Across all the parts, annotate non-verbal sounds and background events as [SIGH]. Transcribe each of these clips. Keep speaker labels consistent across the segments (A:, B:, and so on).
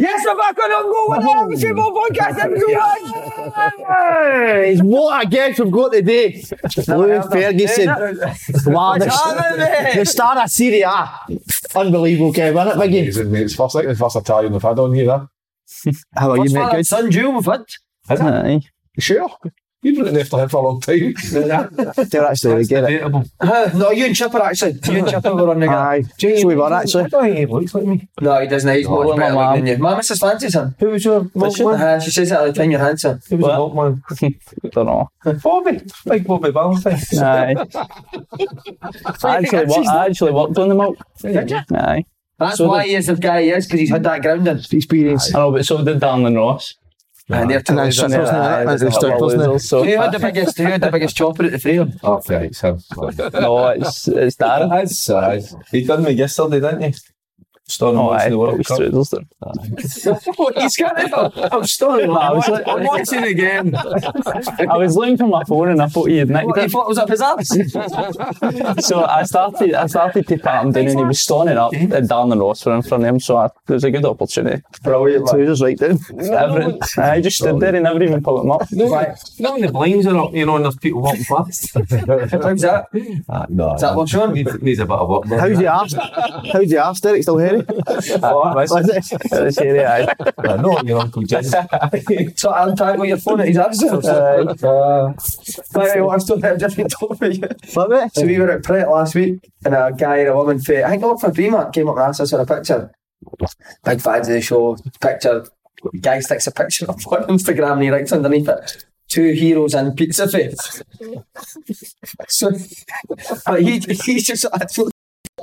A: Yes, I'm back on Ungo with every single podcast,
B: It's
A: everyone!
B: what I guess we've got today. Lou Ferguson. Wow, the,
A: What's happening?
B: the star of Serie A. Unbelievable, Kev, isn't it, Biggie?
C: Amazing, mate. It's first, like the first Italian we've had on here, that.
B: How are
A: What's
B: Oh, you, mate?
A: that
B: Good?
A: Sun June we've had?
B: Aye.
C: Sure. You've been looking after him for a long time. [LAUGHS]
B: They're actually get it.
C: Debatable.
A: Huh, No, you and Chipper actually. You and Chipper were on the guy.
B: Aye. So we were actually.
C: I he looks like me.
A: No, he doesn't. He's
C: No,
A: more
C: it's
A: better
C: my
A: looking
C: mum.
A: than you. My Mrs. Fancy's son.
C: Who was your milk man?
A: Uh, she says that all the time, you're handsome.
C: Who was your milk
D: don't know.
C: man? Bobby. Big Bobby Valentine.
D: Aye. I actually,
A: That's
D: wo- I actually worked on the milk.
C: Did you?
D: Aye.
A: That's
D: So
A: why he is the guy he is, because he's had that grounding.
B: Experience.
D: I know, but so did Darlin Ross.
A: And they're two
B: And then
A: losers.
B: Sunday night,
D: Aye,
B: that's the
D: they're
B: start,
D: all
B: isn't it?
D: losers,
A: Who
D: so-
A: had the biggest, who had the biggest chopper at the three of them?
C: Oh, yeah, it's him.
D: No, Oh, it's it's Darren.
C: That's uh, he done me yesterday, didn't he? Starting oh,
D: Oh, aye,
C: in the
D: but we
C: World Cup.
D: strudels
A: [LAUGHS]
D: did.
A: He's got it. I'm stunning.
D: I was
A: I'm
D: like-
A: watching again.
D: I was looking for my phone and I thought he had nicked
A: What, he
D: it.
A: thought it was up his ass?
D: So I started, I started to pat him down and he was stoning up and Darlin Ross were in front of him. So I, it was a good opportunity.
C: Brilliant.
B: So he was right down.
D: Every, I just stood there and never even pulled him up.
C: No, no, the blinds are up, you know, and there's people walking
E: [LAUGHS]
C: past.
A: How's that?
C: Ah, no.
A: Is [LAUGHS] that one, Sean?
C: Needs, needs a bit of work.
B: How's the arse? How's the arse, Derek? Still hairy? Was it?
D: It was hairy, aye.
C: I know your uncle Jim.
A: So I'll tag with your phone at his absence.
D: Aye.
A: Uh, right, well, I'm still at a different topic.
B: Love it.
A: So we were at Pret last week, and a guy and a woman, fa- I think they worked for BMAT, came up and asked us for a picture. Big fans of the show, picture. Guy sticks a picture up on Instagram and he writes underneath it, two heroes and pizza face. [LAUGHS] so, but he, he's just [LAUGHS] absolutely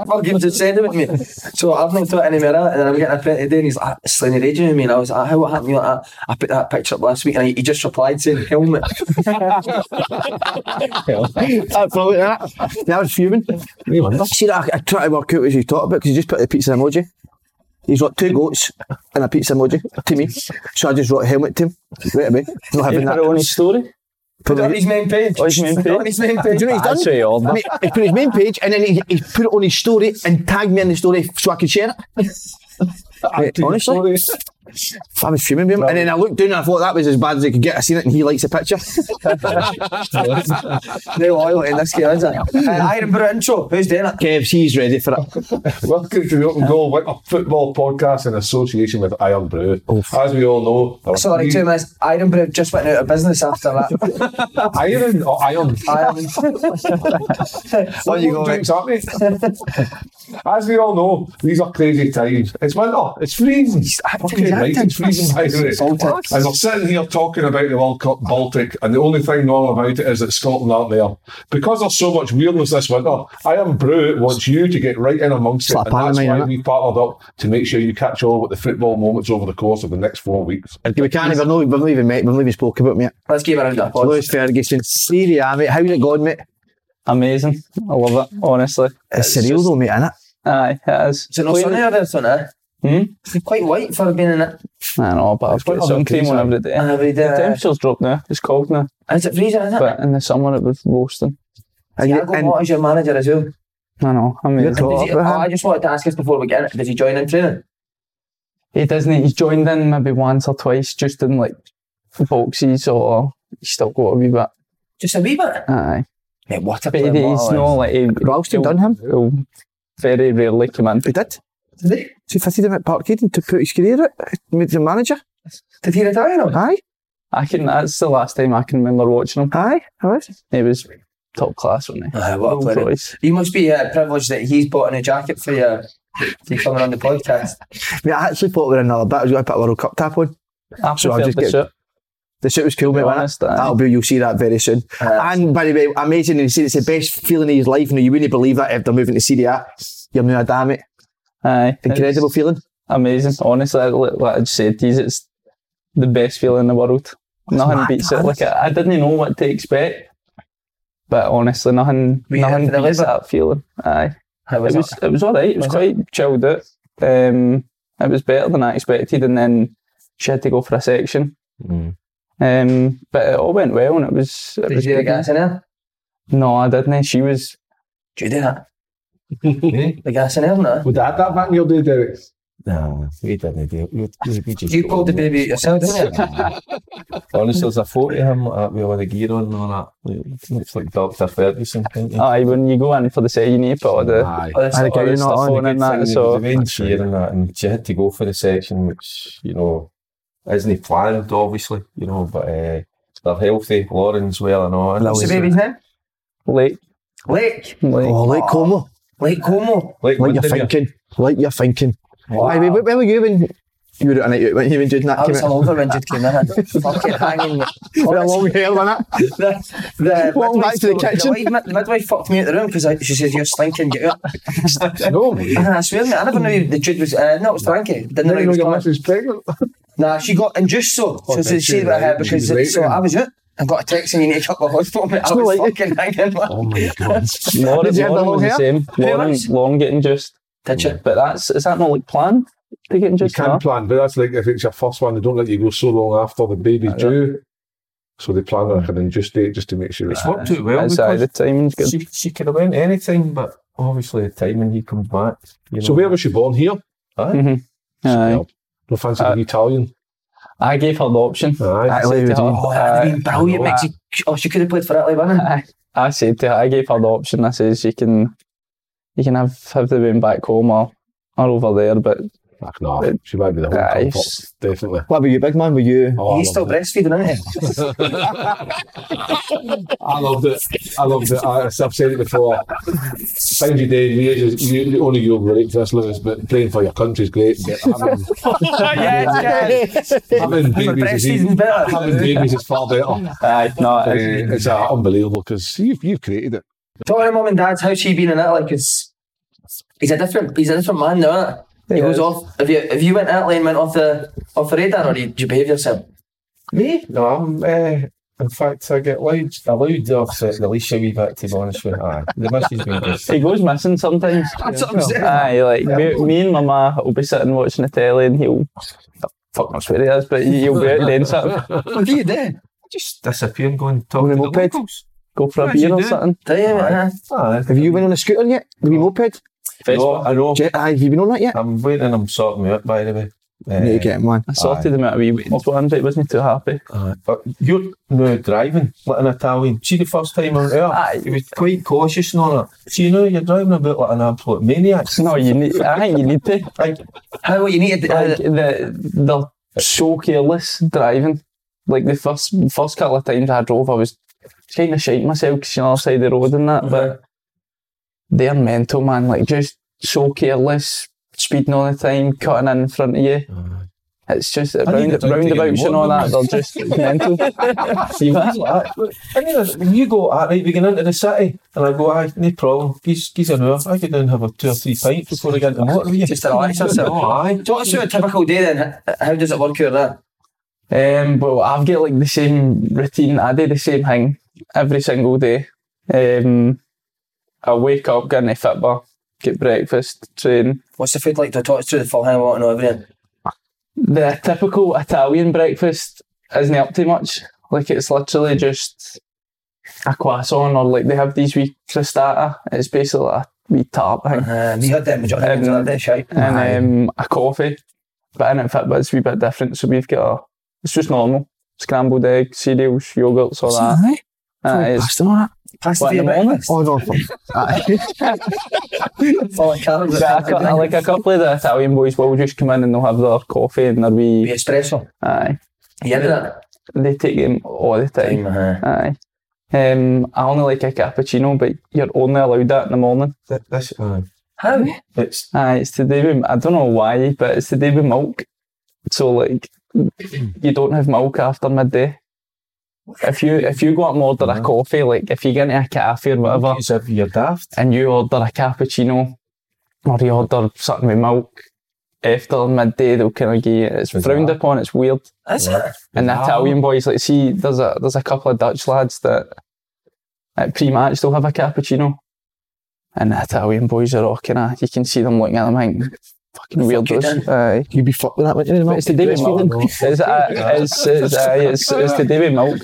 A: fucking just said it with me. So I've not thought anywhere else, and then I'm getting a print today, and he's like, "Ah, Slenny raging with me, and I was like, "Ah, how what happened? You're like, I, I put that picture up last week, and he, he just replied saying, helmet.
B: That's brilliant, innit? Yeah, I was fuming. See, I, I try to work out what you talk about because you just put the pizza emoji. He's got two goats and a pizza emoji to me. So I just wrote helmet to him. Right away. Not
D: He
B: having
D: put it on
B: that.
D: his story.
A: Put it on his main page.
D: On his main
A: Put it On
D: page.
A: his main page.
B: Do you know what
D: I'd
B: he's done?
D: say he ordered.
B: Mate, he put his main page and then he, he put it on his story and tagged me in the story so I could share it. Mate, honestly, I was fuming with him. And then I looked down and I thought that was as bad as it could get. I seen it and he likes a picture.
A: No oil in this guy, is it? And I remember intro. Who's doing it?
B: Kevs, he's ready for it.
C: Welcome to the Open Goal Winter Football Podcast in association with Iron Brew. As we all know, there were
A: Sorry,
D: Mm.
C: three-
A: two minutes. Iron Brew just went out of business after
D: [LAUGHS]
A: that.
C: Iron or
A: [LAUGHS]
C: Iron.
A: Iron.
B: There you go, mate.
C: drinks, aren't they? [LAUGHS] As we all know, these are crazy times. It's winter, it's freezing.
A: acting,
C: Fucking
A: he's
C: right,
A: acting.
C: it's freezing by the
B: Oh,
C: way.
A: Baltic.
C: And we're sitting here talking about the World Cup Baltic, and the only thing normal about it is that Scotland aren't there. Because there's so much weirdness this winter, Iron Brew wants you to get right in amongst
B: Slap
C: it, and
B: on
C: that's
B: me,
C: why
B: innit?
C: we partnered up to make sure you catch all with the football moments over the course of the next four weeks.
B: We can't even know. We've not even met. We've not even spoken about him yet.
A: Let's give it a round of applause.
B: Lewis Ferguson, Serie A, mate. How's it going, mate?
D: Amazing. I love it, honestly.
B: It's, surreal
D: just-
B: though, mate, innit?
D: Aye, it is.
A: Is it not sunny or is it sunny?
D: Hmm?
A: It's quite white for being in it.
D: I know, but I've
C: quite
D: got sun
C: lovely
D: cream on
C: design.
D: every day.
A: Every day.
D: The temperature's dropped now. It's cold now.
A: uh, Is it freezing, is it?
D: But in the summer, it was roasting.
B: And, you,
A: Thiago
B: and
A: Motta's your manager as well.
D: I know. I mean,
B: You're cold.
A: Does he,
B: Oh,
A: oh,
B: uh-huh.
A: I just wanted to ask us before we get in it. Does he join in training?
D: he doesn't. He's joined in maybe once or twice, just in like boxes or he's still got a wee bit.
A: Just a wee bit. eh?
D: Aye,
A: Mate, what a
D: but he,
A: player
D: he's
A: Motta
D: not like he,
B: Ralston
D: he'll-
B: done him.
D: he'll very rarely come in.
B: He did.
A: is. Did he,
B: So he fitted him at Parkhead and to put his career out. Made him manager.
A: did he retire him?
B: Aye,
D: I can. That's the last time I can remember watching him.
B: aye, I was.
D: He was top class, wasn't he?
A: Ah, what a
D: Rolls
A: player.
D: Royce.
A: You must be uh, privileged that he's bought in a jacket for you. for you coming on the podcast.
B: Mate, I actually thought we were another bit. I was going to put a World Cup tap on.
D: I
B: So I
D: prefer
B: just
D: the
B: get-
D: shirt.
B: The shit was cool,
D: To be
B: mate. wasn't it?
D: honest, aye.
B: That'll be, you'll see that very soon.
A: Aye.
B: and by the way, amazing. He said it's the best feeling of his life. Now, you wouldn't believe that if they're moving to Serie A. You're now a damn it.
D: Aye,
B: Incredible
D: It's
B: feeling.
D: amazing. Honestly, I- like, like I just said, to yous, it's the best feeling in the world. nothing
B: mad,
D: beats
B: man.
D: it. Like I, I didn't know what to expect, but honestly, nothing,
A: Were you
D: nothing
A: happy to
D: beats
A: live it?
D: that feeling. Aye,
A: How was
D: it was,
A: that?
D: it was all right. It was,
A: Was
D: quite chilled out. Um, it was better than I expected, and then she had to go for a section. Um, but it all went well, and it was. It
A: Did you
D: was
A: do the
D: good. eh?
A: gas in there?
D: No, I didn't. She was
A: Did you do that?
C: Eh?
E: eh?
A: The gas in there, no?
C: Would I add that back in your day, Derek?
E: Nah, we didn't do it. We, we, we just
A: You pulled the baby out yourself, didn't you?
E: Honestly, there's a photo of him like, with all the gear on and all that. Like, looks like Dr. Ferguson. Aye,
D: Aye, when you go in for the set, you need to put all the,
E: Aye.
D: all the,
B: Aye,
D: all
B: you're not
D: the stuff
B: on,
D: on and that.
E: so
D: So
E: events here and that, and she had to go for the section, which you know isn't planned, obviously, you know, but uh, they're healthy. Lauren's well and all.
A: What's the
E: Like,
A: baby's name?
D: Lake,
A: Lake.
D: Lake. [LAUGHS]
B: Oh, like Como.
A: Lake Como.
B: Like
E: like
B: you're
E: Windermere.
B: thinking. Like you're thinking. Aye, where, where were you when you were at a night out, weren't you, when doing that
A: I
B: came
A: was
B: out?
C: [LAUGHS]
A: all over when Jude came in. I had fucking hanging.
B: With a
A: [LAUGHS]
B: long hair, wasn't it?
A: The, the
B: Walked back to the
A: midwife-
B: kitchen.
A: The midwife, the midwife fucked me out the room because she says, You're slinking, get out.
C: No, mate.
A: I swear, mate, I never knew the Jude was. Uh, no, it was Frankie. Didn't
C: You
A: know
C: know
A: he was
C: your
A: coming.
C: missus pregnant.
A: Nah, she got induced so.
C: Oh,
A: so she
C: did she?
A: said about her
C: Right.
A: because
C: She was
A: so
C: waiting.
A: I was out and got a text saying you need to come to the hospital. Mate. I
B: not
A: was
B: like
A: fucking hanging. Like,
C: Oh my god.
D: Lauren,
B: Did you have the
D: Lauren was
B: long
D: the
B: hair?
D: same. Lauren,
A: much?
D: Lauren getting just.
A: Did you?
D: But that's is that not like planned to get
C: You
D: induced?
C: can plan, but that's like if it's your first one, they don't let you go so long after the baby's due. So they plan like an induce date just to make sure it's
E: It's worked out well
D: That's aye,
E: because
D: the timing's good.
E: she, she could have went any time, but obviously the timing he comes back. You know.
C: So where was she born? Here?
E: Aye.
D: Mhm. Aye.
C: No fancy
D: Uh,
C: the Italian.
D: I gave her the option.
C: Aye.
D: I said to her,
A: Oh, that would have
D: uh,
A: been brilliant, mate. She- Oh, she could have played for Italy, wouldn't
D: I, I said to her, I gave her the option. I says you can, you can have have the women back home or, or over there. But
C: Fuck no. She might be the home
D: Aye,
C: comfort,
D: s-
C: Definitely.
B: What were you, big man? Were you?
C: Oh, I
A: He's still
C: loved it.
A: breastfeeding, isn't he?
C: I loved it. I loved it. I, I've said it before. Times you day, you, you, you, only you'll relate to this, Lewis, but playing for your country's great. But having, having babies is
A: Breastfeeding's
C: even,
E: [LAUGHS]
A: better.
C: having babies is far better. Uh,
D: aye, no, it is-
C: it's uh, unbelievable because you've, you've created it.
A: Talking about mum and dad's, how's he been in Italy? Because he's a different, he's a different man now, isn't he? He
D: Yeah.
A: goes off. If you if you went to Italy and went off the off the radar, or did you behave yourself?
E: Me? No, I'm. Uh, in fact, I get loud. Allowed off uh, the the leash a wee bit, to be honest with you. Aye. The missus been good.
D: He goes missing sometimes.
A: That's what I'm saying.
D: Aye, like me, me and Mama will be sitting watching the telly, and he'll fuck not swear he is, but he'll be out doing something,
A: What do you do?
E: Just disappear and go and talk
B: On a
E: to the
B: moped?
E: locals.
D: go for a
E: Yes,
D: beer
E: you
D: or
E: do.
D: something.
A: Do you? mate, huh?
E: Aye.
B: Have you been on a scooter yet? The wee moped?
E: No,
D: Facebook.
E: I know.
B: Je- Aye, have you been on that yet?
E: I'm waiting. I'm sorting me out. By the way. Uh,
B: Need to get him, man.
D: I sorted him out a wee bit once, but he wasn't too happy.
E: aye. But you're now driving like an Italian. See the first time I went
D: Aye.
E: out, he was quite cautious and all that. So you know you're driving about like an absolute maniac.
D: No, you need. I think you need to.
E: Like,
A: How what you need to uh, do?
D: Like the they're so careless driving. Like the first first couple of times I drove, I was kind of shitting myself because you're on the other side of the road and that. But they're mental, man. Like just so careless, speeding all the time, cutting in front of you. It's just
E: I need
D: round,
E: to drink to get
D: roundabouts
E: me
D: and all that.
E: water.
D: They're just mental.
E: [LAUGHS] See, he's like, that. Look, I mean, when you go, ah, right, we get into the city, and I go, aye, no problem, he's, he's an hour, I could then have a two or three pints before I get into the motor.
A: Just to relax yourself.
E: Oh, [LAUGHS] aye.
A: So what's your typical day then? H- How does it work out that?
D: Um, but I've got like the same routine. I do the same thing every single day. Um, I wake up, get in the fit bar, get breakfast, train.
A: What's the food like to talk us through the full hang on and everything?
D: the typical Italian breakfast isn't up to much. Like it's literally just a croissant or like they have these wee crostata. It's basically like a wee
A: [LAUGHS]
D: tart thing.
A: Um, you had the majority of that day, shite.
D: And um, a coffee. But in it Fitbit's a wee bit different. So we've got a, it's just normal. Scrambled eggs, cereals, yogurts, all that. Uh, it's,
B: Bastard on that.
A: Pasta
D: What,
A: for your
D: in the morning?
A: breakfast.
B: Oh, no. fuck. Aye.
A: [LAUGHS] Full of carbs.
D: but
A: [LAUGHS]
D: a, cou- like a couple of the Italian boys will just come in and they'll have their coffee and their
A: Be
D: wee.
A: espresso.
D: Aye.
A: You had that?
D: They take them all the time.
A: Uh-huh.
D: Aye. Um, I only like a cappuccino, but you're only allowed that in the morning.
E: Th- This, aye.
A: How?
E: It's,
D: Aye, it's today with I don't know why, but it's today with milk. So like, you don't have milk after midday. If you if you go out and order a coffee, like if you get into a cafe or whatever,
E: it's if you're daft.
D: and you order a cappuccino or you order something with milk after midday, they'll kind of give you. It's
E: Bizarre.
D: frowned upon. It's weird.
A: That's it.
D: And the
E: Wow.
D: Italian boys, like, see, there's a there's a couple of Dutch lads that at pre-match they'll have a cappuccino, and the Italian boys are rocking. Uh, you can see them looking at them, like fucking weirdos. Aye.
B: You'd be fucked with that, wouldn't you?
D: But it's the David milk. It's, uh, it's, it's, aye, it's, it's the David milk.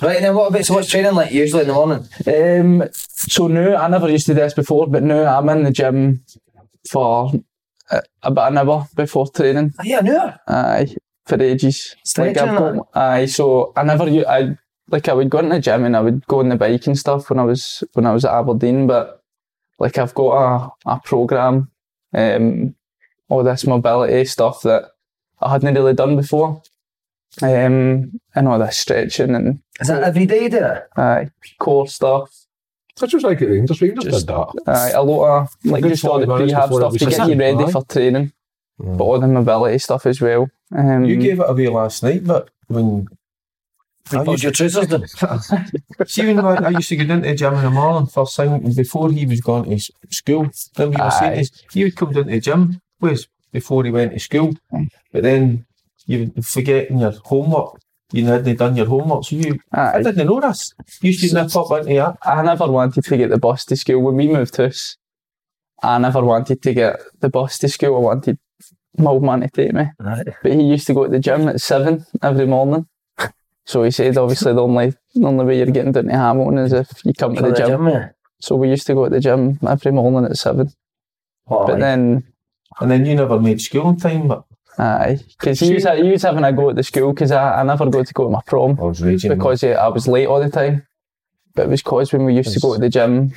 A: Right, then what about, so what's training like usually in the morning?
D: er Um, so now I never used to do this before, but now I'm in the gym for a- about an hour before training.
A: Aye, I knew it.
D: Aye, for ages.
A: Stretching
D: I've
A: and
D: got, aye, so I never, u- I like I would go in the gym and I would go on the bike and stuff when I was when I was at Aberdeen, but like I've got a a program, um, all this mobility stuff that I hadn't really done before, um, and all this stretching and
A: Is that every day you did it?
D: aye, core stuff.
C: That's just like at Rangers, we just,
D: Just-
C: did that.
D: Aye, a lot of like
C: Good
D: just all the
C: 40 minutes
D: prehab
C: before
D: stuff
C: every
D: to get you
C: session,
D: ready
C: aye.
D: for training, but all the mobility stuff as well. Um,
E: You gave it away last night, but when I used,
A: your trousers then.
E: see when I, I used to get into the gym in the morning first thing before he was going to s- school. Then we were saying
D: Aye.
E: this, he would come down to the gym was before he went to school, but then you were forgetting your homework. You hadn't done your homework, so you I
D: aye.
E: didn't know this. You used to nip up into that.
D: I never wanted to get the bus to school when we moved house. I never wanted to get the bus to school. I wanted my old man to take me.
A: Right.
D: But he used to go to the gym at seven every morning. So he said, obviously, the only, the only way you're getting down to Hamilton is if you come to the gym. So we used to go to the gym every morning at seven. But then,
E: And then you never made school on time, but
D: aye, because he was, he was having a go at the school because I, I never got to go to my prom.
E: I was raging.
D: because yeah, I was late all the time. But it was cause when we used to go to the gym,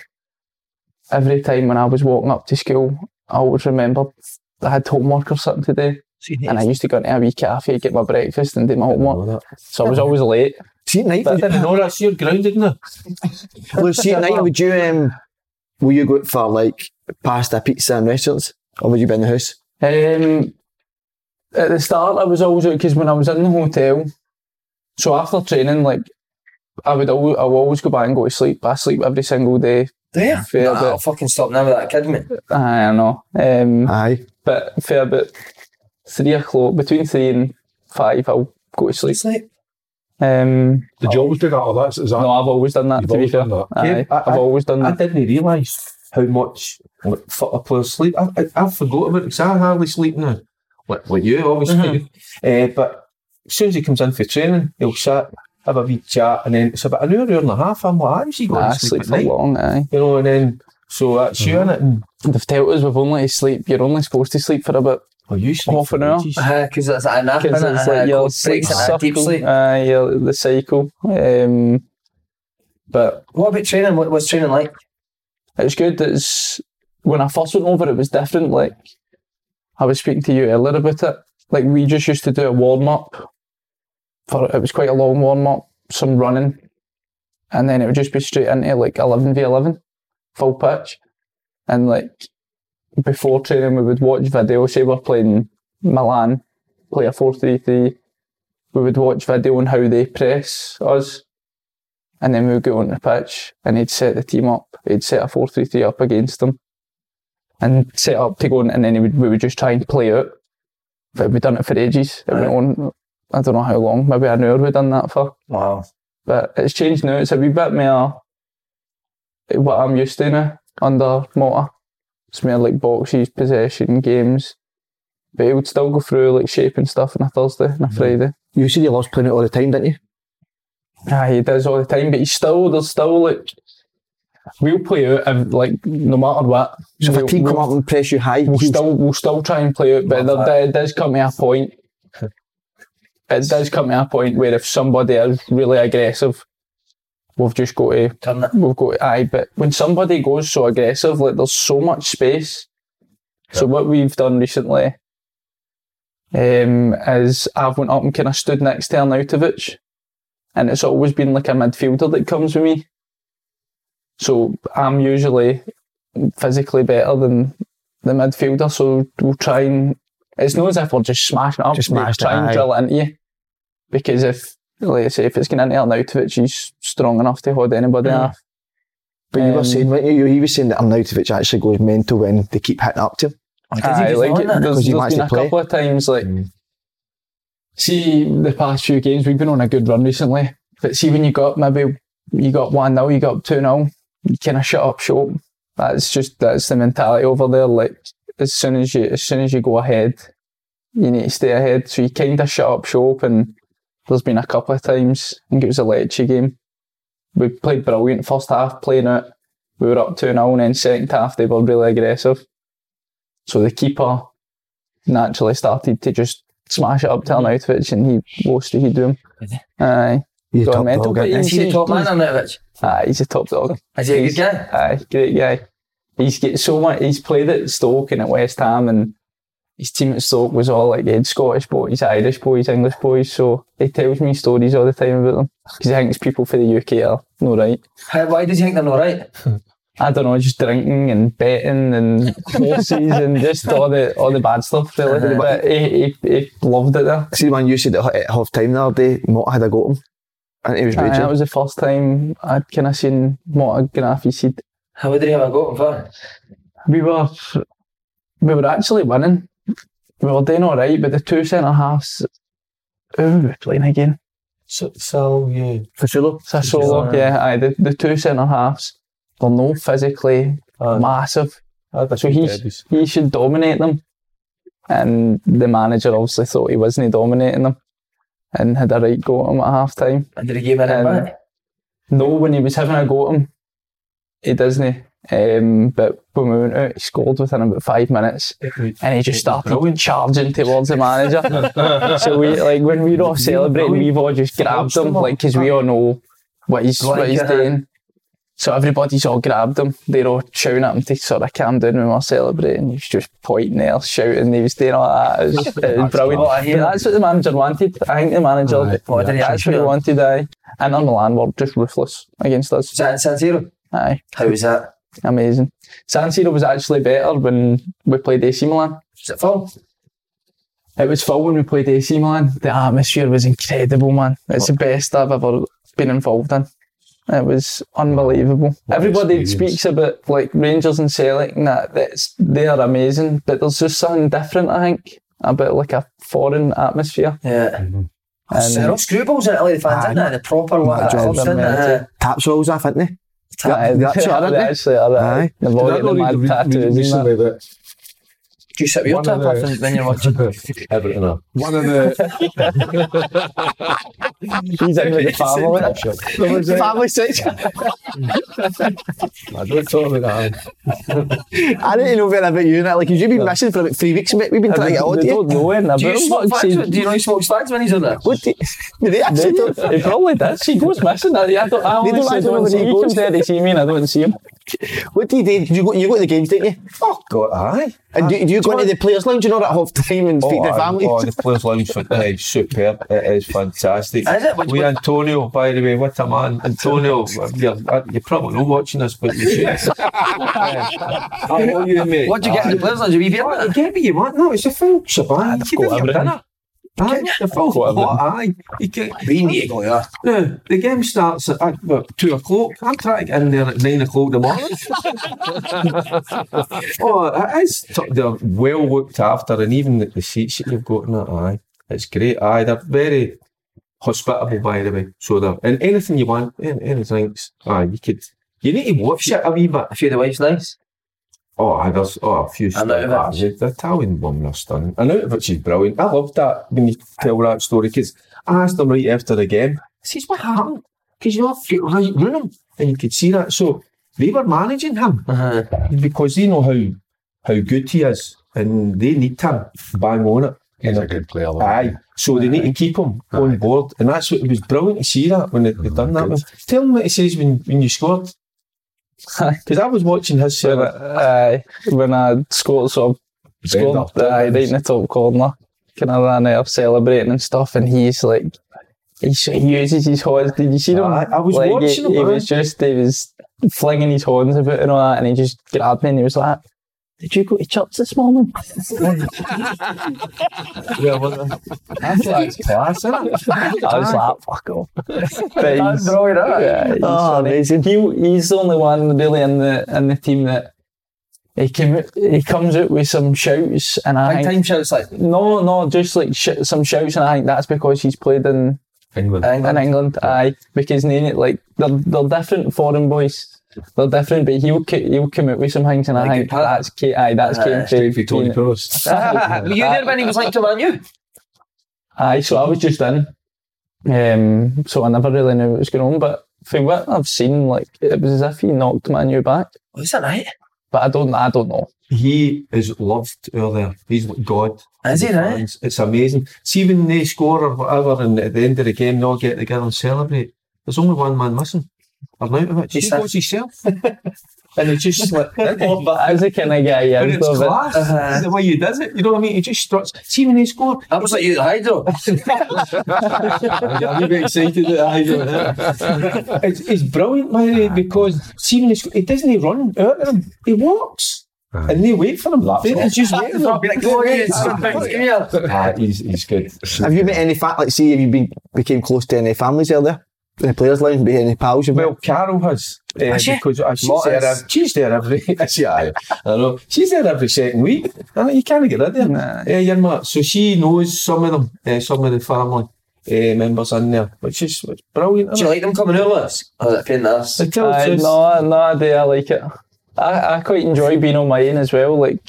D: every time when I was walking up to school, I always remembered I had homework or something to do. And I used to go into a wee cafe, get my breakfast and do my homework. So I was always late.
B: See at night, [LAUGHS]
E: I didn't know that. So you're grounded now.
B: Lou, see at night, would you, um, will you go out for like pasta, pizza and restaurants? Or would you be in the house?
D: Um, at the start, I was always out because when I was in the hotel, so after training, like, I would always, I would always go back and go to sleep. I sleep every single day.
A: There. Nah,
D: Fair
A: I'll
D: bit.
A: fucking stop now with that kid, mate.
D: Ah, I don't know. Um,
B: Aye.
D: But fair about three o'clock between three and five I'll go to sleep.
A: It's like,
D: Um
C: Did you always do that? Or that's, is that,
D: no, I've always done that
C: you've
D: to be
C: always
D: fair.
C: done that?
D: Aye,
E: Yeah, I-
D: I've always done
E: I
D: that.
E: didn't realise how much like, football players sleep. I, I, I forgot about it because I hardly sleep now. Like, like you,
D: Mm-hmm.
E: obviously. Eh, but as soon as he comes in for training, he'll sit, have a wee chat, and then it's about an hour, hour and a half. I'm like, how's he going
D: I
E: to sleep
D: sleep
E: at
D: for Mm-hmm.
E: night?
D: long, aye.
E: You know, and then, so that's you in it. And,
D: And They've told us we've only to sleep you're only supposed to sleep for about
E: well, "Oh, you sleep
D: Half
E: for
D: an hour.
E: ages.
A: because it's a nap,
D: because
A: isn't
D: it's
A: it?
D: like
A: Aye,
D: your
A: cold
D: sleep
A: breaks and that deep Uh-huh, sleep.
D: cycle. Aye, your- the cycle. Um but
A: What about training? What was training like?
D: it's good. It's when I first went over, it was different. Like I was speaking to you earlier about it. Like we just used to do a warm up. For it was quite a long warm up, some running, and then it would just be straight into like eleven v eleven, full pitch, and like before training we would watch video. Say we're playing Milan, play a four three three. We would watch video on how they press us and then we would go on the pitch and he'd set the team up. He'd set a 4 3 3 up against them and set up to go on, and then he would, we would just try and play out. But we'd done it for ages. It went on, I don't know how long, maybe an hour we'd done that for.
A: Wow.
D: But it's changed now. It's a wee bit more what I'm used to now under Mota. It's more like boxes, possession, games. But he would still go through like shape and stuff on a Thursday and a Friday.
B: You said you lost playing it all the time, didn't you?
D: Ah, he does all the time, but he's still there's still like we'll play out and like no matter what.
B: So if
D: we'll,
B: a team come
D: we'll-
B: up and press you high,
D: we'll
B: you
D: still we'll still try and play out, but there, there does come to
B: [LAUGHS]
D: a point. It does come to a point where if somebody is really aggressive, we've just got to
A: Turn it.
D: we've got aye, but when somebody goes so aggressive, like there's so much space. So what we've done recently um, is I've went up and kind of stood next to Arnautovic, and it's always been like a midfielder that comes with me. So I'm usually physically better than the midfielder, so we'll try and it's not as if we're just smashing it up,
B: Just
D: we'll
B: smashed
D: try
B: it,
D: and
B: aye.
D: drill it into you. Because if like I say, if it's going into Arnautovic, he's strong enough to hold anybody off.
B: But you were
D: Um,
B: saying, weren't you? He was saying that Arnautovic actually goes mental when they keep hitting up to him.
D: Aye, Ah, like it, there's,
B: 'Cause he
D: there's
B: likes
D: been
B: to
D: a
B: play. Hmm.
D: couple of times like see the past few games we've been on a good run recently, but see when you got maybe you got one 0 you got two 0 you kind of shut up shop. That's just that's the mentality over there. Like as soon as you as soon as you go ahead, you need to stay ahead. So you kind of shut up shop, and there's been a couple of times. I think it was a Lecce game. We played brilliant first half, playing it. We were up two 0 and then second half they were really aggressive. So the keeper naturally started to just smash it up till an outfit and he was to he do him. Aye.
B: He's
D: Got
B: top
D: mental,
B: dog, ain't
D: but
B: he?
A: Is he the top man on that, Rich?
D: Aye, he's a top dog.
A: Is he a good guy?
D: Aye, great guy. He's get so much. He's played at Stoke and at West Ham, and his team at Stoke was all like he had Scottish boys, Irish boys, English boys. So he tells me stories all the time about them because he thinks people for the UK are no right.
A: How, why does he think they're not right?
D: I don't know, just drinking and betting and horses and just all the all the bad stuff really. But he, he, he loved it there.
B: See the man you said at half time the other day, Mott had a go at him. And he was
D: Aye,
B: raging.
D: that was the first time I'd kind of seen Mota Graffi seed
A: How would he have a go at him for?
D: we were we were actually winning. We were doing all right, but the two centre halves. Who were we playing again?
E: So, so yeah.
B: Fasulo.
D: Sassuolo, yeah, aye. The, the two centre halves, they're no physically
E: Aye.
D: massive.
E: Aye, that's
D: So
E: what
D: he's-
E: Debbies.
D: He should dominate them, and the manager obviously thought he wasn't dominating them, and had a right go at him at half time.
A: And did he give him a
D: Um,
A: back?
D: No, when he was having a go at him, he doesn't. Um, but when we went out, he scored within about five minutes. and he just started charging towards the manager. [LAUGHS] so we like when we were all celebrating, we've all just grabbed him, like because we all know what he's what he's doing. So everybody's all grabbed him. They're all shouting at him to sort of calm down when we're celebrating. He was just pointing there, shouting. He was doing all that. It was, it was brilliant.
A: class.
D: But that's what the manager wanted. I think the manager.
A: What did he
D: that's what
A: actually
D: he
A: want?
D: wanted. Aye. And on Milan were just ruthless against
A: Was
D: us.
A: that in San Siro?
D: Aye,
A: How was that?
D: amazing. San Siro was actually better when we played AC Milan.
A: Was it full?
D: It was full when we played AC Milan. The atmosphere was incredible, man. It's the best I've ever been involved in. It was unbelievable. Everybody
C: experience.
D: speaks about like Rangers and Celtic and that that's, they are amazing, but there's just something different, I think, about like a foreign atmosphere.
A: Yeah.
D: Mm-hmm. And- Ah,
A: They're all screwballs in Italy, the fans,
B: Aye,
A: isn't it? The proper one.
B: Matt
A: that
B: Jones.
A: clubs, isn't it? Uh,
B: Taps rolls off, isn't he?
D: [LAUGHS] Aye,
B: That, that's it,
D: they
B: isn't it?
D: actually are.
B: Aye.
D: Aye. They've all
C: Did I
D: got the
C: not
D: mad
C: read- read
D: tattoos and that.
C: recently that
A: Do you sit with your
C: One of
A: top
C: the-
A: up when when
D: [LAUGHS]
A: you're watching?
E: Everton are.
C: one of the
D: He's in
B: [LAUGHS]
D: with the family.
C: there was a,
B: Family
D: [LAUGHS]
B: section.
E: I don't talk about that.
B: I didn't know very about you and that. Like, you've been missing for about three weeks, mate. We've been trying to get on
D: They
B: to you.
D: don't know anything about
A: Do you
D: him.
A: smoke
D: What's he-
A: fags? Do you know he smokes fags when he's on there?
B: What do you, Did they
D: They
B: actually do? [LAUGHS]
D: don't, he probably does. He goes missing. I, I, don't, I
B: They don't
D: honestly
B: actually know
D: don't
B: where
D: see
B: he
D: him. He
B: goes.
D: comes there to see me and I don't see him.
B: What do you do? You go, you go to the games, don't you?
E: Oh, God, aye.
B: And do, do you go into the players' lounge, you know, at half time and speak to the
E: aye.
B: family?
E: Oh, the players' lounge for uh, superb. It is fantastic.
A: Is it? Which
E: We
A: one?
E: Antonio, by the way, what a man, Antonio. You're, uh, you're probably not watching this, but you should.
A: [LAUGHS]
E: How are you, mate? Ah,
A: What do you get Ah, in the players? Lodge? Have you been on
E: You
A: it?
E: get what you want. No, it's a full shebang.
D: got
E: You can have your
D: everything.
E: dinner. Aye, it's a full pot, aye. You get,
A: We need to go there.
E: no, the game starts at uh, what, two o'clock. I'm trying to get in there at nine o'clock in the morning. oh, it is, t- they're well looked after, and even the, the seats that you've got in it, aye, it's great. Aye, they're very hospitable, by the way. So they're and anything you want, any, any drinks, aye, you could. You need to watch it a wee bit.
A: A few of the wife's nice.
E: Oh, aye, there's oh, a few
A: And out of
E: stuff.
A: it.
E: The, the Italian woman are stunning. And out of it, she's brilliant. I love that when you tell that story because I asked them right after the game, I says, What happened? Because you're f- right room and you could see that. So they were managing him
A: Uh-huh.
E: because they know how how good he is and they need him bang on it. you
C: he's
E: know.
C: a good player. though.
E: Aye, so they need to keep him on board, and that's what it was brilliant to see that when they, they done that.
C: good.
E: Tell him what he says when, when you scored, because I was watching his
D: When,
E: celebrate.
D: aye, when I scored, so I scored
C: Bend up.
E: uh,
D: aye, right in the top corner, kind of ran out celebrating and stuff, and he's like, he s- he uses his horns. Did you see him?
E: Aye, I was
D: like,
E: watching
D: he,
E: him,
D: He
E: aye.
D: was just, he was flinging his horns about and all that, and he just grabbed me and he was like, did you go to church this morning?
E: [LAUGHS] Yeah, well, that's like class, isn't it?
D: I was like, fuck off. But he's-
A: Brilliant, isn't it?
D: Yeah, he's
B: Oh,
D: funny.
B: amazing.
D: He, he's the only one really in the in the team that he came he comes out with some shouts, and I
A: Big
D: think,
A: time shouts like
D: [LAUGHS] no, no, just like sh- some shouts, and I think that's because he's played in
E: England.
D: in
A: England.
D: England. Aye, because name it like they're they're different foreign boys. They're different, but he'll c- he'll come out with some things, and I
A: Like
D: think
A: Pat.
D: that's Kate. Aye, that's
A: Aye,
D: Kate.
E: Straight for Uh, Tony Cross.
A: Were you there when he was linked to Man U?
D: Aye, so I was just in. Um, so I never really knew what was going on, but from what I've seen, like it was as if he knocked Manu back.
A: Was Oh, that right?
D: But I don't, I don't know.
E: He is loved earlier. He's like God.
A: Is he, right?
E: It's, it's amazing. See, when they score or whatever, and at the end of the game, they all get together and celebrate. There's only one man missing. Arnautovic. He
A: He's
E: goes himself. [LAUGHS] and it
A: [LAUGHS]
E: just slipped in.
D: But as a kind of guy, yeah,
E: Oh,
D: I
E: But it's
D: love it.
E: class. The way he does it, you know what I mean? He just struts. See when they score.
A: I was like you at Hydro.
E: I'm a bit excited that I do it. [LAUGHS] It's, it's brilliant, Mary, because see when they score, he doesn't run out of them. He walks. And they wait for him. They they just wait for him.
A: Be like, go on, you son, give me a-"
E: [LAUGHS] Ah, he's, he's good.
B: Have you met any fa- like see have you been became close to any families earlier? In the players' lounge, be any pals you've met?
E: Well, Carol has. Uh,
A: Has she?
E: Because uh, she's,
A: Martin's.
E: there, ev- she's there every. [LAUGHS] yeah, I, I know. She's there every second week. I know, you can't get rid of her.
D: Nah.
E: Uh, your mat. So she knows some of them, uh, some of the family uh, members in there, which is which is brilliant.
A: Do
E: isn't
A: you
E: it?
A: like them coming over? us? Or is it a pain in the ass?
E: They tell us
D: Aye,
E: just-
D: Uh, no, I- no, I do. I like it. I, I quite enjoy being on my own as well. Like,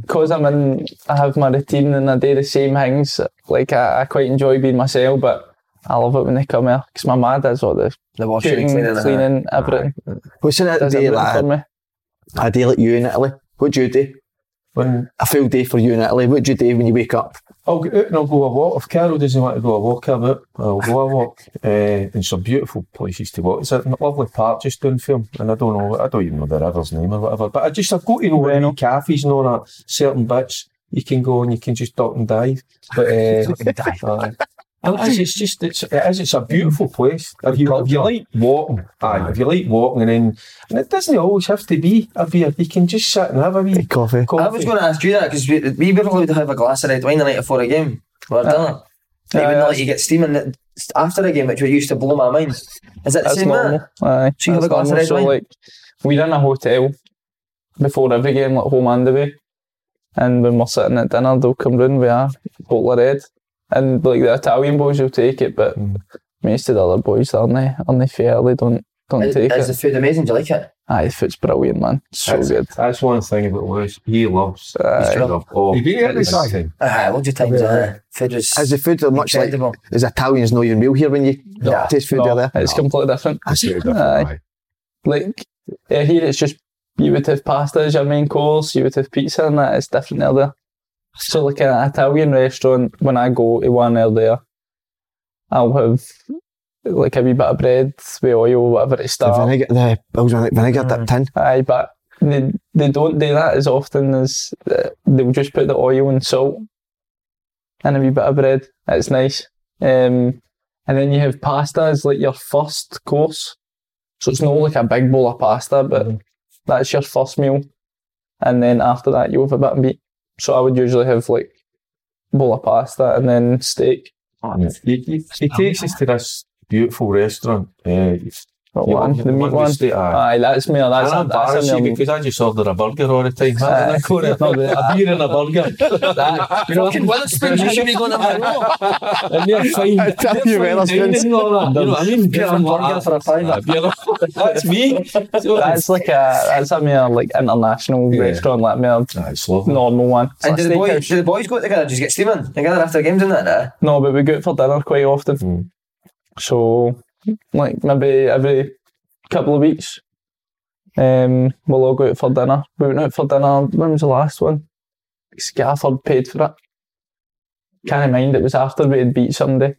D: because I'm in, I have my routine and I do the same things. Like, I, I quite enjoy being myself, but I love it when they come here because my mad does all the
A: The washing
D: shooting,
A: and cleaning. and that.
D: cleaning, everything.
B: What's in a
D: Does
B: day
D: everything for
B: like
D: me.
B: a day like you in Italy? What do you do?
E: When
B: A full day for you in Italy. What do you do when you wake up?
E: I'll get out and I'll go a walk. If Carol doesn't want to go a walk, I'm out. I'll go a walk. Uh, and some beautiful places to walk. It's a lovely park just down film, and I don't know, I don't even know the river's name or whatever. But I just I've got to know any cafes and all that. Certain bits you can go and you can just duck and dive. But [LAUGHS] uh, aye. And it is, it's just it's it is, it's a beautiful place. If you if you like walking, aye, if you like walking, and then and it doesn't always have to be a beer. You can just sit and have a wee
B: Take coffee.
E: coffee.
A: I was going to ask you that because we, we were allowed to have a glass of red wine the night before a game or dinner. They
D: Aye,
A: wouldn't let
D: that's-
A: you get steaming it- after a game, which would used to blow my mind. Is it the
D: That's
A: same
D: normal.
A: man?
D: Aye,
A: So you have
D: that's
A: a glass of
D: normal.
A: red
D: So,
A: wine?
D: like, we're in a hotel before every game, like home and away. And when we're sitting at dinner, they'll come round with a bottle of red. And like the Italian boys will take it, but
A: Hmm.
D: most of the other boys aren't they? Aren't they fair? They don't don't
A: Is,
D: take
A: is the
D: it.
A: food amazing? Do you like it?
D: Aye, the food's brilliant, man. So
E: That's-
D: good.
E: That's one thing about Lewis. He loves.
D: Aye.
E: he's got a- oh,
C: He beat it every
E: it's-
C: time.
A: Uh, loads of times. Uh, food is
B: Is the food much like
A: incredible.
B: is Italians know your meal here when you
A: No.
B: taste food
D: No,
B: over there?
D: it's completely different.
C: It's very different,
D: Aye.
C: aye.
D: Like eh, here, it's just you would have pasta as your main course, you would have pizza, and that it's different out there. So, like an Italian restaurant, when I go to one out there, I'll have like a wee bit of bread with oil, whatever it
B: The
D: starts.
B: vinegar, the balsamic vinegar
A: Hmm.
B: dipped in.
D: Aye, but they they don't do that as often as uh, they'll just put the oil and salt and a wee bit of bread. That's nice. Um, and then you have pasta as like your first course, so it's not like a big bowl of pasta, but
E: Mm-hmm.
D: that's your first meal. And then after that, you have a bit of meat. So I would usually have like bowl of pasta and then steak.
E: He, he, he takes us to this beautiful restaurant. Uh,
D: Not one,
E: You want-
D: the
E: you
D: meat
E: want
D: one.
E: the steak, aye.
D: Aye, that's me. That's,
E: and I
D: that's
E: embarrass
D: a
E: you [LAUGHS]
D: meal.
E: because I just order a burger all the time. I call it
D: No, but-
E: a beer and a burger.
D: That-
E: You know, [LAUGHS] and they're fine.
B: I tell
E: they're
B: you
E: fine
B: well, it's
E: dining
B: good.
E: and all that. You know what I mean?
A: Beer and burger for a fiver.
E: Ah, beer and- That's me. So
D: That's like a that's a mere like international
E: Yeah.
D: restaurant, like mere
E: That's lovely.
D: normal one. It's
A: And
D: a
A: do the, boys,
D: steakhouse.
A: do the boys go together? Just get steaming together after games and that? Nah?
D: No, but we go out for dinner quite often.
E: Hmm.
D: So like maybe every couple of weeks, um, we'll all go out for dinner. We went out for dinner. When was the last one? Scafford paid for it. Can't mind. It was after we had beat somebody,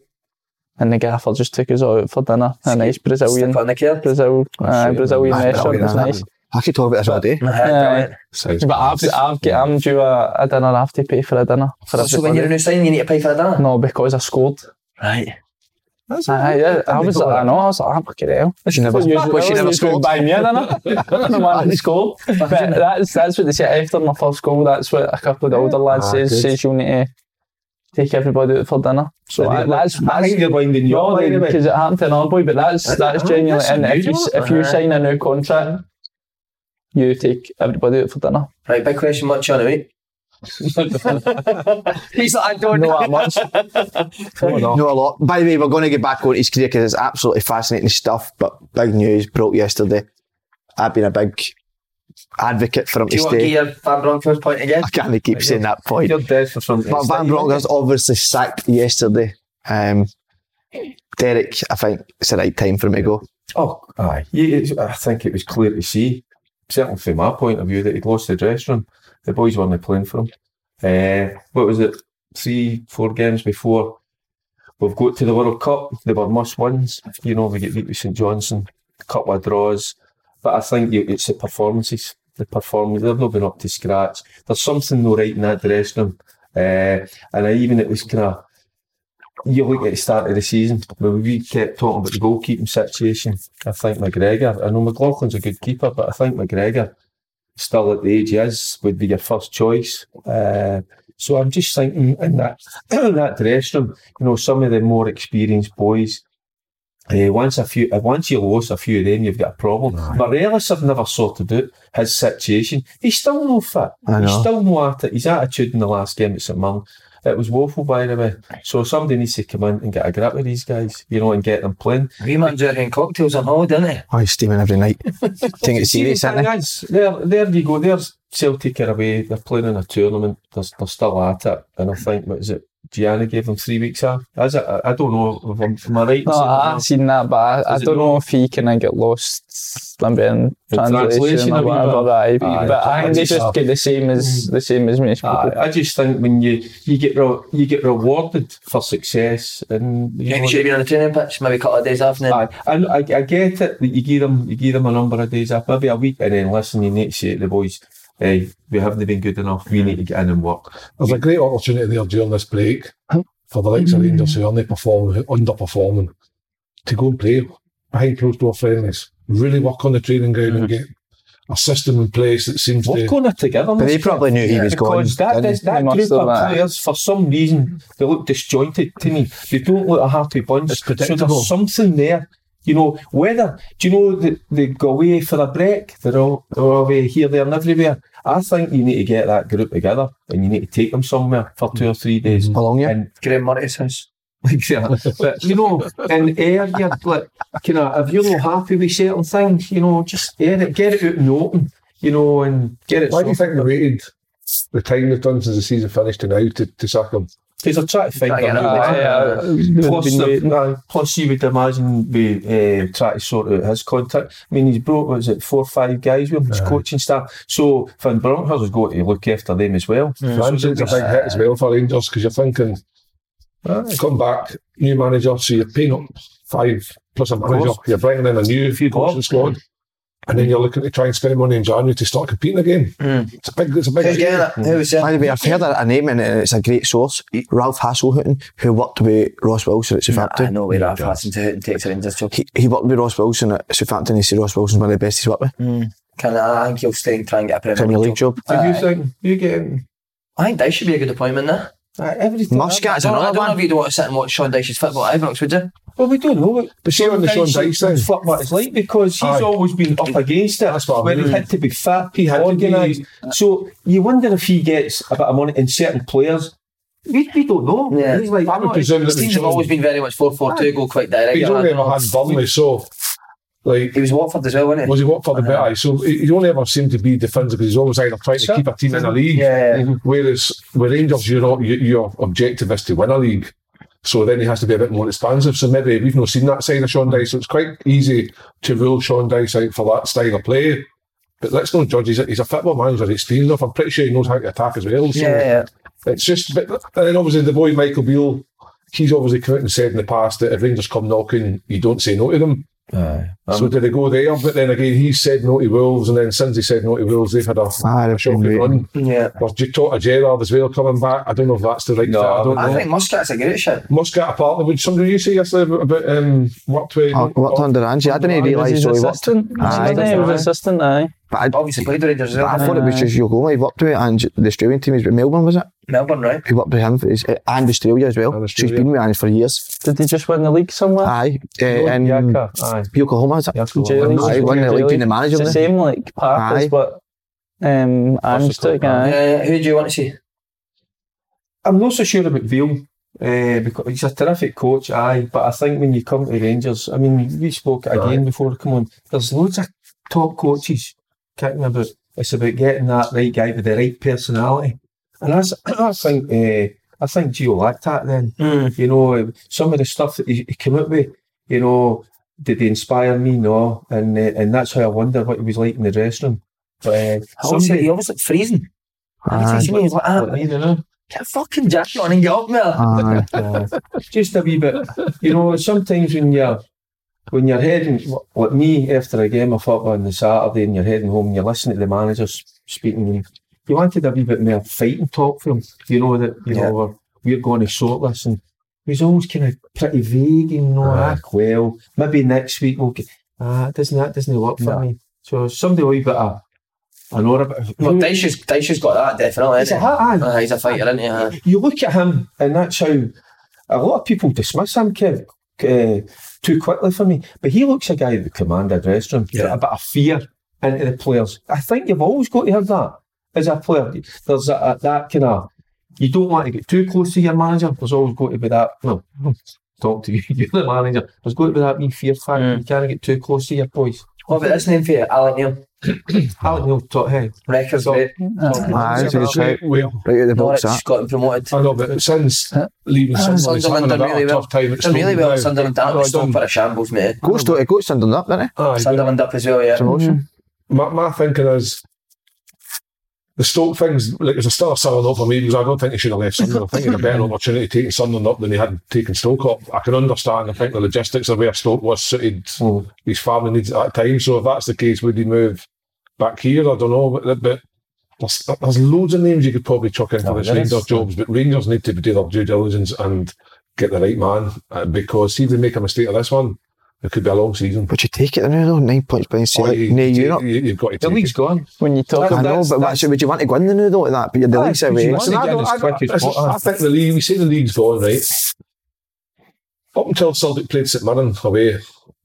D: and the gaffer just took us all out for dinner. A nice Brazilian,
A: Stick on the curb.
D: Brazil, uh, Brazilian
B: Ah,
D: restaurant. It was
B: brilliant.
D: nice.
B: I could talk about this all day.
A: Aye, brilliant.
C: Sounds
D: But I've, I've got, I'm due a, a dinner. I have to pay for a dinner. For
A: So
D: everybody.
A: when you're a new sign, you need to pay for a dinner.
D: no, because I scored.
A: Right.
D: I, I, I was, I know, I was like, I'm fucking hell.
B: She never, well, she never scored.
D: by me, I don't know. I'm the one that scored. But that's, that's what they say after my first goal. That's what a couple of the older lads
B: Ah,
D: says,
B: good.
D: says you'll need to take everybody out for dinner. So I, that's,
E: I
D: that's,
E: think you're winding you up. anyway.
D: because it happened to another boy, but that's, that's genuinely,
E: that's
D: and if you,
E: unusual.
D: if you
A: Aye.
D: sign a new contract, you take everybody out for dinner.
A: Right, big question. Much on it, mate? He's like, I don't know that [LAUGHS] much.
B: No, a lot. By the way, we're going to get back on his career because it's absolutely fascinating stuff. But big news broke yesterday. I've been a big advocate for him
A: Do
B: to
A: you want to get
B: stay.
A: your Van Bronckhorst point again?
B: I can't keep saying that point.
E: You're dead for something.
B: But Van Bronckhorst obviously sacked yesterday. Um, Derek, I think it's the right time for him to go.
E: Oh, aye. You- it's- I think it was clear to see. certainly from my point of view, that he'd lost the dressing room. The boys weren't playing for him. Eh, what was it? Three, four games before we've got to the World Cup. They were must wins. You know, we get beat with St Johnson, a couple of draws. But I think you- it's the performances. The performance, they've not been up to scratch. There's something no right in that dressing room. Eh, and I, even it was kind of you look at the start of the season, when we kept talking about the goalkeeping situation, I think McGregor, I know McLaughlin's a good keeper, but I think McGregor, still at the age he is, would be your first choice. Uh, so I'm just thinking in that, [CLEARS THROAT] in that dressing room, you know, some of the more experienced boys, eh, once a few, eh, once you lose a few of them, you've got a problem. Morelis have never sorted out his situation. He's still no fit.
B: I
E: He's
B: know.
E: still no at it. His attitude in the last game at St Mirren, it was woeful, by the way. So somebody needs to come in and get a grip with these guys, you know, and get them playing.
A: Reman's out having cocktails and all, didn't he?
B: Oh, he's steaming
A: [LAUGHS]
B: every night. Taking it serious, isn't he?
E: Guys, there, there you go. There's Celtic are away. They're playing in a tournament. They're, they're still at it. And I think, what is it? Gianna gave them three weeks off. Is it? I, I don't know. If I'm, am I right? in
D: No,
E: saying
D: Oh, I-
E: that?
D: I've seen that, but I, I
E: Is it
D: don't
E: not-
D: know if he can uh, get lost in translation,
E: translation
D: translation Ah, or
E: a wee
D: whatever.
E: bit.
D: That,
E: Aye,
D: but I think they
E: it's
D: just
E: tough.
D: get the same as the same as most people.
E: I, I just think when you you get re- you get rewarded for success and you
A: Maybe
E: know,
A: should have been on the training pitch, maybe a couple of days off and then.
E: Aye, and I, I get it that you give them you give them a number of days up, maybe a week, and then listen, you need to say to the boys, hey, we haven't been good enough. We need to get in and work.
C: There's a great opportunity there during this break for the likes of Rangers who are only performing, who are underperforming, to go and play behind closed door friendlies, really work on the training ground and get a system in place that seems to.
E: Work on it together.
B: But they
E: Mr.
B: probably knew he was gone.
E: because
B: didn't
E: that, that,
B: he?
E: that
D: They must
E: group
D: have,
E: of
D: uh,
E: players, for some reason, they look disjointed to me. They don't look a hearty bunch.
C: It's predictable.
E: So there's something there. You know, whether, do you know, they, they go away for a break, they're all, they're all away here, there, and everywhere. I think you need to get that group together and you need to take them somewhere for two or three days.
B: How long, Mm-hmm. yeah?
E: And [LAUGHS]
A: Graham Murray's house.
E: Exactly. But you know, and air your like you know, if you're not happy with certain things, you know, just air it, get it out in the open, you know, and get it.
C: Why do you think they waited the time they've done since the season finished to now to, to sack him?
E: Because I'm trying to find
A: Trying to
E: out.
A: get
E: Aye,
A: it
E: aye,
A: out.
E: aye. Plus, the, aye, plus, you would imagine we uh, try to sort out his contact. I mean, he's brought what was it four or five guys with him, his coaching staff. So Van Bronckhorst has got to look after them as well.
C: Ramsden's a big hit as well for Rangers because you're thinking, "Ah, come back, new manager, so you're paying up five plus a manager, you're bringing in a new
E: you go
C: coaching
E: up.
C: squad, and then you're looking to try and spend money in January to start competing again. It's a big, it's a big.
A: Who's getting it? Who was
B: By
A: it?
B: the way, I've heard a, a name and it's a great source. Ralph Hasselhutten, who worked with Ross Wilson at Southampton.
A: I know where I've had to it and takes a Rangers job.
B: He, he worked with Ross Wilson at Southampton. He said Ross Wilson's one of the best he's worked with.
A: Can I, I think he'll stay and try and get a Premier,
B: Premier League job.
E: Do you think you getting
A: I think Dice should be a good appointment there.
E: aye, everything?
B: Muscat's
A: I don't, know- I
B: another
A: don't know if
B: one.
A: you'd want to sit and watch Sean Dyche's football at Ibrox, would you?
E: Well, we don't know.
C: But see on the Sean Dyche thing,
E: Flip what it's like because he's
C: Aye.
E: always been up against it.
C: That's what I
E: when he
C: mean.
E: had to be fat, he
C: He had
E: had
C: to be-
E: organised. So you wonder if he gets a bit of money in certain players. We, we don't know.
A: Yeah.
E: He's like, "Oh,
C: I would
E: not-
C: presume that
A: His teams have always been very much 4 4
C: Ah,
A: 2, go quite direct.
C: he's
A: and
C: only
A: I don't
C: ever had
A: know.
C: Burnley, so like.
A: He was Watford as well, wasn't he?
C: [LAUGHS] Was he what for the better? Aye, So he he only ever seemed to be defensive because he's always either trying to
E: Sure.
C: keep a team in a league.
A: Yeah.
C: Whereas with Rangers, you're not, you, your objective is to win a league. So then he has to be a bit more expansive. So maybe we've not seen that side of Sean Dyche. So it's quite easy to rule Sean Dyche out for that style of play. But let's not judge. He's a, he's a football manager. He's experienced enough. I'm pretty sure he knows how to attack as well. So
A: Yeah, yeah.
C: it's just, but and then obviously the boy Michael Beale, he's obviously come out and said in the past that if Rangers come knocking, you don't say no to them. so
E: Um,
C: did they go there? But then again, he said no to Wolves, and then since he said no to Wolves, they've had a,
B: Ah, they've
C: a shocking
B: been
C: run.
A: yeah.
C: There's you talk to Gerard as well coming back. I don't know if that's the right.
E: No,
C: fit. I don't
E: I
A: I
C: know.
A: think Muscat's a great shit.
C: Muscat apart. Would somebody you say yesterday about um, worked with?
E: Oh,
B: I worked under Angie. I didn't
D: Was
B: realise
D: his
B: so he worked.
D: assistant? Was
B: Aye.
D: his name? He was assistant, aye.
B: But I, but
A: Obviously, played the Rangers as well.
B: I thought it was
D: Aye.
B: just Yogoma. He worked with and the Australian team. He's with Melbourne, was it?
A: Melbourne, right?
B: He worked with him for his, eh, and Australia as well.
C: And
B: So he's
C: Australia.
B: been with Ange for years.
D: Did he just win the league somewhere?
B: Aye. Uh, and
E: Yaka, aye.
B: Yokohama, is it?
E: Yaka.
D: Jelly.
B: Aye, won the league, been the manager.
D: It's the
B: wasn't he?
D: same like path
B: Aye.
D: as what um, Ange
E: Foster
D: took,
E: Cup,
D: aye.
A: Uh, who do you want to see?
E: I'm not so sure about Veal. Uh, because he's a terrific coach, aye. But I think when you come to Rangers, I mean, we spoke again before we come on. There's loads of top coaches kicking about. It's about getting that right guy with the right personality. And that's, [CLEARS THROAT] I think, uh, I think Gio Lactat then,
C: Hmm.
E: you know, eh, some of the stuff that he, he came out with, eh, you know, did they inspire me? No. And uh, and that's how I wonder what he was like in the dressing room. But uh,
A: Obviously, he always looked freezing. Every time he seen me, he was like, ah,
E: what do you know?
A: get a fucking jacket on and get up, man.
C: Ah.
B: Aye.
E: just a wee bit. You know, sometimes when you're when you're heading like me after a game of football on the Saturday and you're heading home and you're listening to the managers speaking, you wanted a wee bit more fighting talk from him. You know that you
A: Yeah.
E: know we're, we're going to sort this and he was always kind of pretty vague and you know,
C: Aye.
E: ah, well, maybe next week we'll get ah, doesn't that doesn't work for
A: No.
E: me. So somebody a wee bit of an aura bit of
A: Well, Dyche's, Dyche's got that, definitely.
E: Is it?
A: Isn't he?
E: Ah, ah,
A: Ah, he's a fighter, isn't he? Ah.
E: you look at him, and that's how a lot of people dismiss him, Kev, uh, too quickly for me. But he looks a guy that command a dressing room,
A: Yeah.
E: a bit of fear into the players. I think you've always got to have that as a player. There's a, a- that kind of you don't want to get too close to your manager. There's always got to be that. Well, talk to [LAUGHS] you, you're the manager. There's got to be that wee fear factor.
A: Mm.
E: You can't get too close to your boys.
A: What about this name for you? Alec Neil.
E: Alec Neil, top head.
A: Records,
C: So- ah,
A: mate.
B: Aye, that's a good shout.
C: Well,
B: Right at the
A: Norwich
B: box, that.
A: got him promoted.
C: I know, but since leaving Sunderland, he's
A: Sunderland
C: having
A: done
C: a bit of
A: really
C: a
A: well.
C: tough time at
A: Done really well.
C: now.
A: Sunderland down
C: No,
A: at
C: I
A: Stoke
C: done.
A: for a shambles, mate.
B: Goats to, goats to up, didn't it?
C: Aye, but
A: Sunderland up as well, yeah.
B: Promotion.
C: my, my thinking is the Stoke things, like there's a still a selling up for me because I don't think he should have left Sunderland. I think he had a
E: [LAUGHS]
C: better opportunity taking Sunderland up than he had taken Stoke up. I can understand, I think the logistics of where Stoke was suited
E: Mm.
C: his family needs at that time. So if that's the case, would he move back here? I don't know. But, but there's, there's loads of names you could probably chuck into
E: No,
C: this
E: there
C: Rangers
E: is.
C: jobs, but Rangers need to do their due diligence and get the right man uh, because see if they make a mistake of this one, it could be a long season.
B: But you take it, though, nine points behind
C: Or
B: Celtic,
C: you-
B: near
C: you,
B: Europe.
C: have got to
E: The
C: take it.
E: league's gone.
D: When you talk
E: That's-
B: I
D: about
B: know,
E: that's-
B: but that's, would you want to go in the new though at that? But you're the
E: Aye,
B: league's
E: would you
B: away.
E: want
B: So
E: to
B: I
E: get
B: don't-
E: as
B: I
E: quick
B: don't-
E: as
C: This is- I think the league, we say the league's gone, right? Up until Celtic played St Mirren away,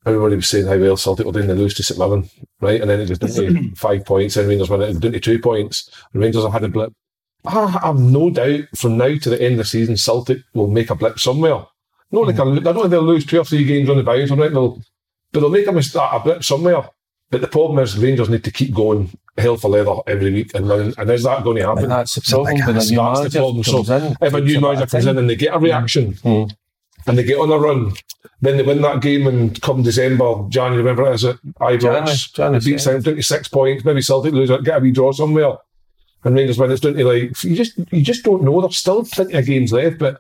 C: everybody was saying how well Celtic were doing, they lose to St Mirren, right? And then it was down to five points, and Rangers went it down to two points, and Rangers have had a blip. I have no doubt from now to the end of the season, Celtic will make a blip somewhere. Not like a, I don't think they'll lose two or three games on the bounce, I don't think they'll, but they'll make a, mistake, a blip somewhere. But the problem is, Rangers need to keep going hell for leather every week, and, then- and is that going to happen?
E: And that's the problem. when a
C: That's
E: new
C: the
E: manager
C: problem. So
E: comes in,
C: if a
E: takes
C: new
E: bit
C: manager
E: of
C: comes
E: time.
C: in and they get a reaction
E: Mm.
C: and they get on a run, then they win that game and come December, January, whatever it is, at Ibrox,
E: January,
C: they beat
E: January,
C: Southampton 26 points, maybe Celtic lose, it, get a wee draw somewhere. And Rangers win, it's down to like, you just, you just don't know. There's still plenty of games left, but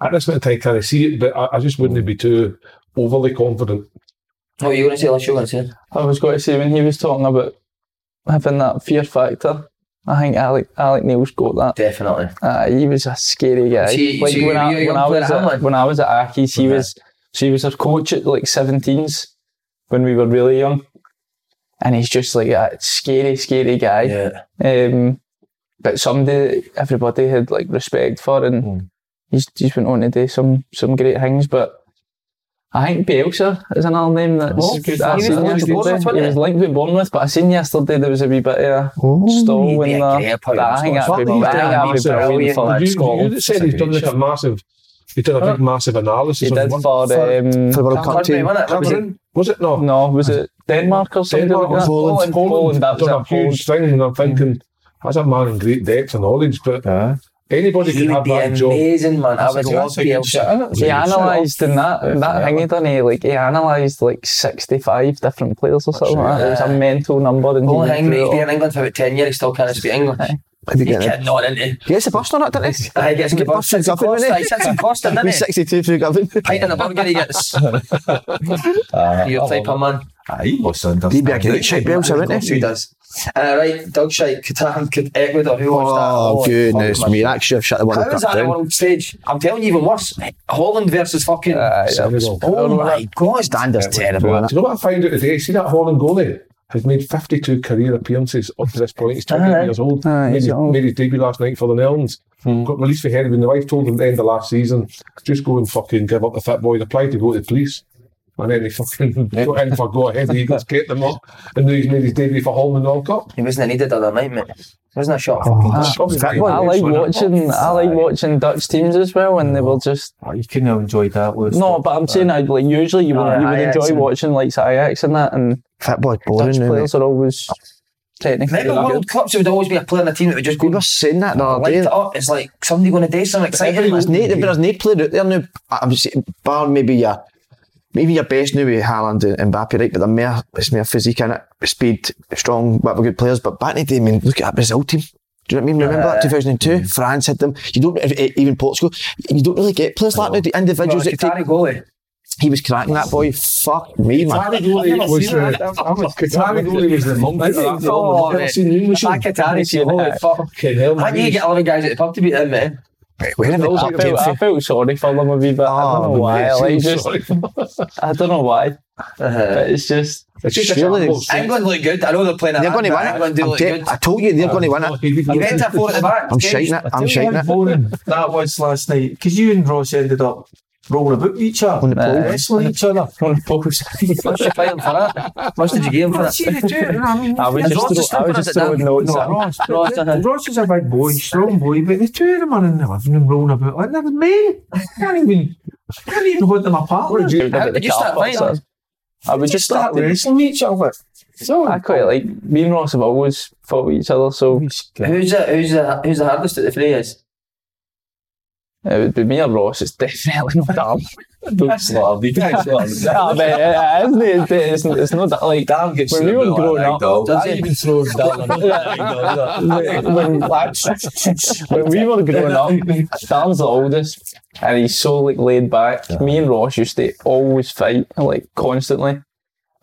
C: at this point in time, can I see it? But I, I just wouldn't be too overly confident.
A: What were you going to say, Les? You were going to say?
D: I was going to say when he was talking about having that fear factor. I think Alec Alec Neil's got that.
A: Definitely.
D: Uh, he was a scary guy.
A: See-
D: like
A: see,
D: when,
A: were
D: I,
A: you a young
D: when I
A: player
D: was
A: at
D: at,
A: Hamlin?
D: when I was at Aki's, he was so he was our coach at like seventeens when we were really young, and he's just like a scary, scary guy.
A: Yeah.
D: Um, but somebody that everybody had like respect for, and
E: Mm.
D: he's he's went on to do some some great things. But I think Bielsa is another name that's
A: Oh, he was
D: I seen
A: linked with
D: yesterday.
A: Bournemouth, wasn't
D: He
A: he?
D: was linked with Bournemouth, but I seen yesterday there was a wee bit of a stall in there. But I think that'd be,
C: Scotland.
D: I think that'd be
C: He's done
D: brilliant for
C: Did
D: like,
C: you, you
D: Scotland.
C: that said he's done like a massive, he did a big massive analysis
D: He
C: on
D: did
C: one-
D: for um,
B: For the World Cup
A: Coventry,
B: team.
A: wasn't it? That was it.
C: Cameroon, was it? No,
D: no, was it Denmark or something
C: Denmark
D: like
C: or
D: that?
C: Poland.
D: Poland, that was
C: done a
D: it, Poland.
C: huge thing, and I'm thinking, that's a man in great depth and knowledge, but
E: [LAUGHS] Aye.
C: anybody
A: He
C: can
A: would
C: have
A: be
C: that job.
A: amazing, man. I would
E: That's a-
A: love
E: that's a good
A: Bielsa.
E: shout, isn't
D: He
E: it?
D: analysed in that that thing he done. He like he analysed like sixty five different players or something. like that. It was a mental number. And
A: Only
D: he
A: thing, mate, he's
D: threw
A: been
D: it
A: in England for about 10 years, he still can't speak English.
B: Have you
A: He's
B: got it?
A: getting on into
B: He gets the bus on it, didn't he?
A: I guess he
B: Get
A: gets
B: busted
A: in
B: up, innit?
A: Costa. He sits in Costa, doesn't
B: He's
A: he?
B: 62 through Gavin.
A: Pint and a burger he gets. Your type of man.
E: Aye, what's under?
B: He'd be a great shape, Bielsa,
A: Of
B: wouldn't
A: course he
B: he?
A: does. Uh, right, Doug Shite, Catan, Cat- Ecuador, who watched that?
B: Oh,
A: fuck,
B: goodness
A: man.
B: me. That should have shut the
A: How
B: World
A: is that
B: Cup
A: on the
B: down.
A: world stage? I'm telling you, even worse. Holland versus fucking.
B: Uh,
D: Aye, that was-
C: Senegal.
A: oh my god,
B: Standard's terrible,
C: Do you know what I found out today? See that Holland goalie has made 52 career appearances up to this point. He's 28
A: Aye.
C: years old. made,
D: Aye, Uh-huh. Uh, he's
C: his-
D: old.
C: made his debut last night for the Netherlands. Got released for heroin. The wife told him at the end of last season, just go and fucking give up the fat boy. They applied to go to the police. And then he fucking [LAUGHS] got in for go ahead. The Eagles get them up. And now he's made his debut for Holland in the World Cup.
A: He wasn't needed other night, mate. Wasn't a shot.
B: Oh.
C: Probably
B: that
C: very
B: one-
D: I
C: good,
D: like
C: wasn't it?
D: watching. I like watching Dutch teams as well when they were just
E: Oh, you couldn't have enjoyed that, Lewis.
D: no. But I'm saying I like usually you would
A: Aye,
D: you would
A: Ajax
D: enjoy
A: and-
D: watching like Ajax and that, and
B: Football's
D: Dutch
B: boring now. mate.
D: players are always technically
A: Remember
D: really
A: World
D: good.
A: Cups, there would always be a player in the team that would just
B: We
A: go
B: were saying that the other
A: light
B: day.
A: it up. It's like somebody going to do something exciting.
B: There's no, but there's no player out there now. I'm just, bar maybe your even your best now with Haaland and Mbappe, right? But they're mere, it's mere physique in it, speed, strong, but we're good players. But back in the day, I mean, look at that Brazil team. Do you know what I mean? Remember that 2002? France had them. You don't, eh, even Portugal, you don't really get players like that now. The
A: Well,
B: individuals that take,
A: Qatari goalie.
B: he was cracking that boy. Fuck me, man.
C: Qatari goalie was the Qatari goalie was the monkey.
A: Oh,
C: I've never
A: man.
C: seen you, Michelle.
A: That Qatari team, holy fuck.
C: Fucking hell,
A: I
C: man.
A: think you get a lot of guys at the pub to beat them, man.
B: Where have they
D: I
B: got
D: felt, I
B: Kempf?
D: felt sorry for them a wee bit. I
A: Oh,
D: don't know why. Like, just,
C: Sorry.
D: I don't know why,
A: Uh-huh.
D: but it's
A: [LAUGHS]
D: just
C: It's just
B: Surely they-
C: a shambles.
A: England look good. I know they're playing.
B: They're going to win
A: England
B: it.
A: do
B: I'm
A: look
B: te-
A: good.
B: I told you they're going to win it.
A: You went to four at the back.
B: I'm shaking it. I'm shaking it.
E: boring that was last night because you and Ross ended up rolling about with each other,
B: On the pole.
E: wrestling each other.
D: on the post.
A: Must have fighting for that. Must have you game for that.
D: [LAUGHS] I was
A: Ross
D: just,
A: is
D: throw, I
A: sniffing
D: was just
A: at it
D: throwing
A: now.
D: notes.
E: No,
D: at
A: [LAUGHS] Ross,
D: [LAUGHS] him.
E: Ross,
A: uh-huh.
E: Ross is a big boy, strong boy, but the two of them are in the living room rolling about like they're men. Can't even, can't even hold them apart.
C: What did you-
A: How did you start fighting?
D: I would just
E: start
D: start.
E: wrestling each other. So
D: I quite like me and Ross have always fought with each other, so it
A: Who's the who's the who's the hardest at the three is?
D: would be me or Ross. It's definitely not [LAUGHS] Darm.
E: don't slap. You can't slap.
D: [LAUGHS] Nah, mate, it isn't. It's, it's, it's not that like
E: Darren gets
D: When we were growing up,
A: does he?
E: even throw Darren.
D: when,
E: [LAUGHS]
D: [LAUGHS] when we were growing up,
A: [LAUGHS]
D: Dan's the oldest, and he's so like laid back. Me and Ross used to always fight like constantly,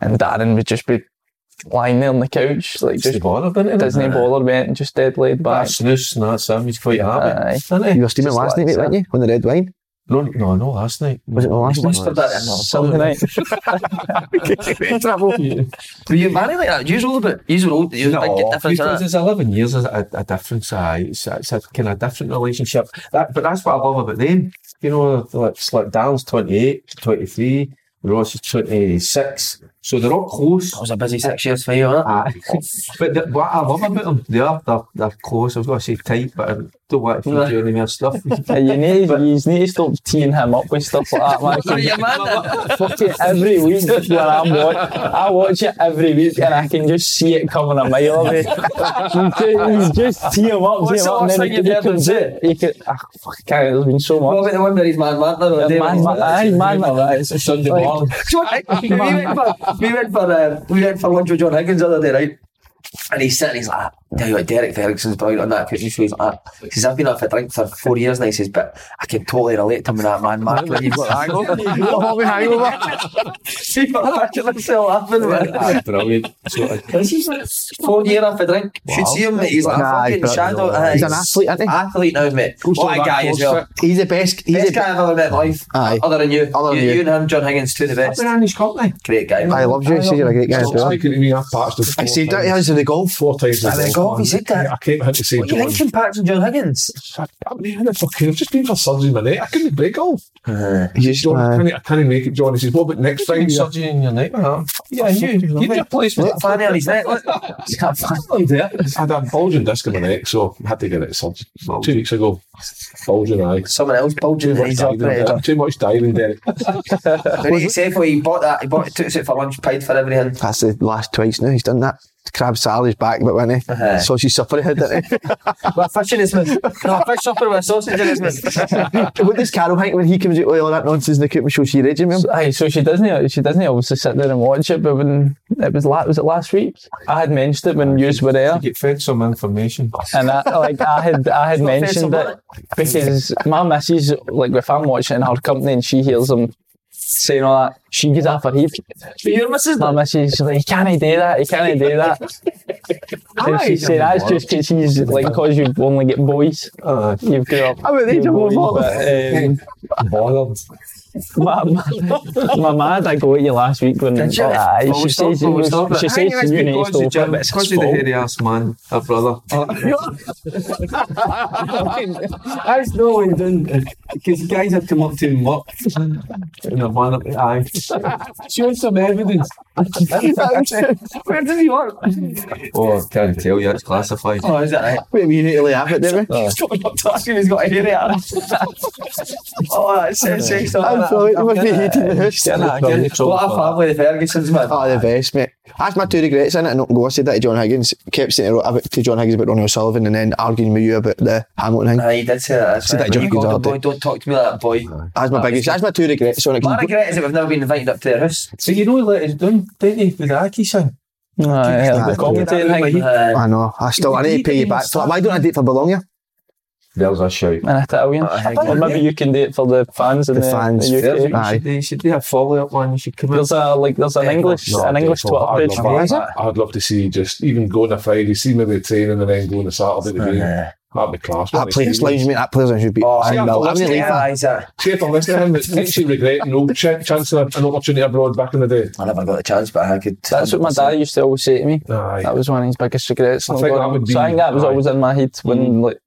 D: and Darren would just be lying there on the couch, like
E: Just
D: just
E: bothered, didn't he?
D: doesn't bother me, and just dead laid back.
E: Uh, That's snus, and that's him. He's quite happy.
D: Aye.
E: Isn't
B: You
E: he?
B: were steaming
D: Just
B: last night,
D: like
B: mate, weren't you? On the red wine?
E: No, no, no, last night.
B: Was it the last night?
A: Whispered that in.
D: Sunday night.
B: Travel.
A: Were you married like that? You was old, but you were old. You was big
E: No,
A: get difference.
E: because
A: innit?
E: it's 11 years is a, a difference. Aye. It's, a- it's a kind of different relationship. That, but that's what I love about them. You know, they're like, it's like Dan's 28, 23, Ross is 26. So they're all close.
A: That was a busy six years for you, wasn't
E: Aye. but the, what I love about them, they are, they're, they're close. I was going to say tight, but I don't want to feed you any more stuff.
D: Hey, you need, you need to stop teeing him up with stuff like that, man.
A: it? You're mad.
D: Fuck it every week when I'm watch, I watch it every week and I can just see it coming a mile away. You just tee him up, tee
A: What's
D: him
A: the last
D: up, and then
A: thing
D: he
A: you've
D: could, he
A: heard him
D: could,
A: say?
D: he could, ah, fuck, I can't, there's been so
A: What
D: much.
A: about the one where he's mad mad the other day?
D: Man, man, aye, man, man,
E: It's a Sunday
D: Like-
E: morning.
A: So, like, we went for we went for uh, we went for lunch with John Higgins the other day, right? And he's sitting, he's like, "Ah, tell you what, Derek Ferguson's brilliant on that cooking show. He's like, "Ah." he says, I've been off a drink for four years now. He says, but I can totally relate to him with that man, Mark. When you've got [LAUGHS]
B: [LAUGHS]
A: See, but I'm actually still laughing, man.
E: Aye, brilliant. So, uh,
A: He's like, four year off a drink. Should see him, mate. He's like, a
B: Nah,
A: fucking
B: he's
A: shadow.
B: brilliant.
A: aye,
B: He's an athlete, isn't he?
A: Athlete now, mate.
C: Goes to
A: What a
C: that
A: guy as well.
C: CrossFit.
B: He's the best. He's
A: Best
B: the
A: guy I've ever met in life.
B: Aye.
A: Other than you.
B: Other than
A: you.
B: you.
A: and him, John Higgins, two of the
E: I've
A: best.
E: been in his company.
A: Great guy.
B: I love you. He says you're a great guy as
C: Stop
B: well.
C: speaking to me. I've patched
B: I
C: him.
B: said that
C: four times.
B: he has in the golf.
C: Four times.
A: I mean, God, he said that.
C: I came out to say
A: What do you
C: John.
A: think impacts on John Higgins?
C: I'm not even fucking. I've just been for surgery in my neck. I couldn't break golf.
B: He's just,
C: John, I
B: uh,
C: can't- I can't make it, John. He says, what about
A: [LAUGHS]
C: next time?
E: Surgery in your neck, man. Yeah, you. You did place
A: Look, Fanny on his neck. Look.
E: there.
C: I had a bulging disc in my neck, so I had to get it surged two weeks ago. Bulging eye.
A: Someone else bulging that
C: Too much
A: he's
C: diving.
A: operated.
C: Too much diving, Derek.
A: But he said well, he bought that. He bought it, took it for lunch, paid for everything.
B: that's the last twice now. He's done that. Crab Sally's back, but when he
A: Uh-huh.
B: sausage supper, he had it.
A: But fish in his mouth. No, fish supper with a sausage in his mouth. [LAUGHS]
B: [LAUGHS] What does Carol think when he comes out with all that nonsense in the kitchen? Shows she raging him.
D: Aye, so she doesn't. She doesn't obviously sit there and watch it. But when it was last, was it last week? I had mentioned it when you were there,
E: You get fed some information.
D: and I, like I had, I had mentioned it because my missus, like if I'm watching in her company and she hears them saying all that, she gets off her head.
A: Your missus.
D: My missus, she's like, you can't do that. You can't
A: [LAUGHS]
D: do that. and she's saying that's just because she's like, because you only get boys.
E: Uh,
D: You've got.
B: I mean, they
D: you're
B: don't
D: boys,
B: want-
D: but, um,
E: bothered.
D: my, my, my mad, I go at you last week when
A: Did you?
D: Aye,
A: Well,
D: she
A: stop,
D: says
A: well,
D: Uh, you-
A: stop it.
D: she says
E: Hang on,
D: you need to
E: because
D: stop
E: of
D: it,
E: Jim-
D: but it's his
E: because of the
D: fault.
E: hairy ass man, her uh, [LAUGHS] brother.
F: That's no one
E: uh,
F: done because guys have come up to him. What?
E: And the man up the eye.
F: Show us some
E: [LAUGHS]
F: evidence.
A: Where does he work?
E: Oh, I can't tell you, it's classified.
A: Oh, is it? Right?
B: Wait, we need to lay off it, didn't [LAUGHS] we?
A: He's got up to ask him. He's got a hairy ass. [LAUGHS] Oh, that's sensational.
B: I'm sorry. It must be heating the house.
E: Get in trouble
A: What a
E: for that.
A: family the Fergusons, man.
B: Oh, the best, mate. That's my two regrets in it. And go, I said that to John Higgins. Kept saying to, Ro- about- to John Higgins about Ronnie O'Sullivan and then arguing with you about the Hamilton thing.
A: Aye, he did say that. That's
B: Said
A: right.
B: that
A: When you got
B: John
A: the
B: Goddard
A: boy,
B: did.
A: don't talk to me like that boy.
B: That's my biggest. That's my two regrets on it. 'cause
A: My
B: you-
A: regret is that we've never been invited up to their house.
E: So you know he let us down, didn't he, with the Aki thing?
D: Aye,
B: Yeah.
D: aye. Commentating
E: Yeah.
D: thing.
A: Uh,
B: I know. I still. I need to pay you back. for that. Why don't I date for Bologna?
E: There's a shout.
D: An Italian.
A: Aye,
D: Or maybe you can do it for the fans in
B: The
D: the,
B: fans.
D: the
E: There's
D: UK.
E: what you
B: Aye.
E: should do. You should do a follow-up one. You should come out.
D: There's a like there's an English
C: No,
D: an
C: I'd
D: English
C: love- I'd
D: Twitter page.
C: love
B: Is
C: that. I'd love to see just even going a Friday, see maybe training and then going a Saturday to the
A: Uh-huh.
C: game. That'd be class.
B: That player's lounge, mate. That player's should be.
A: Oh,
B: I
A: see,
C: I've
B: know.
C: got
B: I'm gonna
C: lots
B: leave
A: yeah,
B: that.
A: aye, is that.
C: See if I'm listening, it makes you regret no ch- chance of an opportunity abroad back in the day.
A: I never got the chance, but I could. uh,
D: That's what my dad used to always say to me.
C: Aye.
D: That was one of his biggest regrets.
C: I
D: not
C: think
D: going-
C: that would
D: so I
C: be-
D: think that was
C: aye.
D: always in my head when like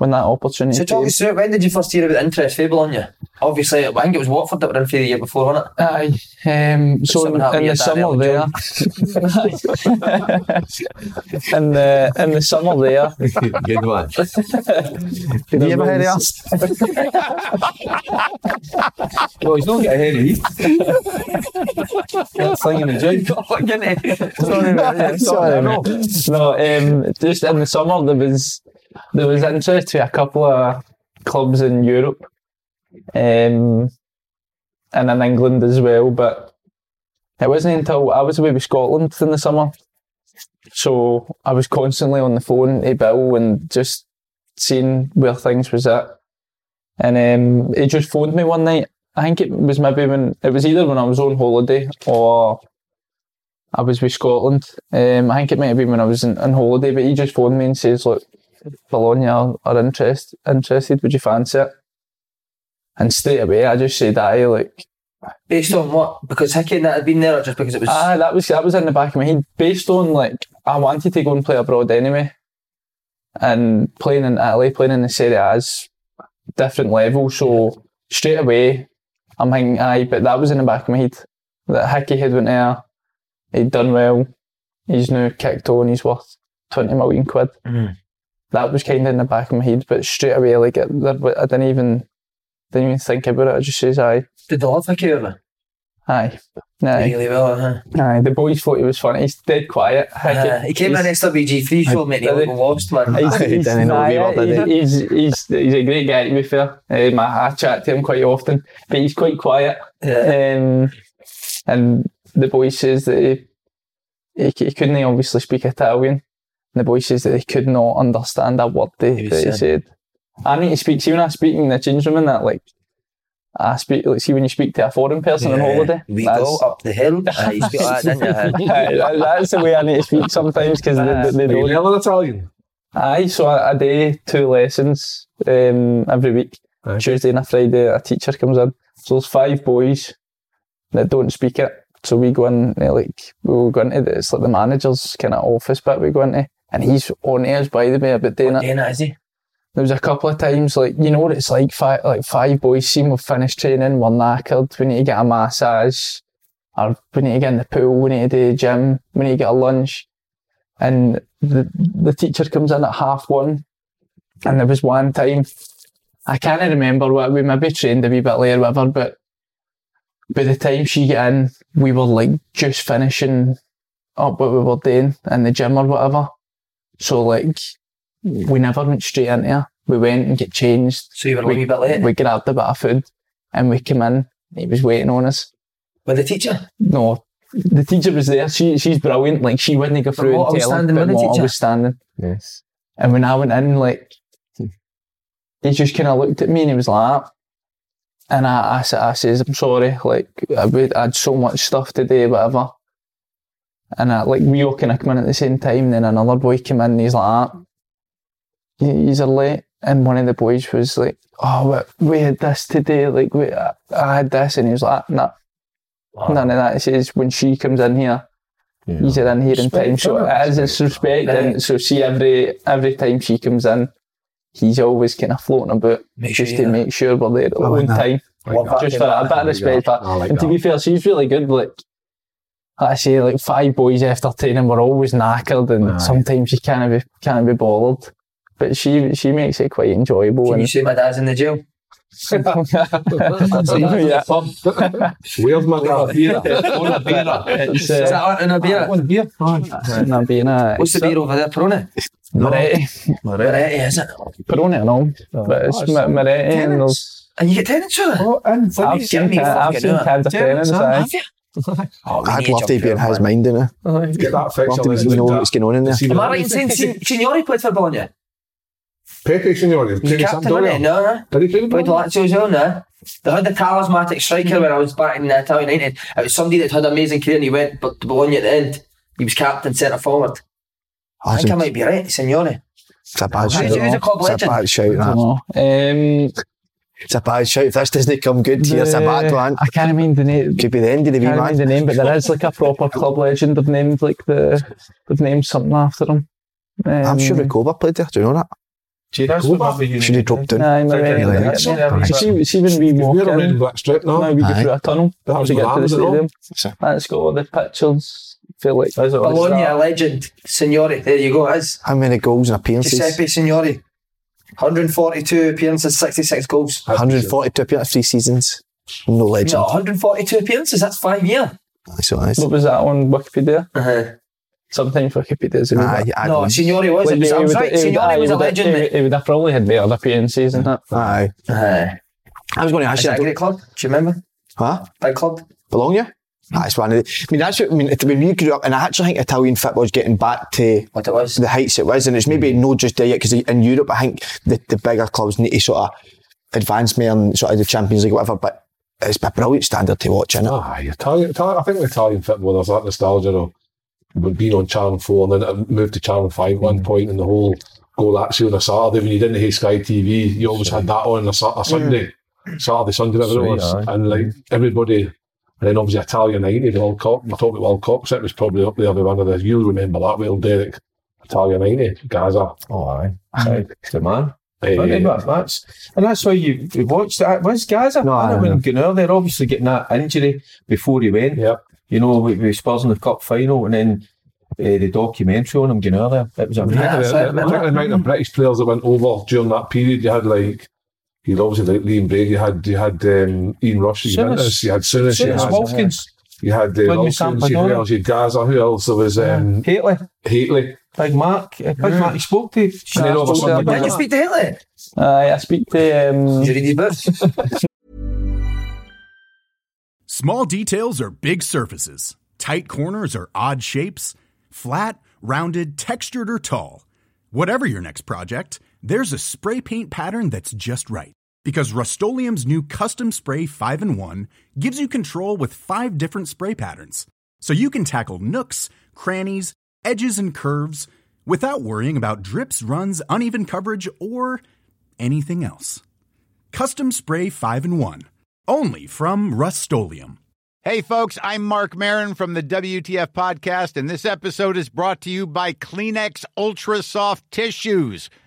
D: when that opportunity
A: Mm. So talk
D: came.
A: us through it. When did you first hear about the interest fable on you? Obviously, I think it was Watford that were in for the year before, wasn't it?
D: Aye. Um, so
A: something
D: in,
A: happened
D: in
A: to
D: the
A: your dad
D: summer
A: early,
D: there, [LAUGHS] in the in the summer there,
E: Good one. [LAUGHS]
B: Have you ever heard of us?
E: Well, he's not getting any. That's thing in the gym.
D: sorry, [LAUGHS] mate. Sorry, mate. No, um, just in the summer there was there was interest to a couple of clubs in Europe, um, and in England as well. But it wasn't until I was away with Scotland in the summer, so I was constantly on the phone to Bill and just seeing where things was at. And um, he just phoned me one night. I think it was maybe when it was either when I was on holiday or I was with Scotland. Um, I think it might have been when I was in, on holiday, but he just phoned me and says, "Look, Bologna are, are interest, interested. Would you fancy it?" And straight away, I just said, "Aye, like
A: Based on what? Because Hickey and that had been there, or just because it was.
D: ah, that was that was in the back of my head." Based on like I wanted to go and play abroad anyway, and playing in Italy, playing in the Serie A is different level. So straight away, I'm thinking, "Aye," but that was in the back of my head that Hickey had went there. He'd done well. He's now kicked on. He's worth twenty million quid. That was kind of in the back of my head, but straight away, like it, that- I didn't even didn't even think about it. I just says, "Aye,
A: did they love Hickey or not?
D: aye, aye,
A: Really well, huh?
D: aye." The boys thought he was funny. He's dead quiet. Hickey,
A: Uh, he came
D: he's-
A: in SWG3 show, mate, and he
D: Did he?
A: lost, man. [LAUGHS]
D: He's,
B: Aye,
D: he's,
B: didn't know
D: aye,
B: we were, did
D: aye, he's, he's, he's a great guy to be fair. Um, I, I chat to him quite often, but he's quite quiet.
A: Yeah.
D: Um, and the boy says that he, he, c- he couldn't obviously speak Italian. And the boy says that he could not understand a word that
A: He
D: he, that he
A: said.
D: said. I need to speak, see when I speak in the change room and that, like, I speak, like, see when you speak to a foreign person on
A: Yeah.
D: holiday.
A: We
D: that's,
A: go up the hill. Aye, he's got that, didn't you?
D: [LAUGHS]
A: huh?
D: Aye, that- that's the way I need to speak sometimes because they, they, they
C: Are you
D: don't
C: learning Italian?
D: Aye, so I, I do two er lessons um, every week.
C: Aye.
D: Tuesday and a Friday, a teacher comes in. So there's five boys that don't speak it. So we go in, eh, like, we'll go into the, it's like the manager's kind of office bit we go into. And he's on edge, by the way, about doing it.
A: Yeah, nah, is he?
D: There was a couple of times, like, you know what it's like, five, like five boys seem we've finished training, we're knackered, we need to get a massage, or we need to get in the pool, we need to do the gym, we need to get a lunch. And the, the teacher comes in at half one, and there was one time, I can't remember what, we maybe trained a wee bit later, whatever, but by the time she got in, we were like just finishing up what we were doing in the gym or whatever. So, like, we never went straight into her. We went and get changed.
A: So you were a
D: We-
A: wee bit late.
D: We grabbed a bit of food and we came in. He was waiting on us.
A: With the teacher?
D: No, the teacher was there. She she's brilliant. Like she wouldn't go through
A: Motta
D: and
A: was
D: tell
A: standing
D: him, but
A: with the
D: Motta
A: teacher?
D: was standing.
E: Yes.
D: And when I went in, like he just kind of looked at me and he was like, "Ah." and I I, sa- I says, "I'm sorry. Like I, would- I had so much stuff today, whatever." And I, like we all kind of come in at the same time. Then another boy came in and he's like, "Ah." he's are late. And one of the boys was like, "Oh, we, we had this today. Like, we, I, I had this," and he was like, "No, none of that." He says, "When she comes in here,
E: Yeah.
D: he's in here in
E: Respect,
D: time." So
E: innit?
D: it is it's respect,
A: Aye.
D: and so see every every time she comes in, he's always kind of floating about
A: Make sure
D: just
A: you're
D: to make sure we're there at the
B: I
D: whole
B: like that.
D: time.
A: Love that.
D: Just for a bit of respect, for that.
C: I like
D: and to
C: that.
D: be fair, she's really good. Like, like I say, like five boys after ten, and we're always knackered, and
C: Aye.
D: sometimes you can't be can't be bothered. But she she makes it quite enjoyable.
A: Can you [LAUGHS]
D: [LAUGHS] and
A: say my dad's in the jail?
D: yeah.
C: Where's my guy?
E: Beer. On a beer. It's,
A: Is
E: uh,
A: that in a beer?
E: on a beer.
D: Not being a.
A: What's the beer over there? Peroni?
D: Moretti.
A: Moretti, is it?
D: Peroni and all. But it's Ma- Moretti and there's.
A: And you get tenants for it?
E: Oh, and
D: I've
A: Give
D: seen,
A: me
D: Ca- I've
A: fucking
D: seen
A: that.
D: Canada
E: Yeah,
D: Fenn in his
E: son,
D: eye.
A: Have you? Oh, we
B: I'd
A: need
B: love to
A: your
B: be in
A: pure
B: his
A: man.
B: mind, innit?
C: Get
B: I'd
C: that
B: love
C: fixture
B: to
C: list
B: know what's
C: looked at.
B: going on in there.
C: See
A: Am
C: what
A: I right in saying Sin- Signori played for Bologna?
C: Pepe Signori,
A: He's
C: Pepe
A: captain, wasn't he?
C: Sampdoria.
A: No, no.
C: Did he play with
A: Played
C: Bologna?
A: Lazio as well, no. They had the talismanic striker when I was back in the Italian United. It was somebody that had an amazing career and he went but to Bologna at the end. He was captain, centre forward. I think I might be right, Signori.
B: It's a bad
A: Who's-
B: shout.
A: who's a club
B: It's a
A: legend?
B: bad shout,
D: I
B: that.
D: don't know. Um,
B: It's a bad shout. If this doesn't come good here, it's a bad
D: the-
B: one.
D: I can't remember the name.
B: Could be the end of the wee
D: Can't remember the
B: man.
D: name, but there is like a proper club legend. They've named like the they've named something after him. Um,
B: I'm sure Recoba played there. Do you know that?
E: Do you
C: Cool.
E: remember you?
B: Should have dropped down.
D: Aye, Moretti.
B: Really?
D: Yeah,
E: Yeah.
D: See, see when we
C: We're
D: walk
C: around
D: in,
C: Black Strip
D: now
C: now.
D: we go
B: Aye.
D: through a tunnel
C: That was
D: to get to the
C: Rams and all.
D: stadium.
B: So-
D: That's got all the pictures. Feel like
E: Is it on
A: Bologna, a legend. Signori, there you go, it is.
B: How many goals and appearances?
A: Giuseppe Signori. 142 appearances, 66 goals.
B: 142 appearances, three seasons. No legend.
A: No, 142 appearances, that's five year.
B: That's what it is.
D: what was that on Wikipedia?
A: Uh-huh.
D: Sometimes Wikipedia is a wee
B: Aye,
D: bit-
B: aye.
A: No, Signori was.
D: Wouldn't
A: It was,
D: he-
A: I
D: he
A: was
D: would-
A: right,
D: he would- aye,
A: Signori
D: he
A: was a
D: would-
A: legend,
D: he
A: mate.
D: would- He would have probably had better appearances than that.
B: Aye.
A: Aye.
B: I was going to
A: Uh-huh. Is
B: ask you.
A: that a great club? Do you remember?
B: Huh?
A: Big club?
B: Bologna?
D: Hmm.
B: That's one of the, I mean, that's what I mean. When we grew up, and I actually think Italian football's getting back to
A: What it was?
B: the heights it was, and it's maybe
D: Hmm.
B: not just there yet because in Europe, I think the, the bigger clubs need to sort of advance more and sort of the Champions League, whatever. But it's a brilliant standard to watch,
D: [LAUGHS]
B: innit?
C: Aye, Italian, Italian, I think with Italian football, there's that nostalgia of being on Channel 4 and then it moved to Channel 5 at
E: Hmm.
C: one point and the whole go Lazio on a Saturday when you didn't have Sky TV, you always had that on a, Sa- a Sunday, Saturday, Sunday, whatever it
E: Sweet,
C: was.
E: aye.
C: And like everybody, and then obviously Italian 90, the World Cup, we're talking about World Cups, it was probably up there with one of the, you'll remember that well, Derek, Italian 90, Gaza.
E: Oh, aye. Aye. Good man.
C: eh,
E: Right, but that's and that's why you, you watched that. Was Gaza?
B: No,
E: I
B: I
E: wouldn't get out there. Obviously, getting that injury before he went.
C: Yep.
E: You know, we, we Spurs in the cup final, and then uh, the documentary on him getting out there. It was amazing.
A: Yeah,
C: Yeah,
A: that's
C: the,
A: it,
C: the,
A: remember?
C: the amount of British players that went over during that period, you had like, you had obviously like Liam Brady, you had you had um, Ian Rush, you
E: Soon
C: had
E: as-
C: Ennis, you had Souness, you
E: Soon as
C: had,
E: Wilkins,
C: you had uh,
E: when you
C: Wilkins, you
E: Sampadoria.
C: had, else, you had Gaza, who else? There was um,
E: Haitley,
C: Haley.
E: Big Mark, uh, Big Mark. He spoke to.
C: And then all of a sudden,
A: Did you speak to Haley?
D: Aye, I speak to um,
A: Did you read his books?
G: Small details are big surfaces. Tight corners are odd shapes. Flat, rounded, textured, or tall. Whatever your next project, there's a spray paint pattern that's just right. Because Rust new Custom Spray 5 in 1 gives you control with five different spray patterns. So you can tackle nooks, crannies, edges, and curves without worrying about drips, runs, uneven coverage, or anything else. Custom Spray 5 and 1. Only from Rust-Oleum.
H: Hey, folks, I'm Mark Marin from the WTF Podcast, and this episode is brought to you by Kleenex Ultra Soft Tissues,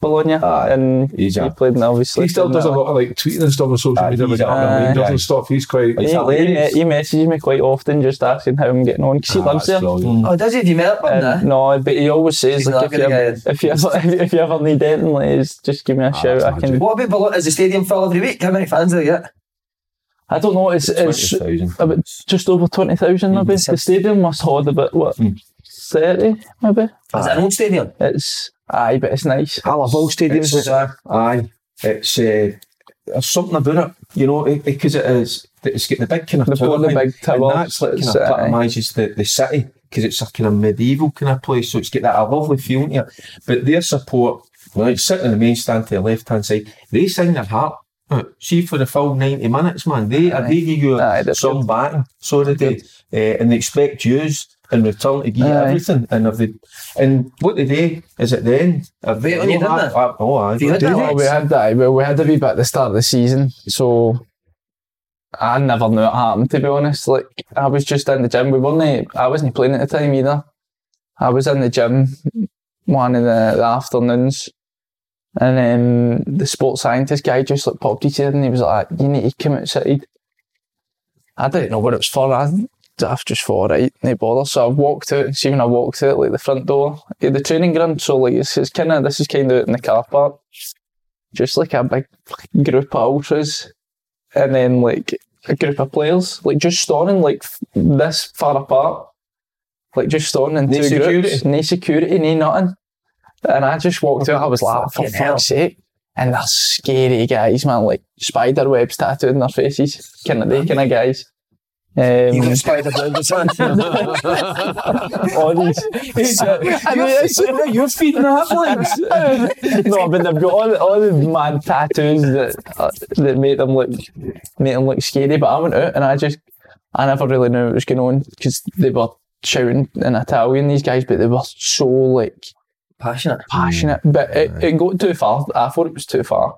D: Bologna
E: Aye,
D: and
E: he's
D: he
E: a-
D: played in obviously.
C: He still
D: in
C: does a
D: that.
C: lot of like tweeting and stuff on social
E: Aye,
C: media
E: he's
C: with
E: a-
C: uh,
E: aye.
C: and stuff. He's quite.
D: He,
E: He's
D: he,
E: hilarious. Ah,
D: he messages me quite often just asking how I'm getting on because he lives there.
C: brilliant.
A: Oh, does he? Have you met up with
D: Um,
A: him?
D: no, but he always says
A: He's
D: like,
A: not
D: if,
A: gonna
D: you
A: get it.
D: ever, if you ever [LAUGHS] if, you ever need anything,
E: Ah,
D: like, just just give me a shout.
C: that's
D: I can.
A: What about Bologna? Is the stadium full every week? How many fans do they get?
D: I don't know. It's, it's
E: 20,000.
D: about just over 20,000 maybe. The stadium must hold about, what,
E: Hmm.
D: 30 maybe?
A: Is it an old stadium?
D: It's, aye, but it's nice.
B: I love all stadiums.
E: It's, uh, aye, it's uh, there's something about it, you know, because it is. It's got the big kind of
D: They've got the
E: thing,
D: big tower,
E: and that's like kind
D: it's,
E: of
D: uh,
E: epitomises the, the city because it's a kind of medieval kind of place, so it's got that a lovely feeling to it. But their support, when it's sitting in the main stand to the left hand side, they sing their heart. out. See Øh, for the full ninety minutes, man. They are they give you
D: Aye, they're
E: some backing, so they do, uh, and they expect yous in return to give you
D: Aye.
E: everything. And if they, and what they do is at the end, if they
A: Have you
E: don't
A: done
E: have-
A: that?
E: I- oh, I
A: you had that
D: Well,
A: Right.
D: we had that. Well, we had a wee bit at the start of the season, so I never knew it happened. To be honest, like I was just in the gym. We weren't. I wasn't playing at the time either. I was in the gym one of the, the afternoons, and um, the sports scientist guy just like popped his head and he was like, "You need to come outside." I didn't know what it was for. I, I just thought, right, no bother. So I walked out, and see when I walked out, like the front door, of the training ground. So like it's, it's kind of this is kind of out in the car park just like a big fucking group of ultras and then like a group of players, like just standing like f- this far apart, like just standing in
E: No
D: two groups,
E: security? Oh,
D: no security, no nothing. And I just walked out, I was like, "Ah, for fuck's sake. And they're scary guys, man, like spider webs tattooed in their faces, kind of, they kind of guys.
A: You
D: Um,
A: got spider webs on.
D: audience. [LAUGHS] I mean, it's,
F: You're
A: [LAUGHS]
F: feeding that one.
D: no, but they've got all, all the mad tattoos that uh, that make them look make them look scary. But I went out and I just I never really knew what was going on because they were shouting in Italian these guys, but they were so like
A: Passionate.
D: passionate. But it, it got too far. I thought it was too far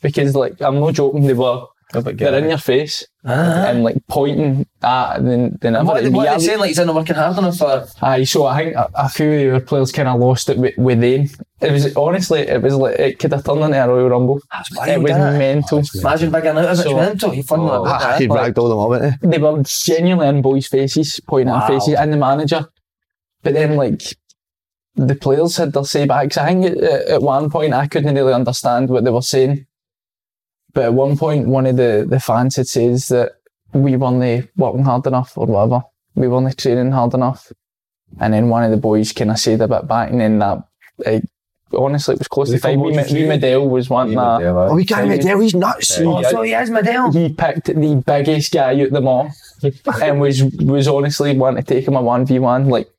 D: because like I'm not joking. They were they're in your face and like pointing at and then then
A: Ah. What are they, what are
D: I-
A: they saying? Like, he's not working hard enough for
D: Aye, so I think a, a few of your players kind of lost it with, with them. It was honestly, it was like it could have turned into a Royal Rumble.
A: wild,
D: it was
A: innit?
D: mental.
A: imagine bagging out of it.
D: So- oh,
A: mental. He fun like
B: Ah,
A: that.
B: [LAUGHS] he
A: eh? Like,
B: ragged all them up, didn't
D: They were genuinely in boys' faces, pointing at faces, and the manager. But then, like, the players had their say backs. I think at, at one point I couldn't really understand what they were saying. But at one point, one of the, the fans had says that we weren't working hard enough or whatever. We weren't training hard enough. And then one of the boys kind of said a bit back, and then that, eh, honestly, it was close
C: They
D: to five.
C: come
D: We,
C: out to
D: we
C: you.
D: Medell was wanting that.
B: he? Oh, he can't
D: Same.
B: make deal, he's nuts.
A: oh, so he is Medell.
D: He picked the biggest guy out them all, and was was honestly wanting to take him a one v one. Like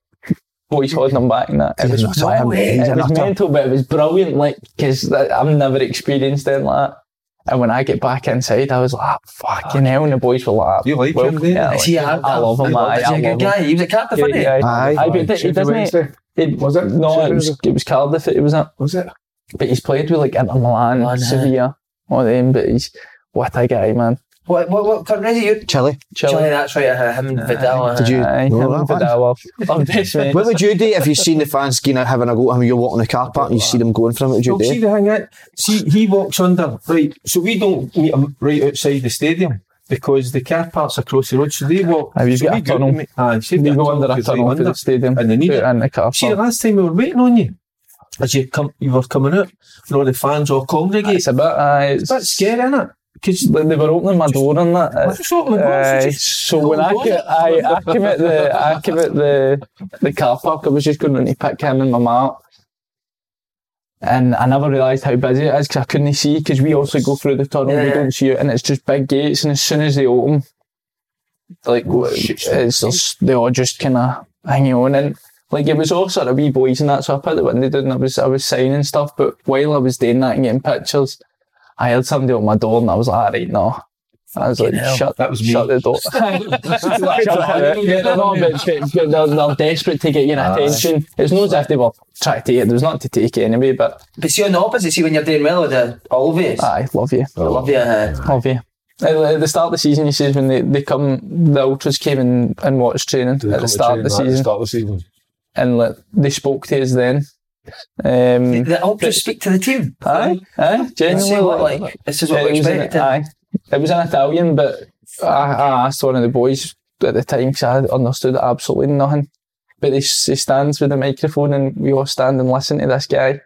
D: boys holding him back, and that it was
B: He's a
D: wild.
B: nutter. He's a
D: It was
B: nutter.
D: mental, but it was brilliant. Like because I've never experienced anything like that. And when I get back inside, I was like, "Ah, "Fucking hell!" And the boys were like,
E: You like him,
D: "Welcome."
E: do you?
D: Yeah, I
A: Is he a
D: like- I love him. I
A: Is he a good guy? He was a captain, wasn't he?
B: Aye.
D: I bet he
C: Tuesday,
D: doesn't.
C: Wednesday.
D: It
C: Was it?
D: No, it
C: Tuesday,
D: was,
C: Wednesday?
D: it was Cardiff. It was at
C: Was it?
D: but he's played with like Inter Milan,
A: Milan, yeah.
D: Sevilla, all them. But he's what a guy, man.
A: What, what, what, country is he? You're
B: Chile.
A: Johnny,
D: Chilling.
A: that's right. Uh, him and Vidal.
B: Did you
D: Aye,
B: know
D: him
B: that
D: for
B: one?
D: that one. [LAUGHS] Oh, Our best mate.
B: What would you do if you seen the fans skiing out having a go at him? You're walking the car park and you see them going for him. What would you
E: Well,
B: do?
E: see the thing is, see he walks under right. So we don't meet him right outside the stadium because the car park's across the road. So they walk.
D: Aye, we've
E: so
D: got
E: we
D: a tunnel.
E: meet- aye, see
D: You
E: we've
D: go
E: got
D: under a
E: because we
D: tunnel to
E: under.
D: the stadium
E: and they need it.
D: out in the car
E: See the
D: park.
E: last time we were waiting on you, as you come, you were coming out, and all the fans all congregate.
D: It's a bit. Uh, it's,
E: That's scary, isn't it? Because
D: when they were opening my door and that. uh,
E: Just open the doors,
D: aye,
E: just-
D: so when I,
E: open the
D: ca- I I came at the I came at the the car park, I was just going to pick him and my mate, and I never realised how busy it is because I couldn't see because we also go through the tunnel, we
A: Yeah.
D: don't see it, and it's just big gates, and as soon as they open, like it's just, they all just kind of hanging on and. Like it was all sort of wee boys and that, so I put the window down and I was I was signing stuff. But while I was doing that and getting pictures, I had somebody on my door and I was like, all right, no. I was like, shut,
E: That was me.
D: shut the door. [LAUGHS] Shut it. They're not about to- they're- they're desperate to get your attention. It's not as if they were trying to take it. There's nothing to take it anyway, but
A: But see, on the opposite, see, when you're doing well with the Olvies, I
D: I love you.
A: love you. Uh,
D: Love you. At at the start of the season, he says when they, they come, the ultras came and, and watched training
C: Did they
D: at
C: come to
D: the start of
C: train
D: the
C: that at
D: season,
C: Start of the season.
D: and like, they spoke to us then. Um,
A: the Ultras speak to the team.
D: aye, aye,
A: And see what,
D: genuinely,
A: like, this is what we
D: was an,
A: expected.
D: aye, it was an Italian, but I, I asked one of the boys at the time because I understood absolutely nothing. But he, s- he stands with the microphone and we all stand and listen to this guy.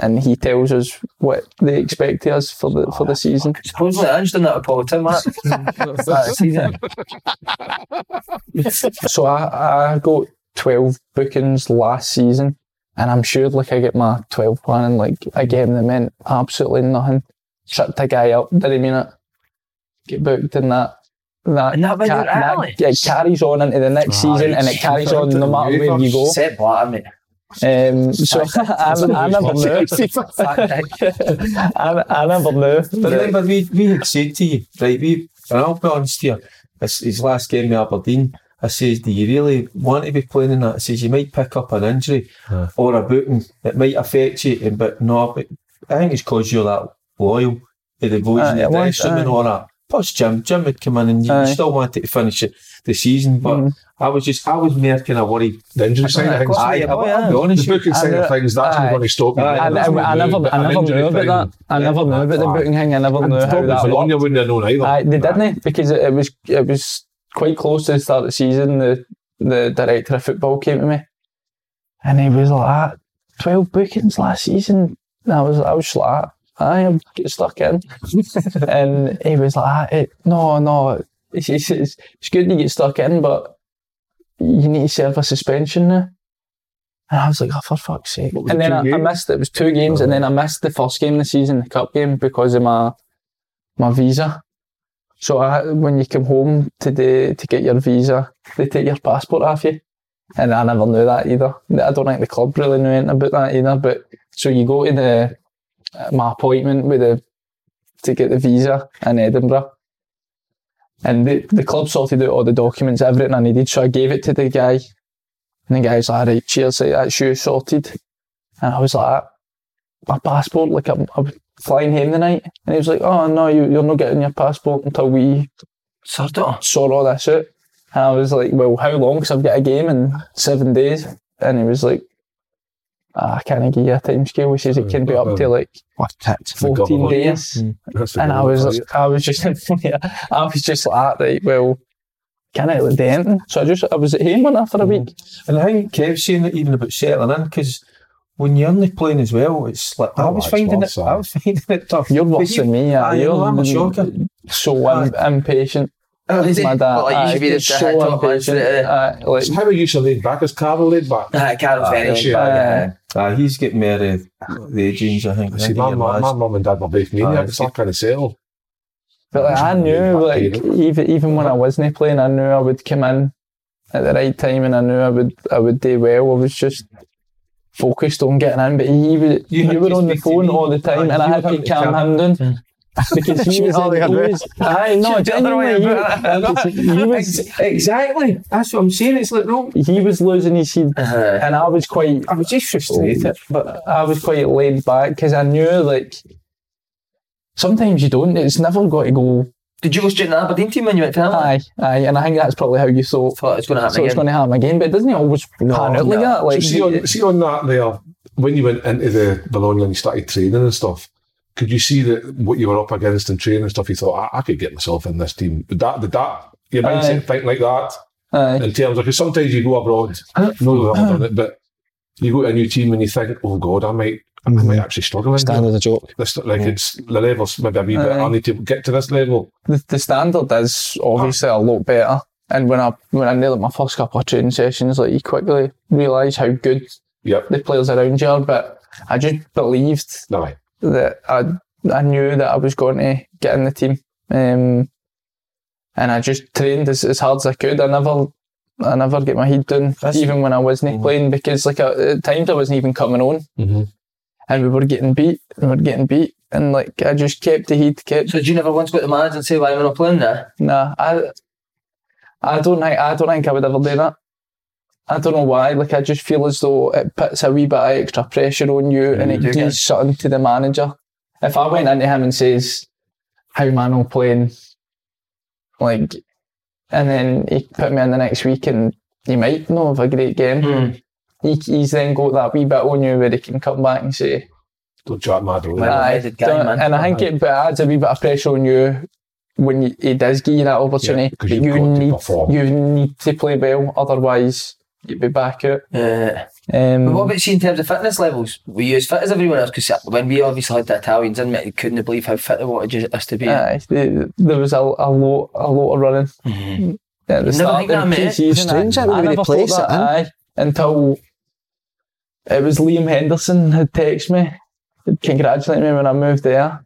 D: and he tells us what they expect of us for the for the season.
A: Supposedly, Ange done that with Paul Tim, that.
E: [LAUGHS]
A: that season.
D: [LAUGHS] So I, I got 12 bookings last season, and I'm sure like I get my 12 plan, and like I gave them in absolutely nothing. Tripped a guy up, didn't mean it. Get booked in that. That,
A: And that was your alley.
D: it carries on into the next season, and it carries on no matter where you go.
A: Set Blatter, mate.
D: Um, so [LAUGHS] I, I, never knew.
A: Fat dick.
D: [LAUGHS] I, I never knew.
E: But remember, we, we had said to you, right, we, and I'll be honest here, it's his last game with Aberdeen. I says, do you really want to be playing in that? I says, you might pick up an injury or a booting. It might affect you, and- but no, but I think it's because you're that loyal to the boys
D: Aye,
E: in
D: it
E: the
D: was,
E: dressing room and
D: aye.
E: all that. Plus, Jim, Jim would come in and you
D: Aye. Mm-hmm.
E: still wanted to finish it, the season, but I was just, I was more kind of worried.
C: The injury side of things.
E: Aye,
D: Oh,
E: I'll, I'll be
C: The
E: honest with you.
C: booking side of things, that's not
D: uh, Aye. uh,
C: going to stop me.
E: Aye.
D: I, I,
C: That's what
D: I
C: we
D: never,
C: do,
D: I
C: an
D: never
C: injury
D: knew
C: thing.
D: about that. I never knew about the booting thing. I never
C: And
D: knew how
C: probably
D: that
C: for long,
D: worked.
C: you wouldn't have known either.
D: Aye, they didn't eh? because it, it was it was quite close to the start of the season. The the director of football came to me, and he was like, ah, 12 bookings last season." And I was I was just like, "Ah, "I am get stuck in," and he was like, ah, it, "No, no, it's, it's it's it's good to get stuck in, but you need to serve a suspension now." And I was like, "Oh, for fuck's sake!"
C: What was
D: And
C: it,
D: then
C: two
D: I, I
C: games?
D: missed it. It was two games, and then I missed the first game of the season, the cup game, because of my my visa. So I, when you come home today to get your visa, they take your passport off you. And I never knew that either. I don't think the club really knew anything about that either. But so you go to the uh, my appointment with the to get the visa in Edinburgh. And the, the club sorted out all the documents, everything I needed. So I gave it to the guy. And the guy's like, all right, cheers, like, that's you sorted. And I was like, "Ah, my passport, like I'm, I'm flying home tonight. And he was like, oh no, you, you're not getting your passport until we
A: Sort of.
D: sort all this out. And I was like, well, how long? Because I've got a game in seven days. And he was like, "Ah, I can't give you a time scale, which is it can be up to like
B: What tit.
D: 14
C: government.
D: days.
C: That's the
D: Hmm. And I
C: problem.
D: was, I was just, [LAUGHS] yeah, I was just like, ah, right, well, can I do anything? So I just, I was at home one after a week.
E: And I think Kev's saying that even about settling in because when you're only playing as well, it's like I
C: Oh,
E: was
C: it's
E: finding
C: worse,
E: it. I
C: aye.
E: was finding it tough.
D: You're
E: But
D: worse
E: you-
D: than me. Yeah,
E: I
D: you're
E: know, I'm a shocker.
D: so im- impatient.
A: Oh, is it?
D: My dad,
A: Well, like, you
D: aye,
A: should be the
D: so
A: head top man,
D: impatient,
A: shouldn't you?
D: aye, like,
C: So how are you so laid back? Is Carver laid back?
A: Nah, Carol's very
C: shit.
A: bad, yeah.
E: Ah, he's getting more uh, the genes, I think. I
C: See,
E: think
C: my,
E: he
C: my,
E: was.
C: my mum and dad were both maniacs.
E: Aye.
C: I can't sell.
D: But like, I knew, like even even when I wasn't playing, I knew I would come in at the right time, and I knew I would I would do well. I was just focused on getting in. But he was,
E: You
D: you,
E: had
D: were
E: to
D: on the
E: speak to
D: phone
E: me.
D: all the time,
E: Aye,
D: and I
E: you
D: had
E: had
D: to
E: to
D: calm
E: calm-
D: him
E: [LAUGHS]
D: down because he was, in, he was I no, genuinely, he, [LAUGHS] because he
E: [LAUGHS]
D: was
E: Exactly. That's what I'm saying. It's like no.
D: he was losing his head,
A: Uh-huh.
D: and I was quite
E: I was just frustrated.
D: but I was quite laid back because I knew like sometimes you don't. It's never got to go.
A: Did you go straight to the Aberdeen team when you went to Hamilton?
D: Aye, aye, and I think that's probably how you thought.
A: Thought it's going to happen
D: so it's
A: again.
D: going to happen again. But it doesn't always pan out like
A: no.
D: that. Like,
C: So see on, see on that there, when you went into the Bologna and you started training and stuff, could you see that what you were up against in training and stuff? You thought, I, I could get myself in this team. Did that, did that, your mindset
D: Aye.
C: think like that
D: aye,
C: in terms of, because sometimes you go abroad, no, I've
D: [LAUGHS]
C: done it, but you go to a new team and you think, oh God, I might, I
D: Mm-hmm.
C: might actually struggle in
B: Standard
C: here.
B: as a joke.
C: This, like it's the levels maybe a wee
D: Uh,
C: bit. I need to get to this level.
D: the, the standard is obviously a lot better. And when I when I nailed my first couple of training sessions, like you quickly realise how good
C: Yep.
D: the players around you are. But I just believed
C: Aye.
D: that I I knew that I was going to get in the team, um, and I just trained as, as hard as I could. I never I never get my head down, even when I wasn't playing, because like I, at times I wasn't even coming on,
C: Mhm.
D: and we were getting beat, we were getting beat, and like I just kept the head, kept
A: So did you never once go to the manager and say, why am I not playing there?
D: nah. I I don't think I don't think I would ever do that. I don't know why. Like I just feel as though it puts a wee bit of extra pressure on you, and it
A: do get-
D: gives something to the manager. If I went into him and says, "How am I not playing?" Like, and then he put me in the next week, and he might not have a great game. He, he's then got that wee bit on you where he can come back and say,
C: Don't chat mad or
A: Well,
D: Aye,
A: headed guy,
D: don't-
A: man.
D: And I think it but it adds a wee bit of pressure on you when you, he does give you that opportunity.
C: Yeah, 'cause
D: but
C: you've
D: you
C: got to
D: need
C: perform.
D: you need to play well, otherwise you'd be back out.
A: Yeah. Uh, But what
D: Um,
A: about see in terms of fitness levels? Were you as fit as everyone else? Because when we obviously had the Italians in, mate, couldn't believe how fit they wanted us to be.
D: aye, Uh, the- there was a, a lot, a lot of running. Yeah,
A: Never think that, mate.
B: Mm-hmm. Strange, that would have been the place
D: that.
B: it in.
D: aye, until it was Liam Henderson who texted me, he'd congratulate me when I moved there,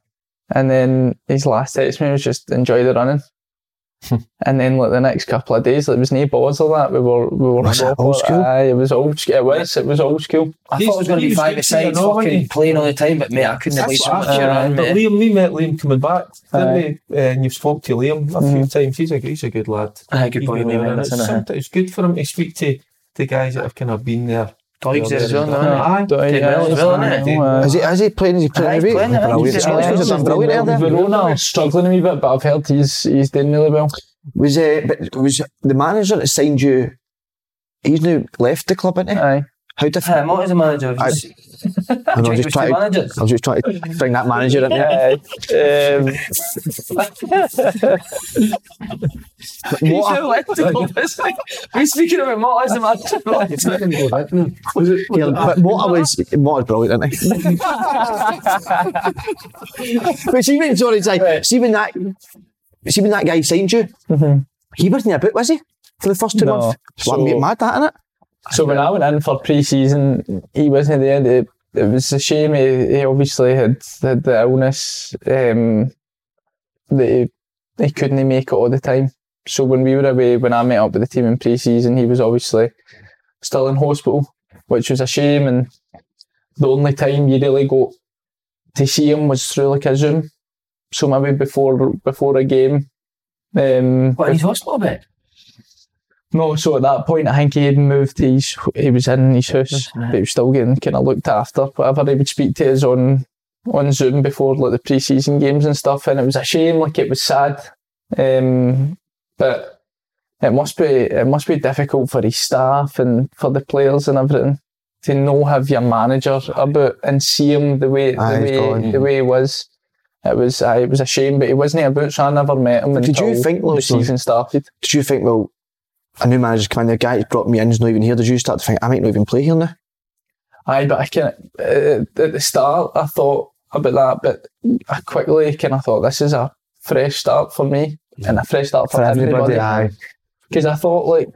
D: and then his last text to me was just enjoy
B: [LAUGHS]
D: the running. and then like the next couple of days, like, it was no balls or that. We were we were
B: Was it
D: proper,
B: old school?
D: Aye, it was old. sch- It was it was old school.
A: I thought it was going to be
E: He's-
A: five
E: he's
A: aside,
E: good, you know,
A: fucking
E: ain't he?
A: playing all the time, but mate, I couldn't believe
E: That's
A: so
E: what
A: much you're
E: I
A: on,
E: mean. But
A: mate.
E: Liam, we met Liam coming back,
D: Aye.
E: didn't we? Uh, and you've spoke to Liam a few times. He's a, he's a good lad.
A: Aye, good boy,
E: Even
A: Liam
E: when
A: Henderson,
E: It's,
A: aye.
E: sometimes it's good for him to speak to the guys that have kind of been there.
A: Colleagues there as well, no,
E: Aye.
D: Don't-
A: Did well as well, innit?
E: Did well.
D: Aye.
B: Is he, is he playing? Is he playing
A: Aye,
B: away?
A: playing, aye.
B: Brilliant.
A: He's
B: Scottish
A: doing
B: has done
A: well.
B: brilliant there, didn't he?
D: Verona struggling a wee bit, but I've heard he's he's doing really well.
B: Was, uh, but was the manager that signed you, he's now left the club, isn't he?
D: Aye.
B: How different?
A: Um, what was the manager? of his-
B: I know, I was
A: It
B: just
A: was two
B: trying to,
A: managers.
B: I was just trying to bring that manager in.
D: Aye. Um,
B: What a-
A: We're speaking about what was the manager?
B: Yeah, but Mota was Mota's brilliant, isn't he? but see when sorry, sorry see when that see when that guy signed you, he wasn't about, was he? For the first two
D: No.
B: months. So,
D: So-
B: well, mad that innit?
D: So when I went in for pre-season, he wasn't there. It, it was a shame. He, he obviously had, had the illness um, that he, he couldn't make it all the time. So when we were away, when I met up with the team in pre-season, he was obviously still in hospital, which was a shame. And the only time you really got to see him was through like a Zoom. So maybe before before a game. Um,
A: What, in his hospital bed?
D: no, so at that point, I think he had moved. to His, he was in his house, but he was still getting kind of looked after. Whatever he would speak to us on on Zoom before like the pre-season games and stuff, and it was a shame. Like it was sad, um, but it must be it must be difficult for his staff and for the players and everything to know have your manager about and see him the way
B: Aye, he's
D: the way
B: gone.
D: the way he was. It was aye, it was a shame, but he wasn't about. So I never met him
B: But did
D: until
B: you think, though,
D: the
B: sorry?
D: season started.
B: Did you think, well, a new manager's come in, the guy that's brought me in is not even here. Did you start to think I might not even play here now?
D: Aye, but I can uh, at the start I thought about that, but I quickly kind of thought this is a fresh start for me and a fresh start for, everybody. Because I thought like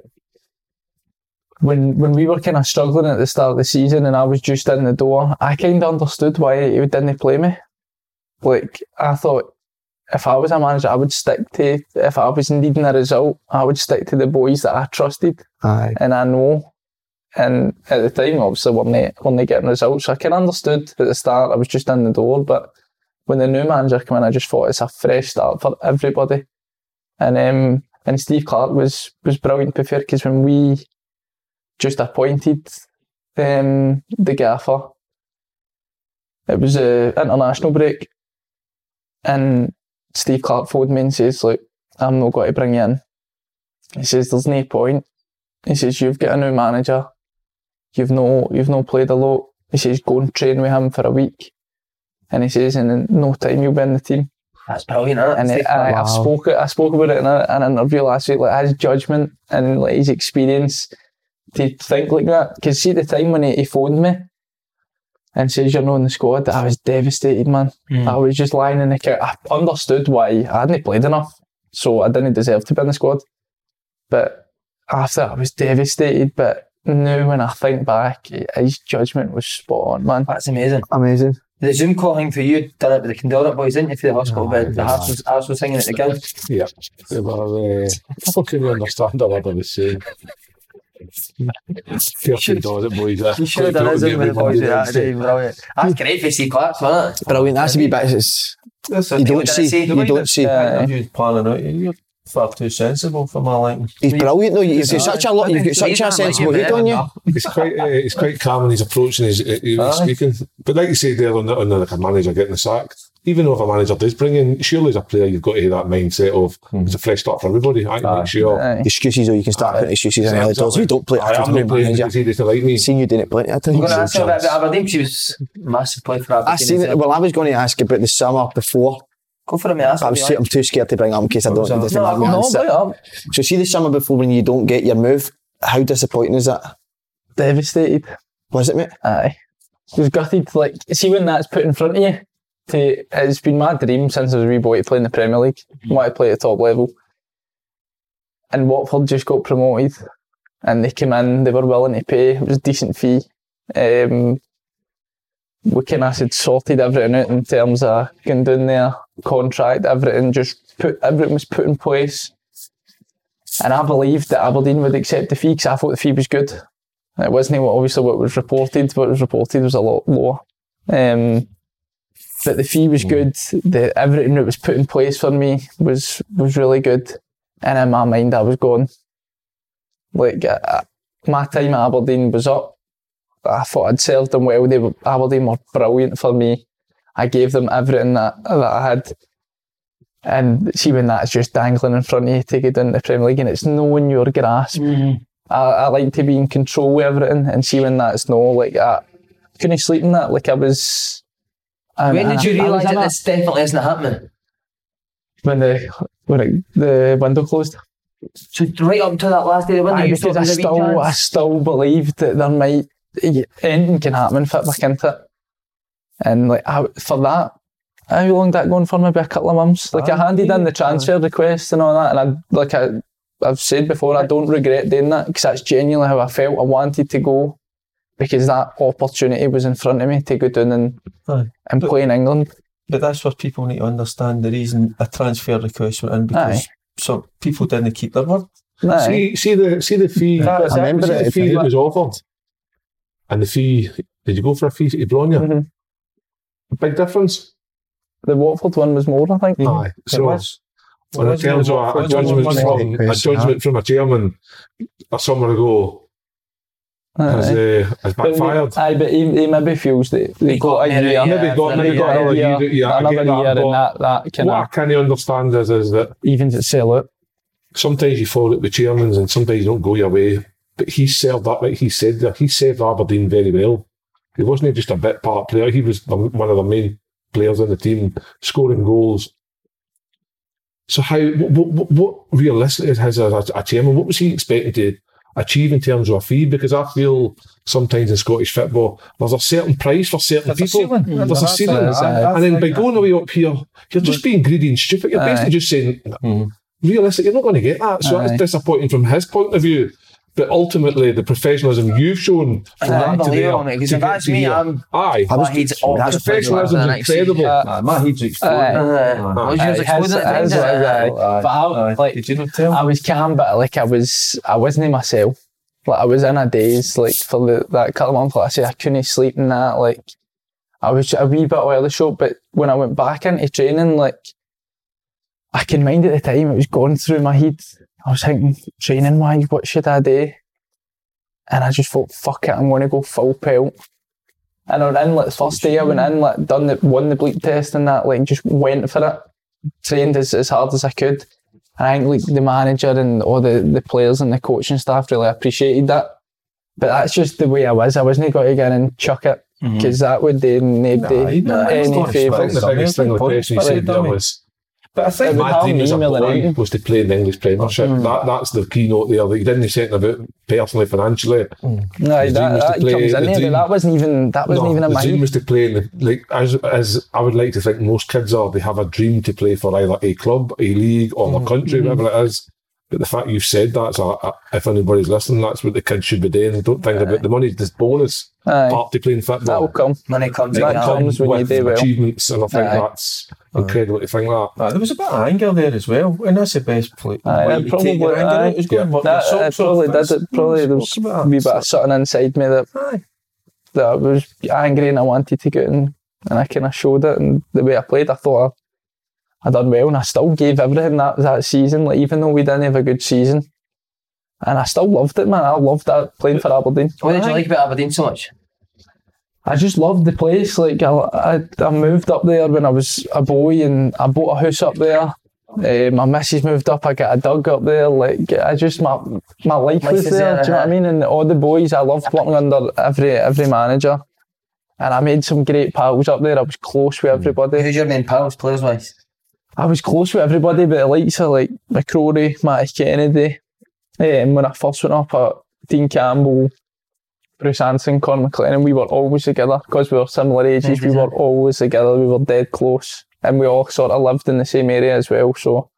D: when when we were kind of struggling at the start of the season and I was just in the door, I kind of understood why he didn't play me. Like I thought. If I was a manager, I would stick to. If I was needing a result, I would stick to the boys that I trusted
B: Aye.
D: and I know. And at the time, obviously, when they when they getting results, I can understood at the start. I was just in the door, but when the new manager came in, I just thought it's a fresh start for everybody. And um, and Steve Clark was was brilliant before because when we just appointed um, the gaffer, it was a international break, and Steve Clark phoned me and says, "Look, I'm not going to bring you in." He says, "There's no point." He says, You've got a new manager. You've no you've no played a lot. He says, Go and train with him for a week. And he says, and in no time you'll be in the team.
A: That's brilliant, isn't it?
D: And it, I, I spoke I spoke about it in a, an interview last week, like his judgment and like his experience to think like that. Because see the time when he, he phoned me and says you're not in the squad, I was devastated, man. I was just lying in the couch. I understood why I hadn't played enough, so I didn't deserve to be in the squad. But after I was devastated, but now when I think back, his judgment was spot on, man.
A: That's amazing.
B: Amazing.
A: The Zoom call thing for you, done it with the Condora boys, didn't you, for the hospital bed? The house was, house was singing at the gig.
C: Yeah, they were uh, fucking understand a word I was saying. Thirteen dollar boys. eh?
A: You should have done it Zoom with the boys with that today, brilliant. That's great for C Clark, wasn't it?
B: Brilliant. That's a wee bit it's,
E: That's
B: you
E: it.
B: don't
A: did I
B: see
A: see?
B: you don't see.
D: Uh,
E: Interviewed planning out. You're far too sensible for my liking.
B: He's brilliant though. You've got such a lot you've got such a sensible head on you.
C: It's quite, uh, it's quite calm in his approach and his, uh, his speaking. But like you say there, on, the, on the, like a manager getting the sack, even if a manager does bring in, surely as a player, you've got to have that mindset of it's a fresh start for everybody. I can make sure.
D: Aye.
B: Excuses though, you can start putting excuses and
C: Yeah,
B: other doors.
C: exactly.
B: We don't play
C: I
B: after
C: am
B: the
C: not playing
B: manager.
C: because he doesn't like me.
B: Seen you doing it plenty of times.
A: I'm going to ask you about
B: I
A: Aberdeen because he was a massive player for Aberdeen.
B: seen it. Well, I was going to ask about the summer before.
A: Go for it, mate. That's
B: I
A: what
B: was
A: we
B: too,
A: like.
B: I'm too scared to bring it up in case I don't. it doesn't
A: No,
B: have my
A: no,
B: answer.
D: But, um,
B: So see the summer before when you don't get your move. How disappointing is that?
D: Devastated.
B: Was it, mate?
D: Aye. It was gutted. Like, see when that's put in front of you. To, it's been my dream since I was a wee boy to play in the Premier League. Want to play at the top level. And Watford just got promoted, and they came in. They were willing to pay. It was a decent fee. Um, we kind of had sorted everything out in terms of going down there, contract, everything. Just put everything was put in place. And I believed that Aberdeen would accept the fee because I thought the fee was good. It wasn't what obviously what was reported. What was reported was a lot lower. Um, but the fee was good. The everything that was put in place for me was was really good. And in my mind, I was gone. Like I, I- my time at Aberdeen was up. I thought I'd served them well. They were, Aberdeen were brilliant for me. I gave them everything that, that I had. And see when that's just dangling in front of you to get into the Premier League and it's no in your grasp.
A: Mm-hmm.
D: I, I like to be in control with everything and see when that's no like I couldn't sleep in that. Like I was um, and-
A: When
D: and
A: did
D: I-
A: you
D: I was
A: realise
D: in
A: that this definitely isn't happening?
D: when the when it, the window closed.
A: So right up to that last day, when
D: Aye,
A: you
D: because
A: thought
D: I
A: there was a wee
D: still I
A: chance?
D: still believed that there might anything can happen fit back into it. And like I, for that, how long that going for? Maybe a couple of months. Like I handed in the transfer request and all that, and I like I I've said before, I don't regret doing that because that's genuinely how I felt. I wanted to go because that opportunity was in front of me to go down and
E: Aye.
D: and play in England.
E: But that's where people need to understand the reason a transfer request went in because
D: Aye.
E: some people didn't keep their word.
D: Aye.
C: See, see the see the fee.
D: That's
C: see
D: it.
B: remember
C: the
B: it.
C: fee that was offered, and the fee. Did you go for a fee to Bologna?
D: Mhm.
C: Big difference.
D: The Watford one was more, I think.
C: Aye. So
E: was.
C: on the
E: was
C: terms of
E: more-
C: a,
E: it
C: a
E: was more
C: judgment
E: money.
C: from a judgment from a chairman a summer ago has,
D: Aye.
C: uh, has backfired.
D: Aye, but he, he maybe feels that they
A: He
D: got,
A: got
D: a
A: better,
D: year.
A: yeah.
C: Maybe got maybe got another year. Yeah, I
D: another
C: get that,
D: year
C: but
D: and that, that kind
C: What I
D: of
C: can't understand is is that
D: evens itself out.
C: sometimes you fall out with chairmans and sometimes you don't go your way. But he served that, like he said there, he served Aberdeen very well. He wasn't just a bit part player, he was the- one of the main players in the team, scoring goals. So, how, what, what, what realistically is his as a, a chairman? What was he expecting to achieve in terms of a fee? Because I feel sometimes in Scottish football, there's a certain price for certain
E: There's a
C: people.
E: ceiling. Mm,
C: There's a
E: that's
C: ceiling.
E: it, I- I
C: and then by
E: think
C: going away up here, you're just being greedy and stupid. You're
D: Aye.
C: basically just saying,
E: Mm.
C: realistic. You're not going to get that. So
D: Aye.
C: that's disappointing from his point of view. But ultimately, the professionalism you've shown from that to there,
A: Unbelievable, mate. Because
C: to
A: if
C: get
A: that's
C: to
A: me,
C: here.
A: I'm.
C: aye.
A: My head's off.
B: that's
C: Professionalism
A: the
C: is
A: next season.
C: incredible.
E: Aye, my head's exploding.
A: Uh,
E: Aye.
A: was yours
D: Aye,
A: exploding
D: his-
A: at times?
D: his was,
A: Uh,
D: aye. But I, like,
E: did you not tell?
D: I was calm, but like I was, I wasn't myself. Like I was in a daze, like for the, that couple of months. Like I say, I couldn't sleep in that. Like I was a wee bit out of the show. But when I went back into training, like I can mind at the time, it was going through my head. I was thinking, training wise, what should I do? And I just thought, fuck it, I'm going to go full pelt. And I went in, like, the first day I went in, like, done the, won the bleep test and that, like, just went for it. Trained as, as hard as I could. And I think like the manager and all the, the players and the coaching staff really appreciated that. But that's just the way I was. I wasn't going to get in and chuck it
A: Mm-hmm.
D: because that would uh, do nobody any
C: I think
D: favours.
C: the
E: Something
C: biggest thing the
E: important,
C: person he
E: but
C: said
E: they
C: there
E: don't.
C: was
E: But I think
C: my
D: how
C: dream as a
D: email it
C: boy
D: out.
C: was to play in the English Premiership. That that's the keynote there. That he didn't say anything about personally, financially.
D: No, that,
C: dream was to
D: that
C: play-
D: comes
C: the
D: in there,
C: dream-
D: but that wasn't even that wasn't
C: No,
D: even in
C: the
D: my
C: dream
D: head.
C: was to play in the like as as I would like to think most kids are. They have a dream to play for either a club, a league, or
D: Mm-hmm.
C: a country, whatever it is. But the fact you've said that's a, a, if anybody's listening, that's what the kids should be doing. Don't think about the money. This bonus
D: Aye.
C: part to playing
D: That
C: football.
D: will come.
A: Money comes
C: It
A: in.
D: That
A: Alan.
D: comes when you
C: with
D: do well.
C: achievements, and I think
D: Aye.
C: that's incredible to think that.
E: Aye, there was a bit of anger there as well, and that's the best play.
D: Aye,
E: way
D: it
E: to
D: probably-
E: take your anger out
D: aye.
E: is go and work your
D: That,
E: socks
D: it probably
E: off.
D: did it. Probably there was
E: Spoke about
D: a wee bit of something inside me that,
E: Aye.
D: that I was angry and I wanted to get in and I kind of showed it and the way I played I thought I, I done well and I still gave everything that, that season like even though we didn't have a good season and I still loved it man I loved that playing for Aberdeen
A: What did you like about Aberdeen so much?
D: I just loved the place. Like I, I, I moved up there when I was a boy, and I bought a house up there. Uh, my missus moved up. I got a dog up there. Like I just my my life
A: Life
D: was
A: is
D: there.
A: there, uh-huh.
D: do you know what I
A: huh?
D: mean? And all the boys, I loved working under every every manager, and I made some great pals up there. I was close
A: Mm.
D: with everybody.
A: Who's your main pals, players wise?
D: I was close with everybody, but the likes of like McCrory, Matty Kennedy. Um, when I eh, first went up, I, Dean Campbell, Bruce Anson, Conor McLennan, we were always together because we were similar ages. We were always together. We were dead close, and we all sort of lived in the same area as well. So,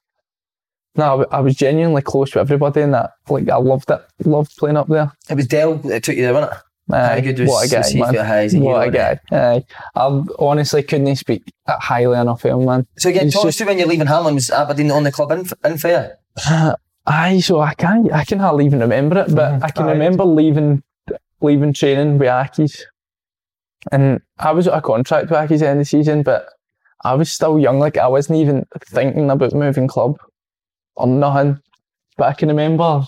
D: no, I w- I was genuinely close with everybody, and that like I loved it. Loved playing up there.
A: It was Dell that took you there, wasn't it? How good was
D: what a guy,
A: Steve
D: man.
A: at Hayes and you
D: what a
A: weren't
D: guy. Aye. I honestly couldn't speak highly enough of him, man.
A: So again,
D: He's
A: talk us
D: just-
A: to when you're leaving Hamlin, was Aberdeen on the club in, in fair?
D: Aye, so I can't, I can hardly even remember it, but I can remember leaving, leaving training with Aki's. And I was at a contract with Aki's end of the season, but I was still young. Like I wasn't even thinking about moving club or nothing. But I can remember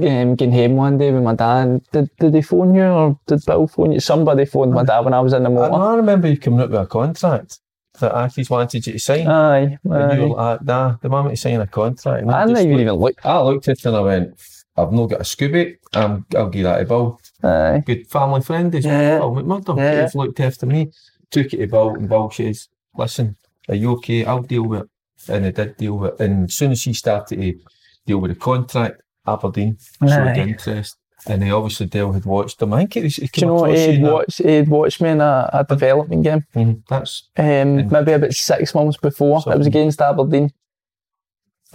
D: um, getting home one day with my dad. Did, did they phone you or did Bill phone you? Somebody phoned my dad when I was in the
E: I,
D: motor.
E: I remember you coming up with a contract that Aki's wanted you to sign.
D: Aye,
E: and you were
D: aye.
E: like, nah, they want me to sign a contract. And
D: I
E: just
D: didn't
E: looked-
D: even look.
E: I looked at it and I went, I've not got a Scooby. I'm, I'll give that a Bill.
D: Aye,
E: Good family friend is
A: Yeah.
E: Bill McMurdo.
A: Yeah.
E: He's looked after me. Took it to Bill and Bill says, listen, are you okay? I'll deal with it. And I did deal with it. And as soon as he started to deal with the contract, Aberdeen showed
D: Aye.
E: interest. And they obviously Dale had watched them. I think it was. It
D: do you
E: came
D: know
E: across
D: he'd
E: in a-
D: watched, he'd watched me in a, a development game.
E: Mm, That's
D: um,
E: And-
D: maybe about six months before.
E: So-
D: it was against Aberdeen.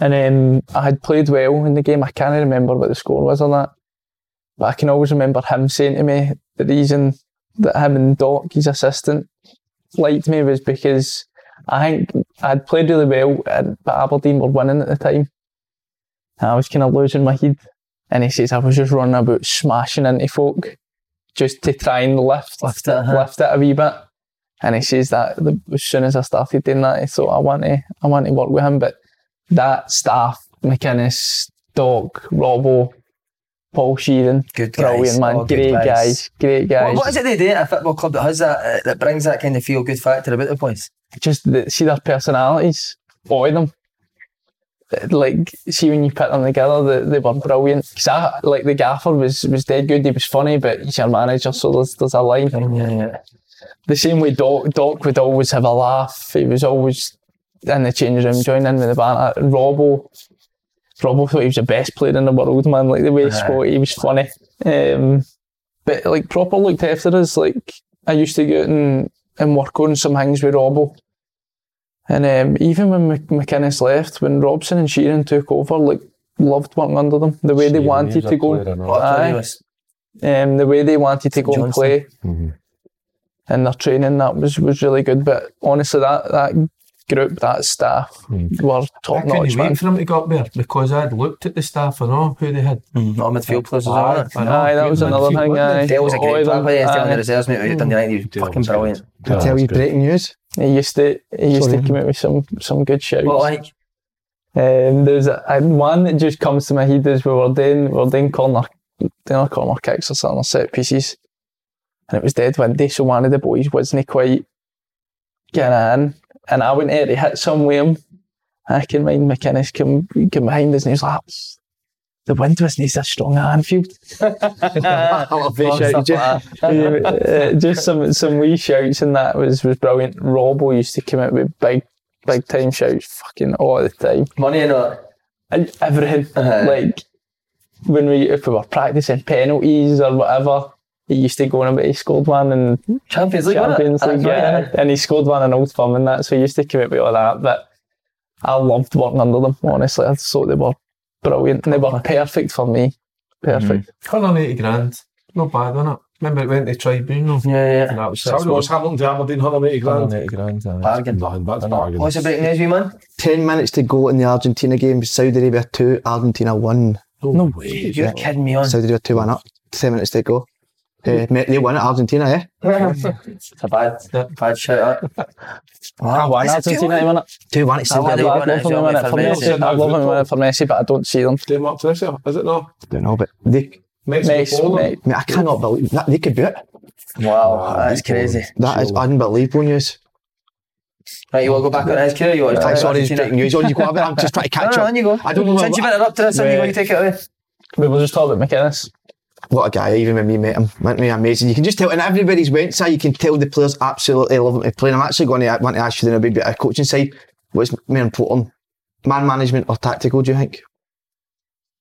D: And um, I had played well in the game. I can't remember what the score was or that. But I can always remember him saying to me the reason that him and Doc, his assistant, liked me was because I think I'd played really well, and, but Aberdeen were winning at the time. And I was kind of losing my head. And he says, I was just running about smashing into folk just to try and lift,
A: Lift it, uh-huh. huh?
D: lift it a wee bit. And he says that the, as soon as I started doing that, he thought I want to, I want to work with him. But that staff, McInnes, Doc, Robbo, Paul Sheeran,
A: Good guys.
D: brilliant man,
A: all good
D: great guys, great
A: What,
D: guys.
A: what is it they do at a football club that has that, uh, that brings that kind of feel good factor about the place?
D: Just the, see their personalities, all of them. Like see when you put them together, they, they were brilliant. 'Cause I, like the gaffer was was dead good. He was funny, but he's your manager, so there's there's a line. the same way Doc, Doc would always have a laugh. He was always in the change room, joining in with the banter. Robbo, Robbo thought he was the best player in the world, man. Like the way he spoke, he was funny. Um, but like proper looked after us. Like I used to go out and, and work on some things with Robbo. And um, even when Mc- McInnes left, when Robson and Sheeran took over, like loved working under them. The way they
E: Sheeran, he
D: wanted
E: was a
D: to go.
E: player, I know.
A: What I thought he
D: Aye
A: was.
D: um, the way they wanted to go and
A: Johnson.
D: play and their training that was, was really good but honestly that that group that staff were
E: I
D: top
E: couldn't
D: notch
E: wait
D: man
E: for them to go up there because I'd looked at the staff and all who they had.
A: Mm, all midfield players as
E: Aye,
A: well, wasn't
E: I know.
D: aye that was
E: Good
D: another
E: midfield,
D: thing
E: wasn't it?
D: aye
A: it? Dale was a
D: All
A: great
D: of
A: football
D: them,
A: player. Dale in the
D: aye.
A: reserves, mate. at Dundee United, he was
C: Dale
A: fucking
C: was good.
A: brilliant.
B: I tell you
A: eh?
B: breaking news.
D: he used to he used
B: Sorry.
D: to come out with some some good shouts
A: Well, like,
D: Um, there's a, and one that just comes to my head is we were doing we were doing corner doing our corner kicks or something or set pieces, and it was dead windy. So one of the boys wasn't quite getting in, and I went there to hit some with him. I can mind McInnes come come behind us, and he was like, "The wind wasn't as strong at Anfield."
B: Shout, did you?
D: Uh, just some some wee shouts and that was was brilliant. Robbo used to come out with big big time shouts, fucking all the time
A: money and all that.
D: and everything.
A: Uh-huh.
D: Like when we if we were practicing penalties or whatever, he used to go on about he scored one in
A: Champions League, wasn't it?
D: Champions
A: That's
D: League,
A: right,
D: yeah,
A: innit?
D: and he scored one in Old Firm and that. So he used to come out with all that. But I loved working under them. Honestly, I thought they were brilliant. and They were perfect for me. Perfect.
E: Cut on 80 grand. Not bad, on it. Remember it went
D: [LAUGHS]
E: to tribunal.
A: Yeah, yeah.
E: And that was
C: So
E: six
C: it was
E: months.
C: Hamilton to Aberdeen, 180
E: Cut on
C: grand.
E: 80 grand. aye.
A: Bargain.
C: Nothing, that's
E: I know.
C: bargain.
A: What's the breaking news, wee man?
B: 10 minutes to go in the Argentina game. Saudi Arabia 2, Argentina 1.
D: No way.
A: You're kidding me on.
B: Saudi Arabia 2 1 up. 10 minutes to go. Uh, mate, they won it, Argentina, eh?
A: It's a bad, bad shout out.
B: Wow,
D: Wow, Argentina, I love
B: 2 1 it's
A: I
D: I
A: want
B: Saudi
A: it.
B: Arabia.
D: love
A: Well, if
D: them when it for
A: I'm
D: Messi.
C: missing
D: I love them when
C: football.
D: it for Messi, but I don't see them.
C: Them up to this, year, is it not?
B: don't know, but they,
C: Mexico,
D: Messi,
C: Poland.
D: Messi.
B: mate, I cannot believe that. They could do it.
A: Wow,
D: Oh,
A: that's crazy.
B: That is unbelievable news.
A: Right, you want to go back on his queue? or You want to
B: Thanks,
A: talk about
B: sorry, it's
A: Argentina?
B: breaking news. On you go, I'm just trying to
A: No,
B: catch
A: no,
B: up.
A: on you go.
B: I don't know
A: Since
B: what-
A: you've been up to this, on you go,
D: Wait.
A: you take it away.
D: We were just talking about McInnes.
B: What a guy, even when we met him. Went me amazing. You can just tell, and everybody's went, so you can tell the players absolutely love him to play. And I'm actually going to want to ask you then a wee bit of coaching side. What's more important, man management or tactical, do you think?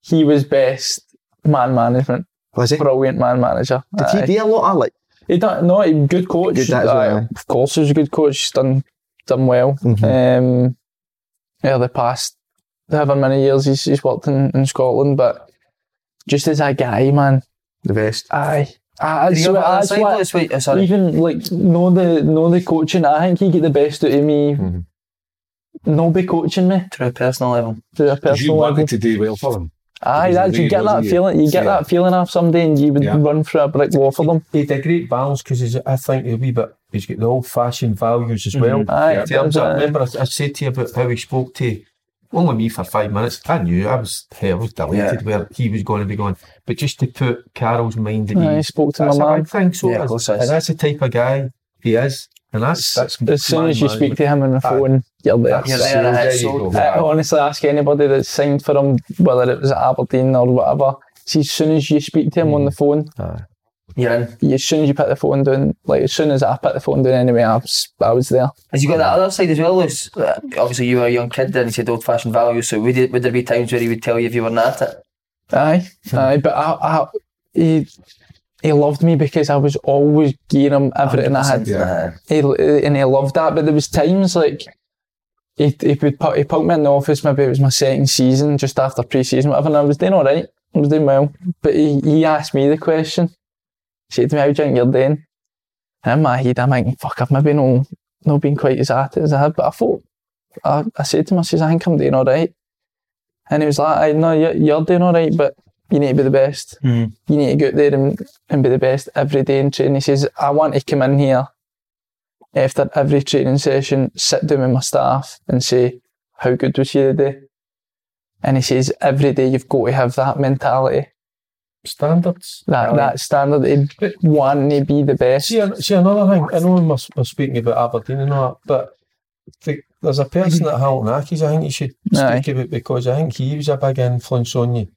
D: he was best man management.
B: Was he?
D: Brilliant man manager.
B: Did
D: Aye.
B: he do a lot? I like.
D: He done, no, he good coach.
B: Good that as well.
D: Aye, Of course, he's a good coach. He's done done well.
B: Mm-hmm.
D: Um, yeah, the past however many years he's, he's worked in, in Scotland, but just as a guy, man,
B: The best.
D: aye, aye
A: Did
D: that's
A: you
D: what-
A: ever
D: that's
A: outside
D: what-
A: last week? Oh, sorry.
D: even like know the know the coaching. I think he get the best out of me.
B: Mm-hmm.
D: Nobody coaching me
A: To a personal level.
D: to a
C: You
D: personal level.
C: wanted to do well for him.
D: Aye,
C: was
D: that you
C: agreed,
D: get that
C: wasn't he?
D: feeling. You get
C: Yeah.
D: that feeling off somebody, and you would
C: Yeah.
D: run through a brick wall for them.
E: He had a great balance because I think he'll be bit. He's got the old-fashioned values as well.
D: Mm-hmm. Aye,
E: In terms of-
D: aye.
E: I remember I, I said to you about how he spoke to only me for five minutes. I knew I was I was delighted where he was going to be going, but just to put Carol's mind at
D: Aye, he
E: ease.
D: spoke to my
E: that's a
D: mum.
E: big thing. So
A: Yeah,
E: it
A: of
E: is.
A: course it is.
E: and that's the type of guy he is. And that's that's
D: As soon as you speak to him on the phone, you're there.
A: You're there, and
C: there
A: it's
C: you
A: so-
C: go.
D: I Uh, honestly ask anybody that's signed for him, whether it was at Aberdeen or whatever. See, as soon as you speak to him on the phone,
A: You're in.
D: you- as soon as you put the phone down, like as soon as I put the phone down, anyway, I was I was there.
A: Has you got that other side as well, Lewis? Uh, Obviously, you were a young kid then, you said old fashioned values, so would, it, would there be times where he would tell you if you weren't at it?
D: Aye, aye, but I, I, he, he loved me because I was always giving him everything I had.
A: Yeah.
D: he, and he loved that. But there was times like he, he would put, he put me in the office. Maybe it was my second season, just after pre-season, whatever. And I was doing all right. I was doing well. But he, he asked me the question. He said to me, "How do you think you're doing?" And in my head, I'm thinking, "Fuck, I've maybe no not been quite as at it as I had." But I thought, I, I said to him, "I says I think I'm doing all right." And he was like, "Aye, "No, you're, you're doing all right, but." You need to be the best. You need to go out there and, and be the best every day in training. He says, I want to come in here after every training session, sit down with my staff and say, How good was you today? And he says, Every day you've got to have that mentality,
E: standards.
D: that, that standard, that you want to be the best.
E: See, an- see another thing. I know we must we're speaking about Aberdeen and all that, but the, there's a person at Hamilton Accies I think you should speak
D: Aye.
E: about because I think he was a big influence on you.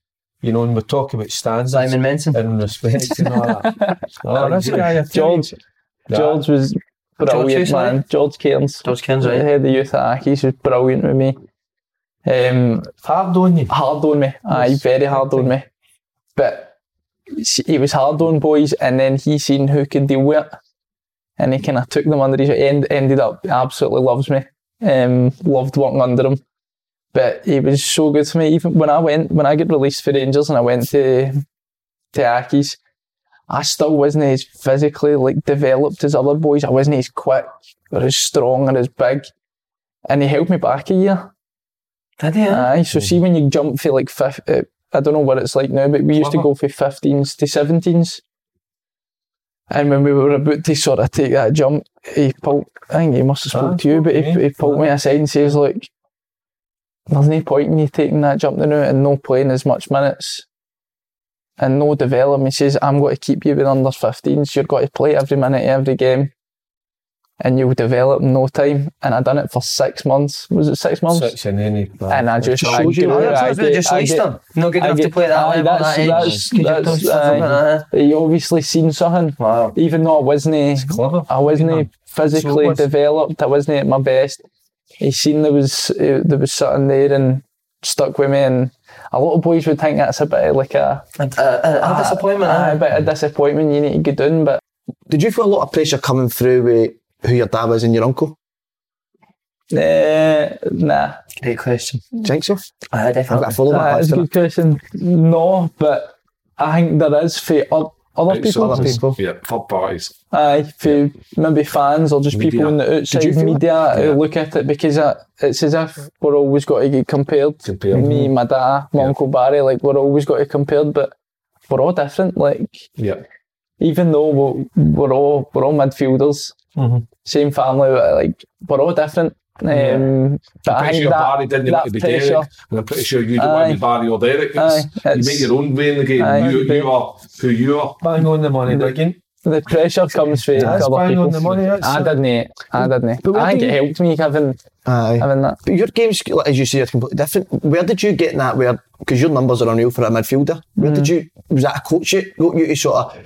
E: You know, and we talk about standards
A: Simon Menson.
E: and respect and all that. oh, this guy, I tell you-
D: George, George was brilliant,
A: who's
D: man. George Cairns.
A: George Cairns, eh?
D: The
A: right?
D: head of youth at Aki, he was brilliant with me. Um,
E: hard on you.
D: hard on me. Aye, very hard on me. But s- he was hard on boys, and then he seen who could deal with it, and he kind of took them under his end. Ended up absolutely loves me. Um, loved working under him. But he was so good to me. Even when I went, when I got released for Rangers and I went to to Aki's, I still wasn't as physically like developed as other boys. I wasn't as quick or as strong or as big. And he held me back a year.
A: Did he? eh?
D: Aye, so see when you jump for like fifth, uh, I don't know what it's like now, but we used
E: Uh-huh.
D: to go for 15s to 17s. And when we were about to sort of take that jump, he pulled, I think he must have spoke
E: Ah,
D: to you, but he,
E: okay.
D: he pulled me aside and says, look, there's no point in you taking that jump now and no playing as much minutes and no development. He says, I'm going to keep you with under 15s. You're going to play every minute, of every game. And you'll develop in no time. And I done it for six months. Was it six months?
E: Six and any
D: and I just I
A: Shows you
D: grew-
A: know,
D: I
A: that's
D: get-
A: not just
D: I
A: released
D: get-
A: him. Not good
D: I
A: enough to
D: get-
A: play at that
D: aye,
A: level.
D: that's-
A: that age.
D: that's-
A: Could you
D: that's-
A: tell us something
D: aye.
A: about
D: He obviously seen something.
A: that? Wow.
D: Even though I wasn't,
E: clever.
D: I wasn't physically
E: So what's-
D: developed. I wasn't at my best. He seen there was uh, there was something there and stuck with me. And a lot of boys would think that's a bit of like a,
A: And, uh, uh, a disappointment.
D: a
A: aye.
D: bit of disappointment. You need to go down, but
B: Did you feel a lot of pressure coming through with who your dad was and your uncle?
D: uh, nah.
A: Great question.
B: Do you think so?
A: Aye,
B: I've
A: definitely.
B: got a follow
D: Uh,
B: up.
D: it's a good question. No, but I think there is for o- other
C: It's
D: people.
B: Other people.
C: Yeah, third parties.
D: Aye, for maybe fans or just people in the outside media who look at it because uh, it's as if we're always got to get compared.
C: Compared.
D: Me, my dad, my uncle Barry, like we're always got to compared, but we're all different. Like
C: Yeah.
D: even though we're, we're all we're all midfielders,
C: Mm-hmm.
D: same family, but, like we're all different. Um, But I
C: pretty
D: think
C: sure
D: that,
C: Barry didn't
D: that
C: want to be
D: pressure,
C: Derek, and I'm pretty sure you don't want to be Barry or Derek. It's,
D: Aye, it's-
C: you make your own way in the game.
D: Aye.
C: you, you are who you are.
E: Bang on the money, digging.
D: the pressure comes from
E: That's
D: other
E: bang
D: people.
E: on the money. That's
D: I didn't. I didn't.
B: But what
D: I think
B: do
D: it
B: you-
D: helped me having
B: Aye.
D: having that.
B: But your games, like, as you say, are completely different. Where did you get in that? Where because your numbers are unreal for a midfielder. Where did you? Was that a coach that got you to sort of?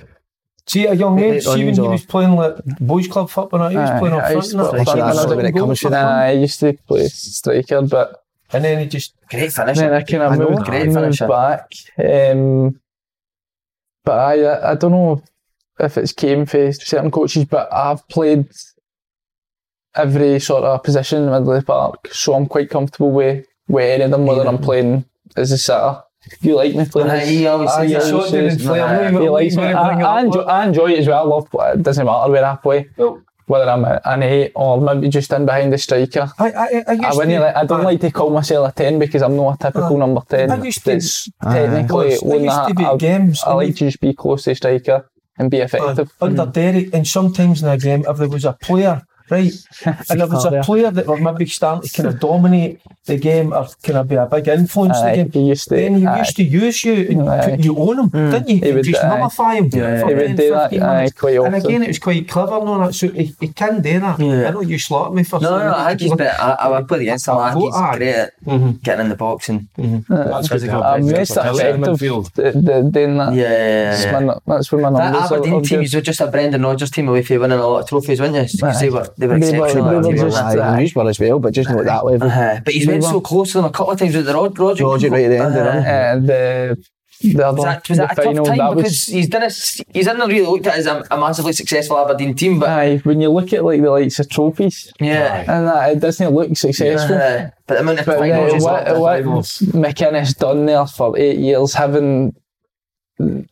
E: See, a young
B: Eight
E: age, see when
B: runs
E: he
B: or-
E: was playing like boys club football, he was
D: Aye,
E: playing up
D: I
E: front
D: used
E: and
D: to play
E: that.
D: front,
E: He was
D: that's
E: sitting
B: where it
E: goal
B: comes
E: for
B: from.
D: Nah,
E: fun.
D: I used to play striker, but
E: And then he just
A: Great finish.
D: then I kind of
B: know,
D: moved,
A: great
D: moved
A: finisher.
D: back. Um, But I, I, I don't know if it's came for certain coaches, but I've played every sort of position in the middle of the park, so I'm quite comfortable with, with any of them, whether I'm playing as a setter. You like me playing?
A: Nah, [LAUGHS]
D: as-
A: he always
D: Ah,
A: says
D: he
A: that.
D: always
A: Shot
D: says-
A: didn't play, I'm not
D: Nah,
A: even-
D: he likes me.
A: I'm not
D: I,
A: even
D: I,
A: bringing
D: enjoy, I enjoy it as well. I love play. It doesn't matter where I play, whether I'm a- an eight or maybe just in behind the striker.
E: I, I, I, used
D: I,
E: to-
D: wouldn't like, I don't
E: I-
D: like to call myself a 10 because I'm not a typical number 10.
E: I used to-
D: that's technically
E: Aye. I
D: one
E: used to
D: that
E: be at
D: I-
E: games
D: I
E: when
D: like
E: we-
D: to just be close to the striker and be effective.
E: under Derry, and sometimes in a game, if there was a player,
D: [LAUGHS]
E: right, and there was a player that were maybe starting to kind of dominate the game or kind of be a big influence
D: Aye,
E: in the game,
D: he used to-
E: then he
D: aye.
E: used to use you and
D: Aye.
E: put you on him, didn't you?
D: He would,
E: just
D: aye.
E: nullify him for
D: he would
E: 10,
D: do that,
E: 15
D: aye,
E: minutes.
D: quite
E: And
D: often.
E: again, it was quite clever and all that, so he, he can do that.
A: Yeah.
E: I know you slaughtered me for Altså-
A: No,
E: saying
A: no,
E: that.
A: I think he's better. I, I would put against him. I think he's
B: ah.
E: Aye.
A: great at
E: Mhm.
A: getting in the box and
C: That's good to
A: physical.
C: have.
D: I'm
C: Yeah,
D: most
C: so tell him
D: effective
C: midfield.
D: d- d- doing that.
A: Yeah, yeah,
D: That's
A: yeah.
D: my nu- that's where my
A: That
D: numbers are- are
A: Aberdeen team
D: good.
A: is just a Brendan Rodgers team away from winning a lot of trophies, weren't you? Because they were, they were
D: They were-
A: exceptional.
D: they were
A: that team,
D: just-
A: weren't
B: Aye,
A: they?
B: and these were as well, but just not at that level.
A: Uh-huh. But he's
D: They
A: went
D: were-
A: so close to them a couple of times with the Rod, Roger.
B: Roger right at the end,
A: Uh-huh.
B: didn't he?
D: Uh, the the other
A: Was that, was that a
D: the final
A: tough
D: that
A: time? Because
D: was
A: he's done a, he's done really looked at as a, a massively successful Aberdeen team, but
D: aye, when you look at like the likes of trophies
A: yeah.
D: and that it doesn't look successful.
A: Uh, but the amount of
D: But
A: finals
D: uh,
A: is up there.
D: what, what McInnes done there for eight years, having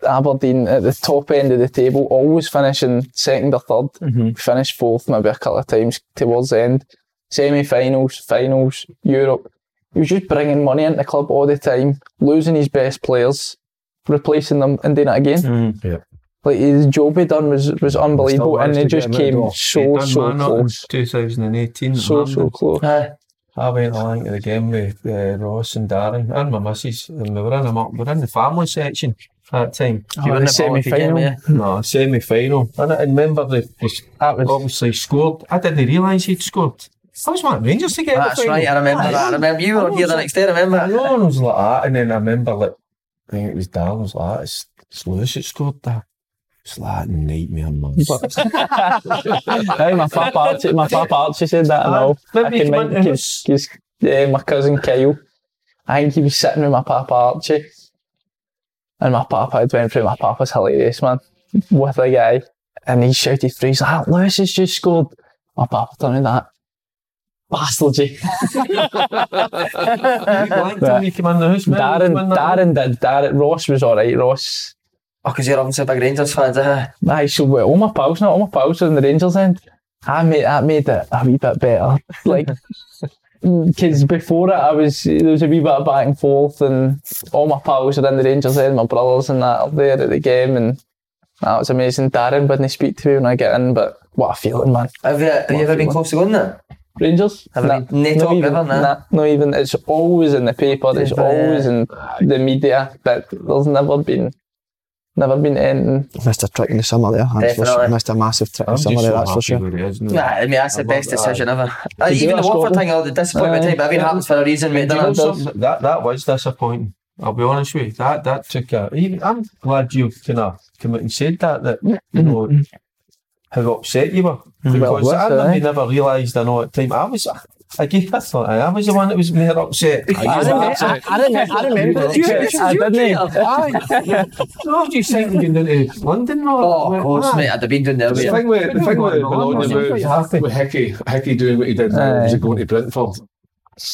D: Aberdeen at the top end of the table, always finishing second or 3rd finished fourth maybe a couple of times towards the end, semi-finals, finals, Europe. He was just bringing money into the club all the time, losing his best players, replacing them, and doing it again.
C: Yeah.
D: Like his job he done was was unbelievable, and they just came so so close,
E: 2018.
D: so so close.
A: Aye.
E: I went along to the game with uh, Ross and Darren and my missus, and we were in, a, mo- we were in the family section at that time.
D: You were in the semi-final.
E: No, semi final. And I remember they was
D: That was-
E: obviously scored. I didn't realise he'd scored. I was wanting Rangers to get in the
A: That's
E: final.
A: right, I remember
E: Aye.
A: that. I remember you
E: I
A: were
E: know,
A: here the
E: so-
A: next day, I
E: I
A: remember?
E: know, and I was like that, and then I remember like I think it was Darren was like, that, it's, it's Lewis that scored that. It's like a nightmare, man.
D: Aye, my papa Archie, my papa Archie said that and
E: Aye,
D: all. I
E: maybe
D: can
E: he
D: make
E: went in
D: his, his, yeah, my cousin Kyle. I think he was sitting with my papa Archie, and my papa had went through. My papa's hilarious, man, with a guy, and he shouted through. He's like, "Ah, "Lewis has just scored." My papa done that. Bastard, you.
E: You blanked him when you came in the house, man. You
D: Darren,
E: came in the-
D: Darren did. Darren Ross was all right. Ross
A: Oh, because you're obviously a big Rangers fans, uh,
D: Aye, so well, all my pals now, all my pals are in the Rangers end. I made that made it a wee bit better. [LAUGHS]
A: [LAUGHS]
D: Like, because before it, I was there was a wee bit of back and forth, and all my pals are in the Rangers end. My brothers and that are there at the game, and that was amazing. Darren wouldn't speak to me when I get in, but what a feeling, man.
A: Have you, have you ever been close to going there?
D: Rangers,
A: Have they- they
D: not
A: talk
D: even,
A: ever, nah?
D: not even. It's always in the paper. It's
A: Yeah.
D: always in the media, but there's never been, never been anything.
B: Missed a trick in the summer there, that's for sure.
A: Definitely.
B: Missed a massive trick in the
E: I'm just
B: summer
E: so
B: there, that's for
E: happy
B: sure.
E: with it, isn't it?
A: Nah, I mean, that's the best decision ever. Uh,
D: you
A: even
D: ever
A: the Watford
D: scored
A: thing, all the disappointment
D: Aye.
A: time, but everything happens for a reason, mate.
E: Do you know
A: doesn't it?
E: something? That that was disappointing. I'll be honest with you. That that took a. Even I'm glad you kind of come out and said that. That
D: Mm-hmm.
E: you know how upset you were because
D: worth
E: I
D: it,
E: maybe
D: eh?
E: never realised. I know at the time I was. Again, [LAUGHS] I thought I was the one that was near upset. I was upset.
D: I didn't. I remember. I [LAUGHS] didn't.
E: No, you saying you're going to London? No,
A: Oh, of course, mate. I'd have been doing the
C: The
A: other
C: thing with the thing with the
E: I'm
C: Bologna
E: quite
C: move
E: happy.
C: with Hickey, Hickey doing what he did was it going to Brentford.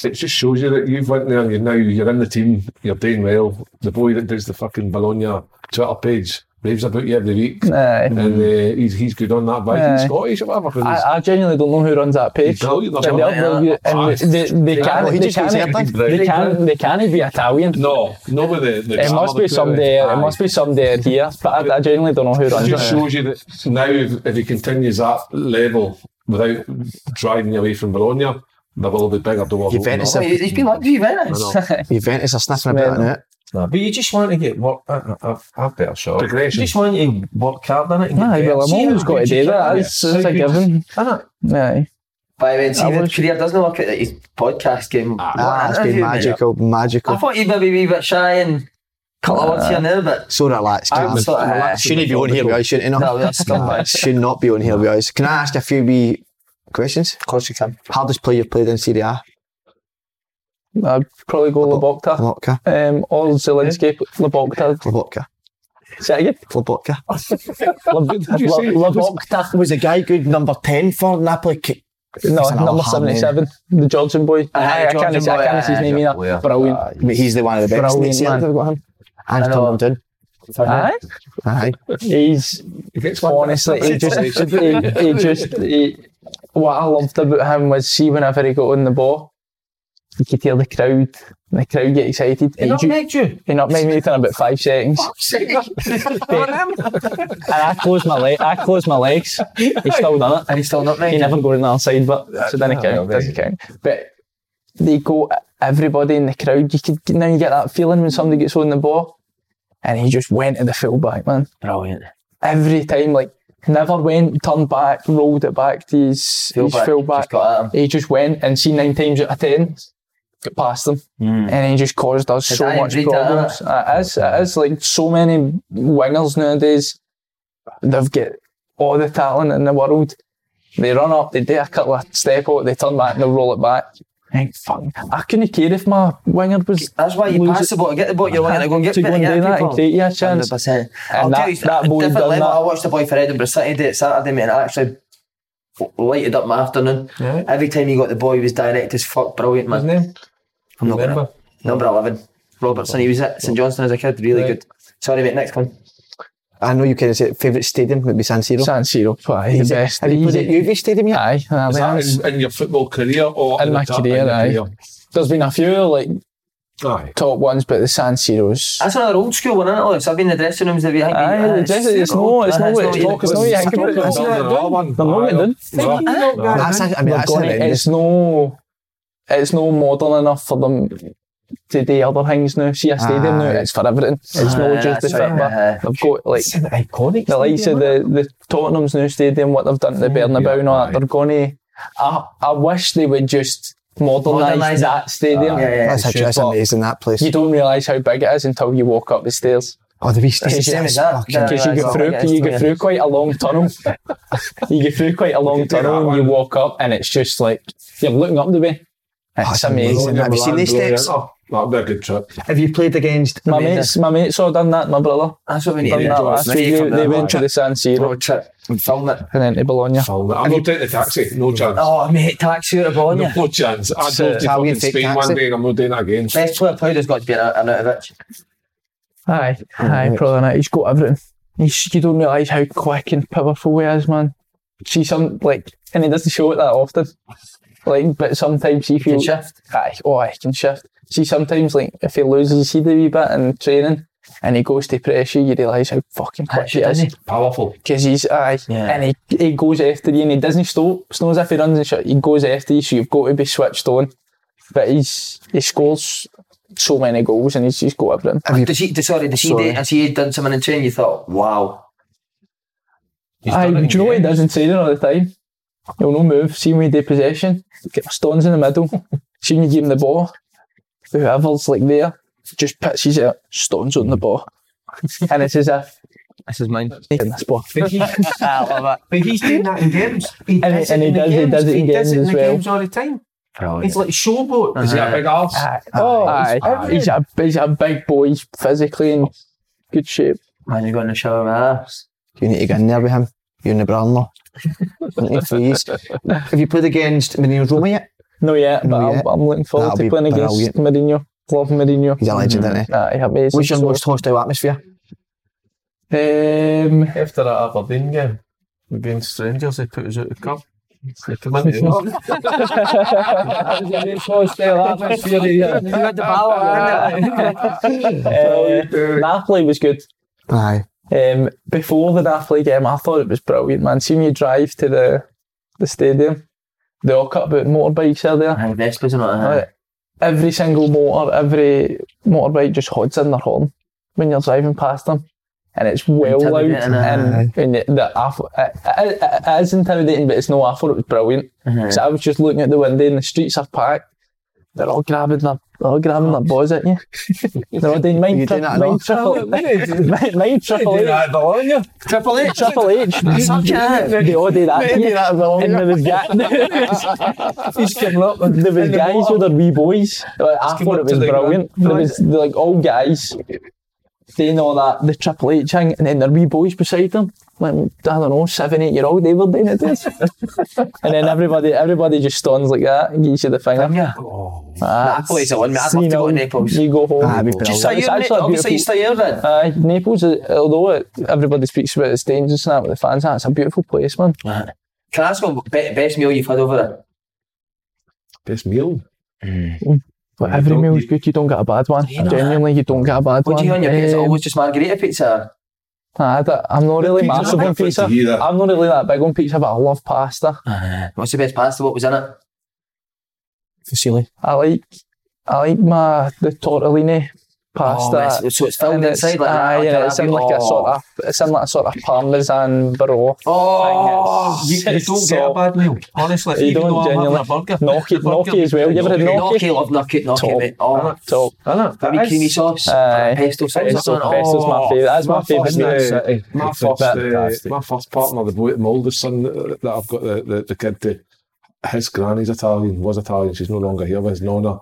C: It just shows you that you've went there. You're now you're in the team. You're doing well. The boy that does the fucking Bologna Twitter page raves about you every week,
D: Aye.
C: and uh, he's he's good on that. But he's
D: Aye.
C: Scottish or whatever. 'cause he's-
D: I, I genuinely don't know who runs that page.
C: No, you don't.
D: And they'll- and they, they, they
C: well, he
D: can't. They
C: just goes
D: can't.
C: everything.
D: They can't. They can't be Italian.
C: no, not with the. the
D: It must be somebody. It must be somebody here. But I, I genuinely don't know who
C: It [LAUGHS]
D: runs
C: just
D: it.
C: shows you that now, if, if he continues that level without driving away from Bologna, there will be bigger doors. open
B: Juventus
C: up.
A: way. He's he's been lucky, Juventus.
B: Juventus are sniffing about it.
E: No, but you just want to get work. I, I, I've, I've better shot.
C: Progression.
E: You just want to work hard on it. And
D: Aye,
E: get
D: well,
E: better.
D: I'm
E: See
D: always
E: how
D: got to
E: good you
D: do
E: can
D: that.
E: get.
D: It's, it's
E: How
D: a
E: good-
D: given.
E: Innit?
D: Aye.
A: By the way, see, his career doesn't work out that his podcast game.
B: Ah,
A: What
B: it's
A: an
B: been
A: interview, mate.
B: magical,
A: I
B: magical.
A: thought he'd maybe be a bit shy and cut a word here and there, but
B: So relaxed.
A: I'm
B: Cam.
A: so- uh,
B: Shouldn't be on here with us, shouldn't you?
A: no,
B: know?
A: we're
B: Nah,
A: scumbags.
B: Should not be on here with us. Can I ask you a few wee questions?
A: Of course you can.
B: Hardest player you've played in Serie A?
D: I'd probably go Lobokta.
B: Lobotka.
D: Um, or Zelinski. Lobokta.
B: Lobotka.
D: Say it again.
B: Lobotka.
C: Did you say-
B: Lobotka was the guy good number 10 for Napoli. Ki-
D: No,
B: It's another
D: number
B: hard name.
D: 77, the Johnson boy. Aye, I can't,
B: Johnson
D: see- I
B: boy,
D: can't see his
B: aye,
D: name
B: good
D: either. Brilliant.
B: Aye, mate, he's the one of the best.
D: Brilliant,
B: Next year,
D: man.
B: they've got him. And
D: know.
B: Tom Doon.
D: Aye.
B: Aye.
D: He's
C: He gets one.
D: honestly, he just, he, he just, he, what I loved about him was see whenever he got on the ball, you could hear the crowd, the crowd get excited. He, ju-
E: you.
D: he not made me within about five seconds. and I closed my leg, I closed my legs. He still done it.
A: And he's still not
D: He
A: made.
D: never got on the other side, but so then it count, doesn't count. But they go everybody in the crowd. You could now you get that feeling when somebody gets on the ball, and he just went to the full back man.
A: Brilliant.
D: Every time, like never went, turned back, rolled it back to his his
A: Fullback,
D: full
A: just got at him.
D: He just went and see nine times out of ten, got past them,
C: Hmm.
D: and he just caused us
A: It's
D: so
A: Ian
D: much
A: Breed,
D: problems. Uh, It is, it is like so many wingers nowadays. They've got all the talent in the world. They run up, they do a couple of step out, they turn back and they roll it back. Hey, fuck. I couldn't care if my winger was.
A: That's why you
D: lose
A: pass
D: it.
A: the ball, get the ball, you're going to go and get
D: To
A: bit
D: go and
A: get
D: do that
A: people.
D: and create you a chance.
A: 100%. I'll
D: And
A: tell
D: that,
A: you,
D: that
A: a
D: boy
A: different
D: done
A: level. I
D: that.
A: watched the boy for Edinburgh City do it Saturday, mate, and it actually f- lighted up my afternoon. Every time he got the ball, he was direct as fuck, brilliant, man.
E: His name?
A: I'm not gonna-
E: Remember?
A: Number 11, Robertson. He was at St Johnston as a kid, really good. Sorry, mate, next one.
B: I know you can say favourite stadium would be San Siro.
D: San Siro, aye, the
B: Is it-
D: best.
B: Have you played
D: Easy.
B: at UV Stadium yet?
D: Aye, aye,
C: Is
D: that's-
C: that in, in your football career or
D: In my
C: the-
D: career,
C: your
D: aye. There's been a few like
C: Aye.
D: top ones, but the San Siro's.
A: That's another old school one, isn't it? Alex? I've been in the dressing rooms every night.
D: Aye, the dressing- it's no- it's no- it's no- it's no- yeah, I can put it on. They're not winning.
B: That's, I mean,
D: They've
B: that's
D: gone-
B: horrendous.
D: it's no, it's no modern enough for them to do other things now. See a stadium now,
B: Aye.
D: it's for everything. It's no
A: Aye,
D: just the
A: that's right, aye.
D: football. They've got like
E: It's an iconic.
D: the likes of
E: stadium,
D: the, the Tottenham's new stadium, what they've done to the Bernabeu and all that. They're going to. I, I wish they would just
A: Modernise
D: modernise
A: it.
D: that stadium.
A: Yeah, yeah.
B: That's, actually- that's
D: But
B: amazing, that place.
D: You don't realise how big it is until you walk up the stairs.
B: Oh, the wee stadium.
D: It's the same
B: that's
A: as that.
B: fucking-
A: Yeah.
D: Because you
A: Aye,
D: get
A: aye,
D: through,
A: aye,
D: you
A: aye.
D: get through quite a long tunnel. [LAUGHS] you get through quite a long tunnel, and you walk up, and it's just like you're looking up the way. It's
B: That's amazing.
D: amazing.
B: Have you seen these steps?
C: Oh, that'd be a good trip.
B: Have you played against
D: My mates, my mates all done that. My brother
A: That's what we need
D: done
A: to
D: that
A: do.
D: last
A: Let's
D: week.
A: take
D: They,
A: from
D: they
A: that
D: went to the San Siro
A: road trip and film it.
D: and then to Bologna.
C: Film it. I'm not taking the taxi. No chance.
A: Oh, mate, taxi out of Bologna.
C: No chance. I'd
B: So,
C: love to
B: Italian
C: fucking
B: fake
C: Spain
B: taxi.
C: one day and I'm not doing that again.
A: Best player played has got to be an Arnautovic.
D: Aye, aye, probably not. He's got everything. He's, you don't realise how quick and powerful he is, man. See some like, and he doesn't show it that often. Like, but sometimes he
A: Good
D: feels.
A: shift.
D: Aye, oh, I can shift. See, sometimes, like, if he loses his head a wee bit in training and he goes to pressure, you realise how fucking quick he is.
C: Powerful.
D: Because he's, aye,
A: Yeah.
D: and he, he goes after you and he doesn't stop. It's not as if he runs and shit. He goes after you, so you've got to be switched on. But he's he scores so many goals and he's, he's got everything.
A: Does he, does- sorry, does he,
B: Sorry.
A: do- has he done something in training? You thought, wow.
D: Aye, do you know what he [LAUGHS] does in training all the time? He'll no move, see when they possession, get the stones in the middle, [LAUGHS] see when you give him the ball, whoever's like there, just pitches it, out, stones on the ball. [LAUGHS] and it's as if
A: This is mine.
D: in this ball.
A: I love it.
E: But he's doing that in games. He
D: And
E: does
D: he- and
E: it
D: he
E: in the
D: does- he does
E: games.
D: it in
E: does
D: games
E: in
D: as
E: the
D: well. Oh, Uh,
E: games all the time.
A: Brilliant.
E: He's like showboat. Ah.
C: Is he a big arse?
D: Aye. Oh, aye. He's, a, he's a big boy, he's physically in good shape.
A: Man, you're going to show him ass.
B: You need to get in there with him. You and the
D: [LAUGHS]
B: brother-in-law. Need to freeze. Have you played against Mourinho's Roma yet?
D: No, yeah,
B: No,
D: but
B: yeah.
D: I'm, I'm looking forward
B: That'll be
D: to playing against Mourinho. Love Mourinho.
B: He's a legend, isn't he?
D: Aye, amazing.
B: What's your
D: So,
B: most hostile atmosphere?
D: Um,
E: After that Aberdeen game against Strangers, they put us out of the cup. They come [LAUGHS] in and go,
A: You got the ball on, didn't you?
D: uh, Napoli was good.
B: Aye.
D: Um, before the Napoli game, I thought it was brilliant, man. See when you drive to the the stadium, they all cut about motorbikes out there.
A: Aye, Vespers and all that.
D: Right. Every single motor, every motorbike just hods in their horn when you're driving past them. And it's well loud,
A: Intimidating,
D: and,
A: aye.
D: and, the, the I thought- it, it, it- it is intimidating, but it's no. I thought it was brilliant.
A: Mhm.
D: So I was just looking out the window, and the streets are packed. They're all grabbing their, they're all grabbing their balls at you. They're all doing
B: You
D: mind,
B: doing
D: tri-
B: that at all?
D: mind triple,
E: [LAUGHS]
D: mind, mind triple
E: "Do
D: H,
E: that at Bologna."
D: triple H, triple H. They all do that. to you. And there was [LAUGHS] guys. He's coming up. [LAUGHS] There was guys with their wee boys. Like, I
E: coming
D: thought
E: up
D: it
E: to
D: was
E: the
D: brilliant.
E: ground.
D: There was like all guys doing all that, the Triple H thing, and then their wee boys beside them, like, I don't know, seven, eight year old, they were doing it. [LAUGHS] this. and then everybody everybody just stuns like that and gives you the finger.
A: Yeah.
D: Ah,
A: Napoli's the one, mate. I'd love
D: you
A: to go to
D: know,
A: Naples.
D: You go home.
B: Ah, it'd be
A: Do you
B: brilliant.
A: stay
D: It's
A: here,
D: actually
A: mate?
D: a
A: Obviously, you
D: beautiful-
A: stay here then.
D: Aye, Naples, uh, although it, everybody speaks about it's dangerous and that with the fans, that's a beautiful place, man.
A: Can I ask what be- best meal you've had over there?
C: Best meal.
D: But every
C: don't-
D: meal's good, you don't get a bad one.
A: You know.
D: Genuinely, you don't get a
A: What
D: bad
A: do
D: one.
A: you on your pizza?
D: Um,
A: Always just margherita pizza.
D: nah, I don't- I'm not really
C: pizza's
D: massive
C: not
D: on
C: good
D: pizza.
C: to eat that.
D: I'm not really that big on pizza, but I love pasta.
A: What's the best pasta? What was in it?
B: Fusilli.
D: I like I like my the tortellini
A: Oh,
D: pasta.
A: it's- so it's filled
D: and ah,
A: inside like
D: aye,
A: that.
D: and it's in like a sort of it's in like a sort of parmesan broth.
A: Oh,
D: thing.
E: You, you
D: It's
E: don't
D: so-
E: get a bad meal, [LAUGHS] honestly.
D: You
E: even
D: don't
E: though I'm having a
D: genuinely.
E: burger.
D: Gnocchi,
E: The burger
D: gnocchi as well. You ever had
A: gnocchi,
D: gnocchi?
A: love gnocchi, gnocchi,
D: Top.
A: mate. Oh,
D: So
E: Isn't it?
A: maybe
E: It is.
A: creamy sauce,
D: Aye.
A: pesto sauce.
D: Pesto,
A: uh,
D: Oh.
A: on it.
D: pesto's my favourite. That's my favourite
C: uh,
D: meal.
C: my first, uh, my first partner, the boy, my oldest son that that I've got the, the, the kid to, his granny's Italian, was Italian, she's no longer here, but his nonna.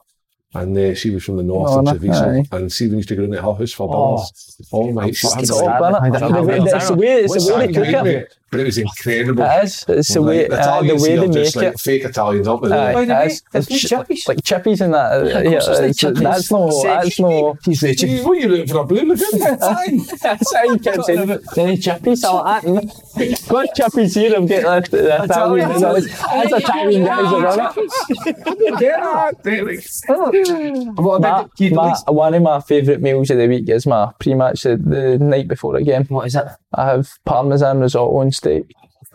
C: And uh, she was from the north
D: Nonna,
C: of Treviso.
D: aye.
C: And see, when you used to go down to her house for dinners, oh, my, she
A: fucking
C: had
D: It's
C: the-
D: all
A: Starving.
D: about
A: I don't know.
D: it. It's the way it's
C: What's
D: the way
C: that
D: they cook
C: made
D: it.
C: me? But it was incredible.
D: It is. It's the
C: Like,
D: way
C: the
D: uh, the
C: Italians
D: way
C: here
D: they
C: are
D: make
C: just like
D: it. Uh,
C: fake Italians, aren't they?
D: Aye,
E: By the way,
D: that's-
E: it's no
D: ch-
E: chippies.
D: Like chippies and that. uh, Yeah,
A: it's like
D: it's-
A: chippies.
D: that's no, that's no.
B: He's raging.
C: Jeez, what are you looking for? A blue lagoon?
D: That's how you can say any chippies. I'll add. [LAUGHS] Got chippies here. I'm getting that. That's Italian. That's Italian guys around
A: [LAUGHS]
D: it.
E: Ah, [LAUGHS] What
D: My,
E: about the-
D: my, one of my favourite meals of the week is my pre-match the, the night before a game.
A: What is it?
D: I have parmesan risotto and steak.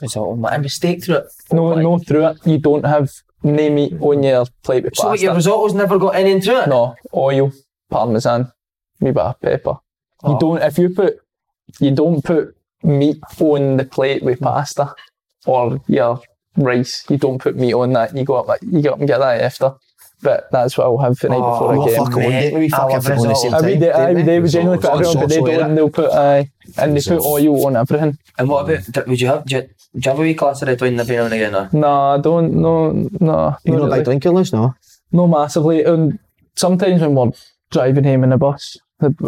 A: Risotto, mate. And mistake through it.
D: No, no, through it you don't have no meat on your plate with
A: So what,
D: pasta.
A: your risotto's never got anything through it?
D: No, oil, parmesan, wee bit of pepper.
B: Oh.
D: You don't if you put you don't put meat on the plate with pasta or your rice. You don't put meat on that. You go up you go up and get that after. But that's what I'll have the night before
B: Oh,
D: a game.
B: fuck, I wouldn't
A: mate.
B: get me.
A: I
B: Fuck,
A: love
B: everyone the
A: risotto.
B: same
D: Every
B: time.
D: day, every
B: didn't
D: day
B: they?
D: we generally put
B: Risotto,
D: everyone, but they
B: sauce,
D: don't.
B: whatever.
D: They'll put aye, and they put oil on everything.
A: And what about, d- would you have, do you, do you have a wee glass of red wine every now and again? Or?
D: No, I don't. No, no.
B: You're
D: not
B: not a
D: really.
B: big drinker, Liz, no?
D: No, massively. And sometimes when we're driving home in a bus,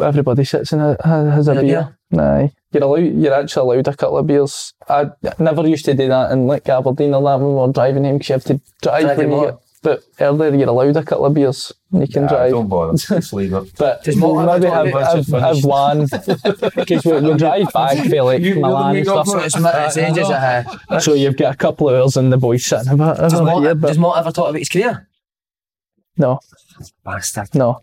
D: everybody sits and ha- ha- has a
A: Has a
D: beer.
A: beer?
D: Aye. You're allowed, you're actually allowed a couple of beers. I never used to do that in like Aberdeen or that when we were driving home because you have to drive,
A: Drive
D: when
A: him
D: you
A: up.
D: get, but earlier you're allowed a couple of beers and you can
E: Nah,
D: drive.
E: Ah, Don't bother. Just leave it.
D: But
A: Does
D: we'll
A: Morton have
D: maybe
A: a
D: have,
A: toilet?
D: have,
A: [LAUGHS]
D: have one because we, we drive back for like Milan and stuff.
A: So it's, it's ages ahead.
D: So you've got a couple of hours and the boys sitting about.
A: Does
D: about here,
A: Mort,
D: but
A: does Mort ever talk about his career?
D: no,
A: Bastard.
D: no.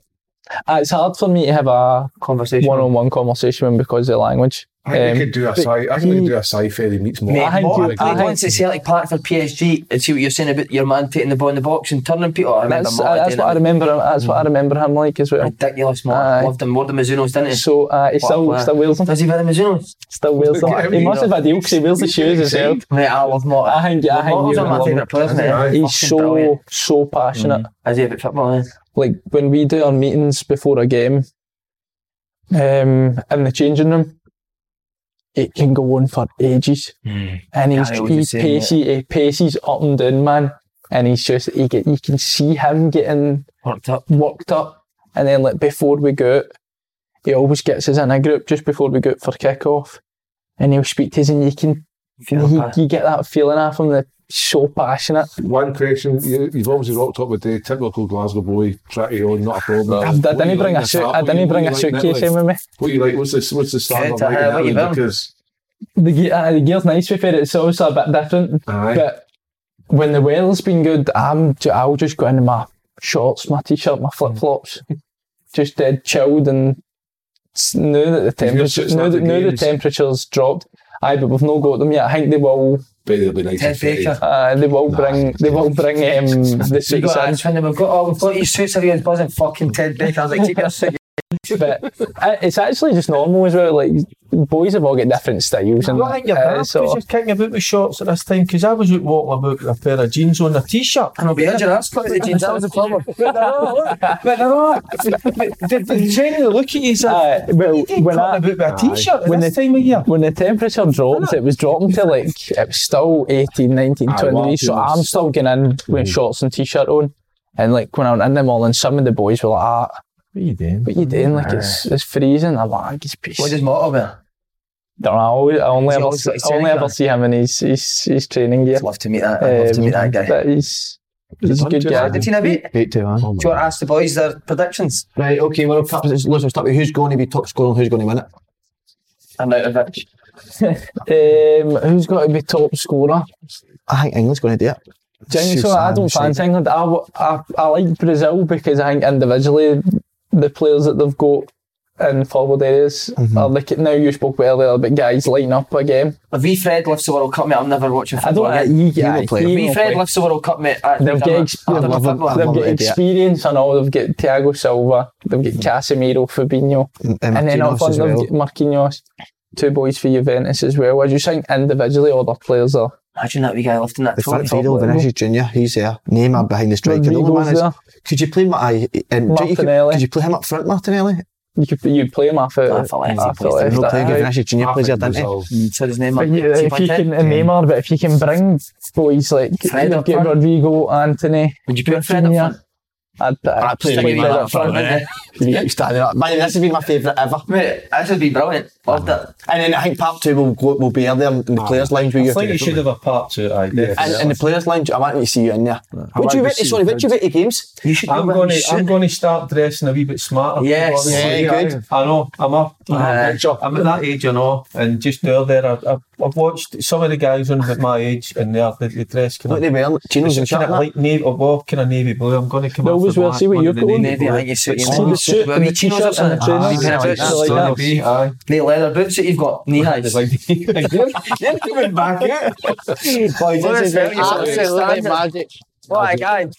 D: Uh, it's hard for me to have a
A: Conversation.
D: one-on-one conversation with him because of the language.
C: I think
D: Um,
C: we could do a sci. I think we could do a sci-fi that meets more.
A: Mate,
D: I think
A: Mort,
D: you-
A: I
D: I
A: played
D: think-
A: once at Celtic Park for PSG and see what you're saying about your man taking the ball in the box and turning people. I remember
D: that's
A: Mort.
D: uh, that's
A: doing
D: what I
A: it.
D: remember. Him, that's what I remember him like as well.
A: Ridiculous, Mort.
D: Aye.
A: Loved him more than Mizuno's, didn't he?
D: So uh, he still
A: What a player.
D: still
A: [LAUGHS]
D: wears them.
A: Does he wear the Mizuno's?
D: Still wears
C: Look at
D: them.
C: him,
D: He
C: you
D: must
C: know.
D: have a deal because he wears
A: [LAUGHS]
D: the shoes as well.
A: Mate, I love Mort.
D: I think I think
A: Morton's
D: you
A: one of my
D: would
A: favourite
D: love
A: players, mate.
D: him.
C: Aye.
D: He's
A: Fucking
D: so
A: brilliant.
D: so passionate.
A: Is he a bit football? eh?
D: Like when we do our meetings before a game, um, in the changing room, it can go on for ages. and he's
A: Yeah, I would
D: he
A: the same, yeah.
D: paces, he paces up and down, man. And he's just he get, you can see him getting
A: Worked up.
D: worked up. And then like before we go out, he always gets us in a group just before we go out for kick off. And he'll speak to us and you can
A: Feel
D: you,
A: bad.
D: you get that feeling off him that he's so passionate.
C: One question: you, You've obviously rocked up with the typical Glasgow boy, tratty on, not a problem.
D: I, I
C: What do
D: didn't
C: you
D: bring
C: like
D: a
C: in
D: suit
C: that?
D: I
C: What do
D: didn't
C: you-
D: bring
C: what
D: a
C: do you like in
D: suitcase
C: that
D: in with me.
C: What do you like? What's the what's the
A: Get
C: standard
A: to
C: like in
A: hell, what you build.
C: Ireland? Because
D: The gear, uh, the gear's nice with it, it's also a bit different.
C: Aye.
D: [LAUGHS] But when the weather's been good, I'm ju- I'll just go in my shorts, my t-shirt, my
C: Mm-hmm.
D: flip flops, just dead chilled and s- now that the
C: If your
D: temperature
C: suit's
D: now,
C: not
D: that,
C: the
D: now the
C: greatest.
D: temperature's dropped. Aye, but we've not got them yet. I think they will.
C: but it'll be nice.
A: Ted
C: and pretty.
A: Baker.
D: Uh, they will bring. They will bring um,
C: [LAUGHS]
D: the
A: You
D: suits
A: got
D: in.
A: to when we've got all we've got these suits everyone's buzzing fucking Ted Baker. I was like, keep your suit.
D: But uh, it's actually just normal as well. Like boys have all got different styles and
E: Well, I think your
D: uh,
E: dad was
D: so-
E: just kicking about with shorts at this time because I was out walking about with a pair of jeans on
D: [LAUGHS]
E: a t-shirt.
A: And I'll be injured. That's quite the jeans. That was the problem.
E: But they're not. But they're, they're genuinely looking at you. So,
D: Aye, uh, well, when I,
E: about with a t-shirt at
D: When
E: this
D: the-
E: time of year.
D: when the temperature dropped, it was dropping to like it was still 18, 19,
C: Aye,
D: 20
C: well,
D: degrees. So
C: it was-
D: I'm still getting in with shorts and t-shirt on. And like when I went in the mall, and some of the boys were like, ah,
E: What are you doing?
D: What you doing? Like it's it's freezing. I'm like, it's piss.
A: What does Motto wear?
D: Don't know, I always- I only
A: Is he
D: ever,
A: always got his
D: I only
A: training
D: ever
A: on?
D: see him in his his, his training gear. Um,
A: I'd love to meet that. I'd love to meet that guy.
D: But he's he's a good
A: Yeah,
D: guy.
A: did you know beat? Do
B: Eight to one.
A: you want to ask the boys their predictions?
B: Right, okay, World Cup. Let's let's start with who's going to be top scorer and who's going to win it.
A: I'm out of it.
D: Um, who's got to be top scorer?
B: I think England's going to do it.
D: Do you think so? I don't fancy England. I, w- I- I like Brazil because I think individually the players that they've got in forward areas
B: Mm-hmm.
D: are like now you spoke about earlier about guys lighting up again.
A: If wee Fred lifts the World Cup, mate, I'm never watching
D: I
A: football
D: don't. I,
A: again.
D: you,
B: He
D: yeah,
B: won't play.
D: he
A: Wee
D: won't
A: Fred
D: play.
A: lifts the World Cup, mate. I,
D: They've
A: I'm
D: got
A: not-
D: exp-
A: I'm
B: I'd
A: not
B: love him.
A: football.
B: I'd
D: They've
B: love
D: got
B: him to do it.
D: experience and all. They've got Thiago Silva. They've got Casemiro, Fabinho,
B: and
D: and then
B: Marquinhos
D: up front
B: as
D: they've
B: well.
D: got Marquinhos. Two boys for Juventus as well. I just think individually all the players are.
A: Imagine that wee guy lifting that
B: The
A: top.
B: front three, Vinicius Junior, he's there. Neymar behind the striker. The only
D: Rodrigo's
B: man is,
D: there.
B: could you play my? I, and do you- could,
D: Martinelli.
B: could you play him up front, Martinelli?
D: You could you play him off out.
A: I thought left,
D: off
A: he plays
D: the
B: He's
D: left,
B: not playing good.
D: aye.
B: Vinicius Junior plays there, doesn't he?
A: So his name.
D: But yeah, if you can, and Neymar, but if you can bring boys like
A: Fred
D: you've
A: up
D: got
A: front.
D: Rodrigo, Anthony,
A: Would you put Fred up
D: Junior,
A: front?
D: I'd put
B: I'd play
D: stick
B: Neymar
D: Fred
B: up
D: up front.
A: mate.
B: Yeah, he's standing up. Man, this has been my favourite ever.
A: [LAUGHS] Mate, this would be brilliant. Loved it.
B: And then I think part two will go, will be out there in the players' lounge with
E: I
B: you.
E: think you should have a part two. I
B: And, and the players' lounge, I want to see you in there. What do you bet?
E: want to see
B: Sorry, what do you bet your games?
A: You should
E: I'm
A: go around
E: going to
A: and
E: I'm
A: shoot.
E: going to start dressing a wee bit smarter.
A: Yes.
E: yeah,
B: Yeah, good.
E: I know. I'm up. I'm,
A: Aye.
E: up. I'm at that age, I know. And just earlier, I, I, I've watched some of the guys on at my age, and they're they, they dress kind
B: What
E: of.
B: they wearing? Chinos and
E: Kind
B: shit.
E: of like navy, or walk kind of navy blue. I'm going to come.
D: No,
E: off
D: as
E: the
D: well,
E: black
D: see what
E: one
D: you're
E: with the
D: going.
E: navy
A: Maybe I
E: blue.
A: think you suit
D: See
A: your
D: the suit and the
A: chinos
D: t-shirt
A: something.
D: and the trainers.
A: Ah,
D: It's
A: yeah,
E: That's
D: like
E: gonna
D: that.
E: be, aye.
A: The leather boots that you've got, knee highs.
E: They're coming back out.
B: Boy,
A: Well,
B: this is
A: it's very
B: absolutely
A: outstanding.
B: magic.
A: What a guy.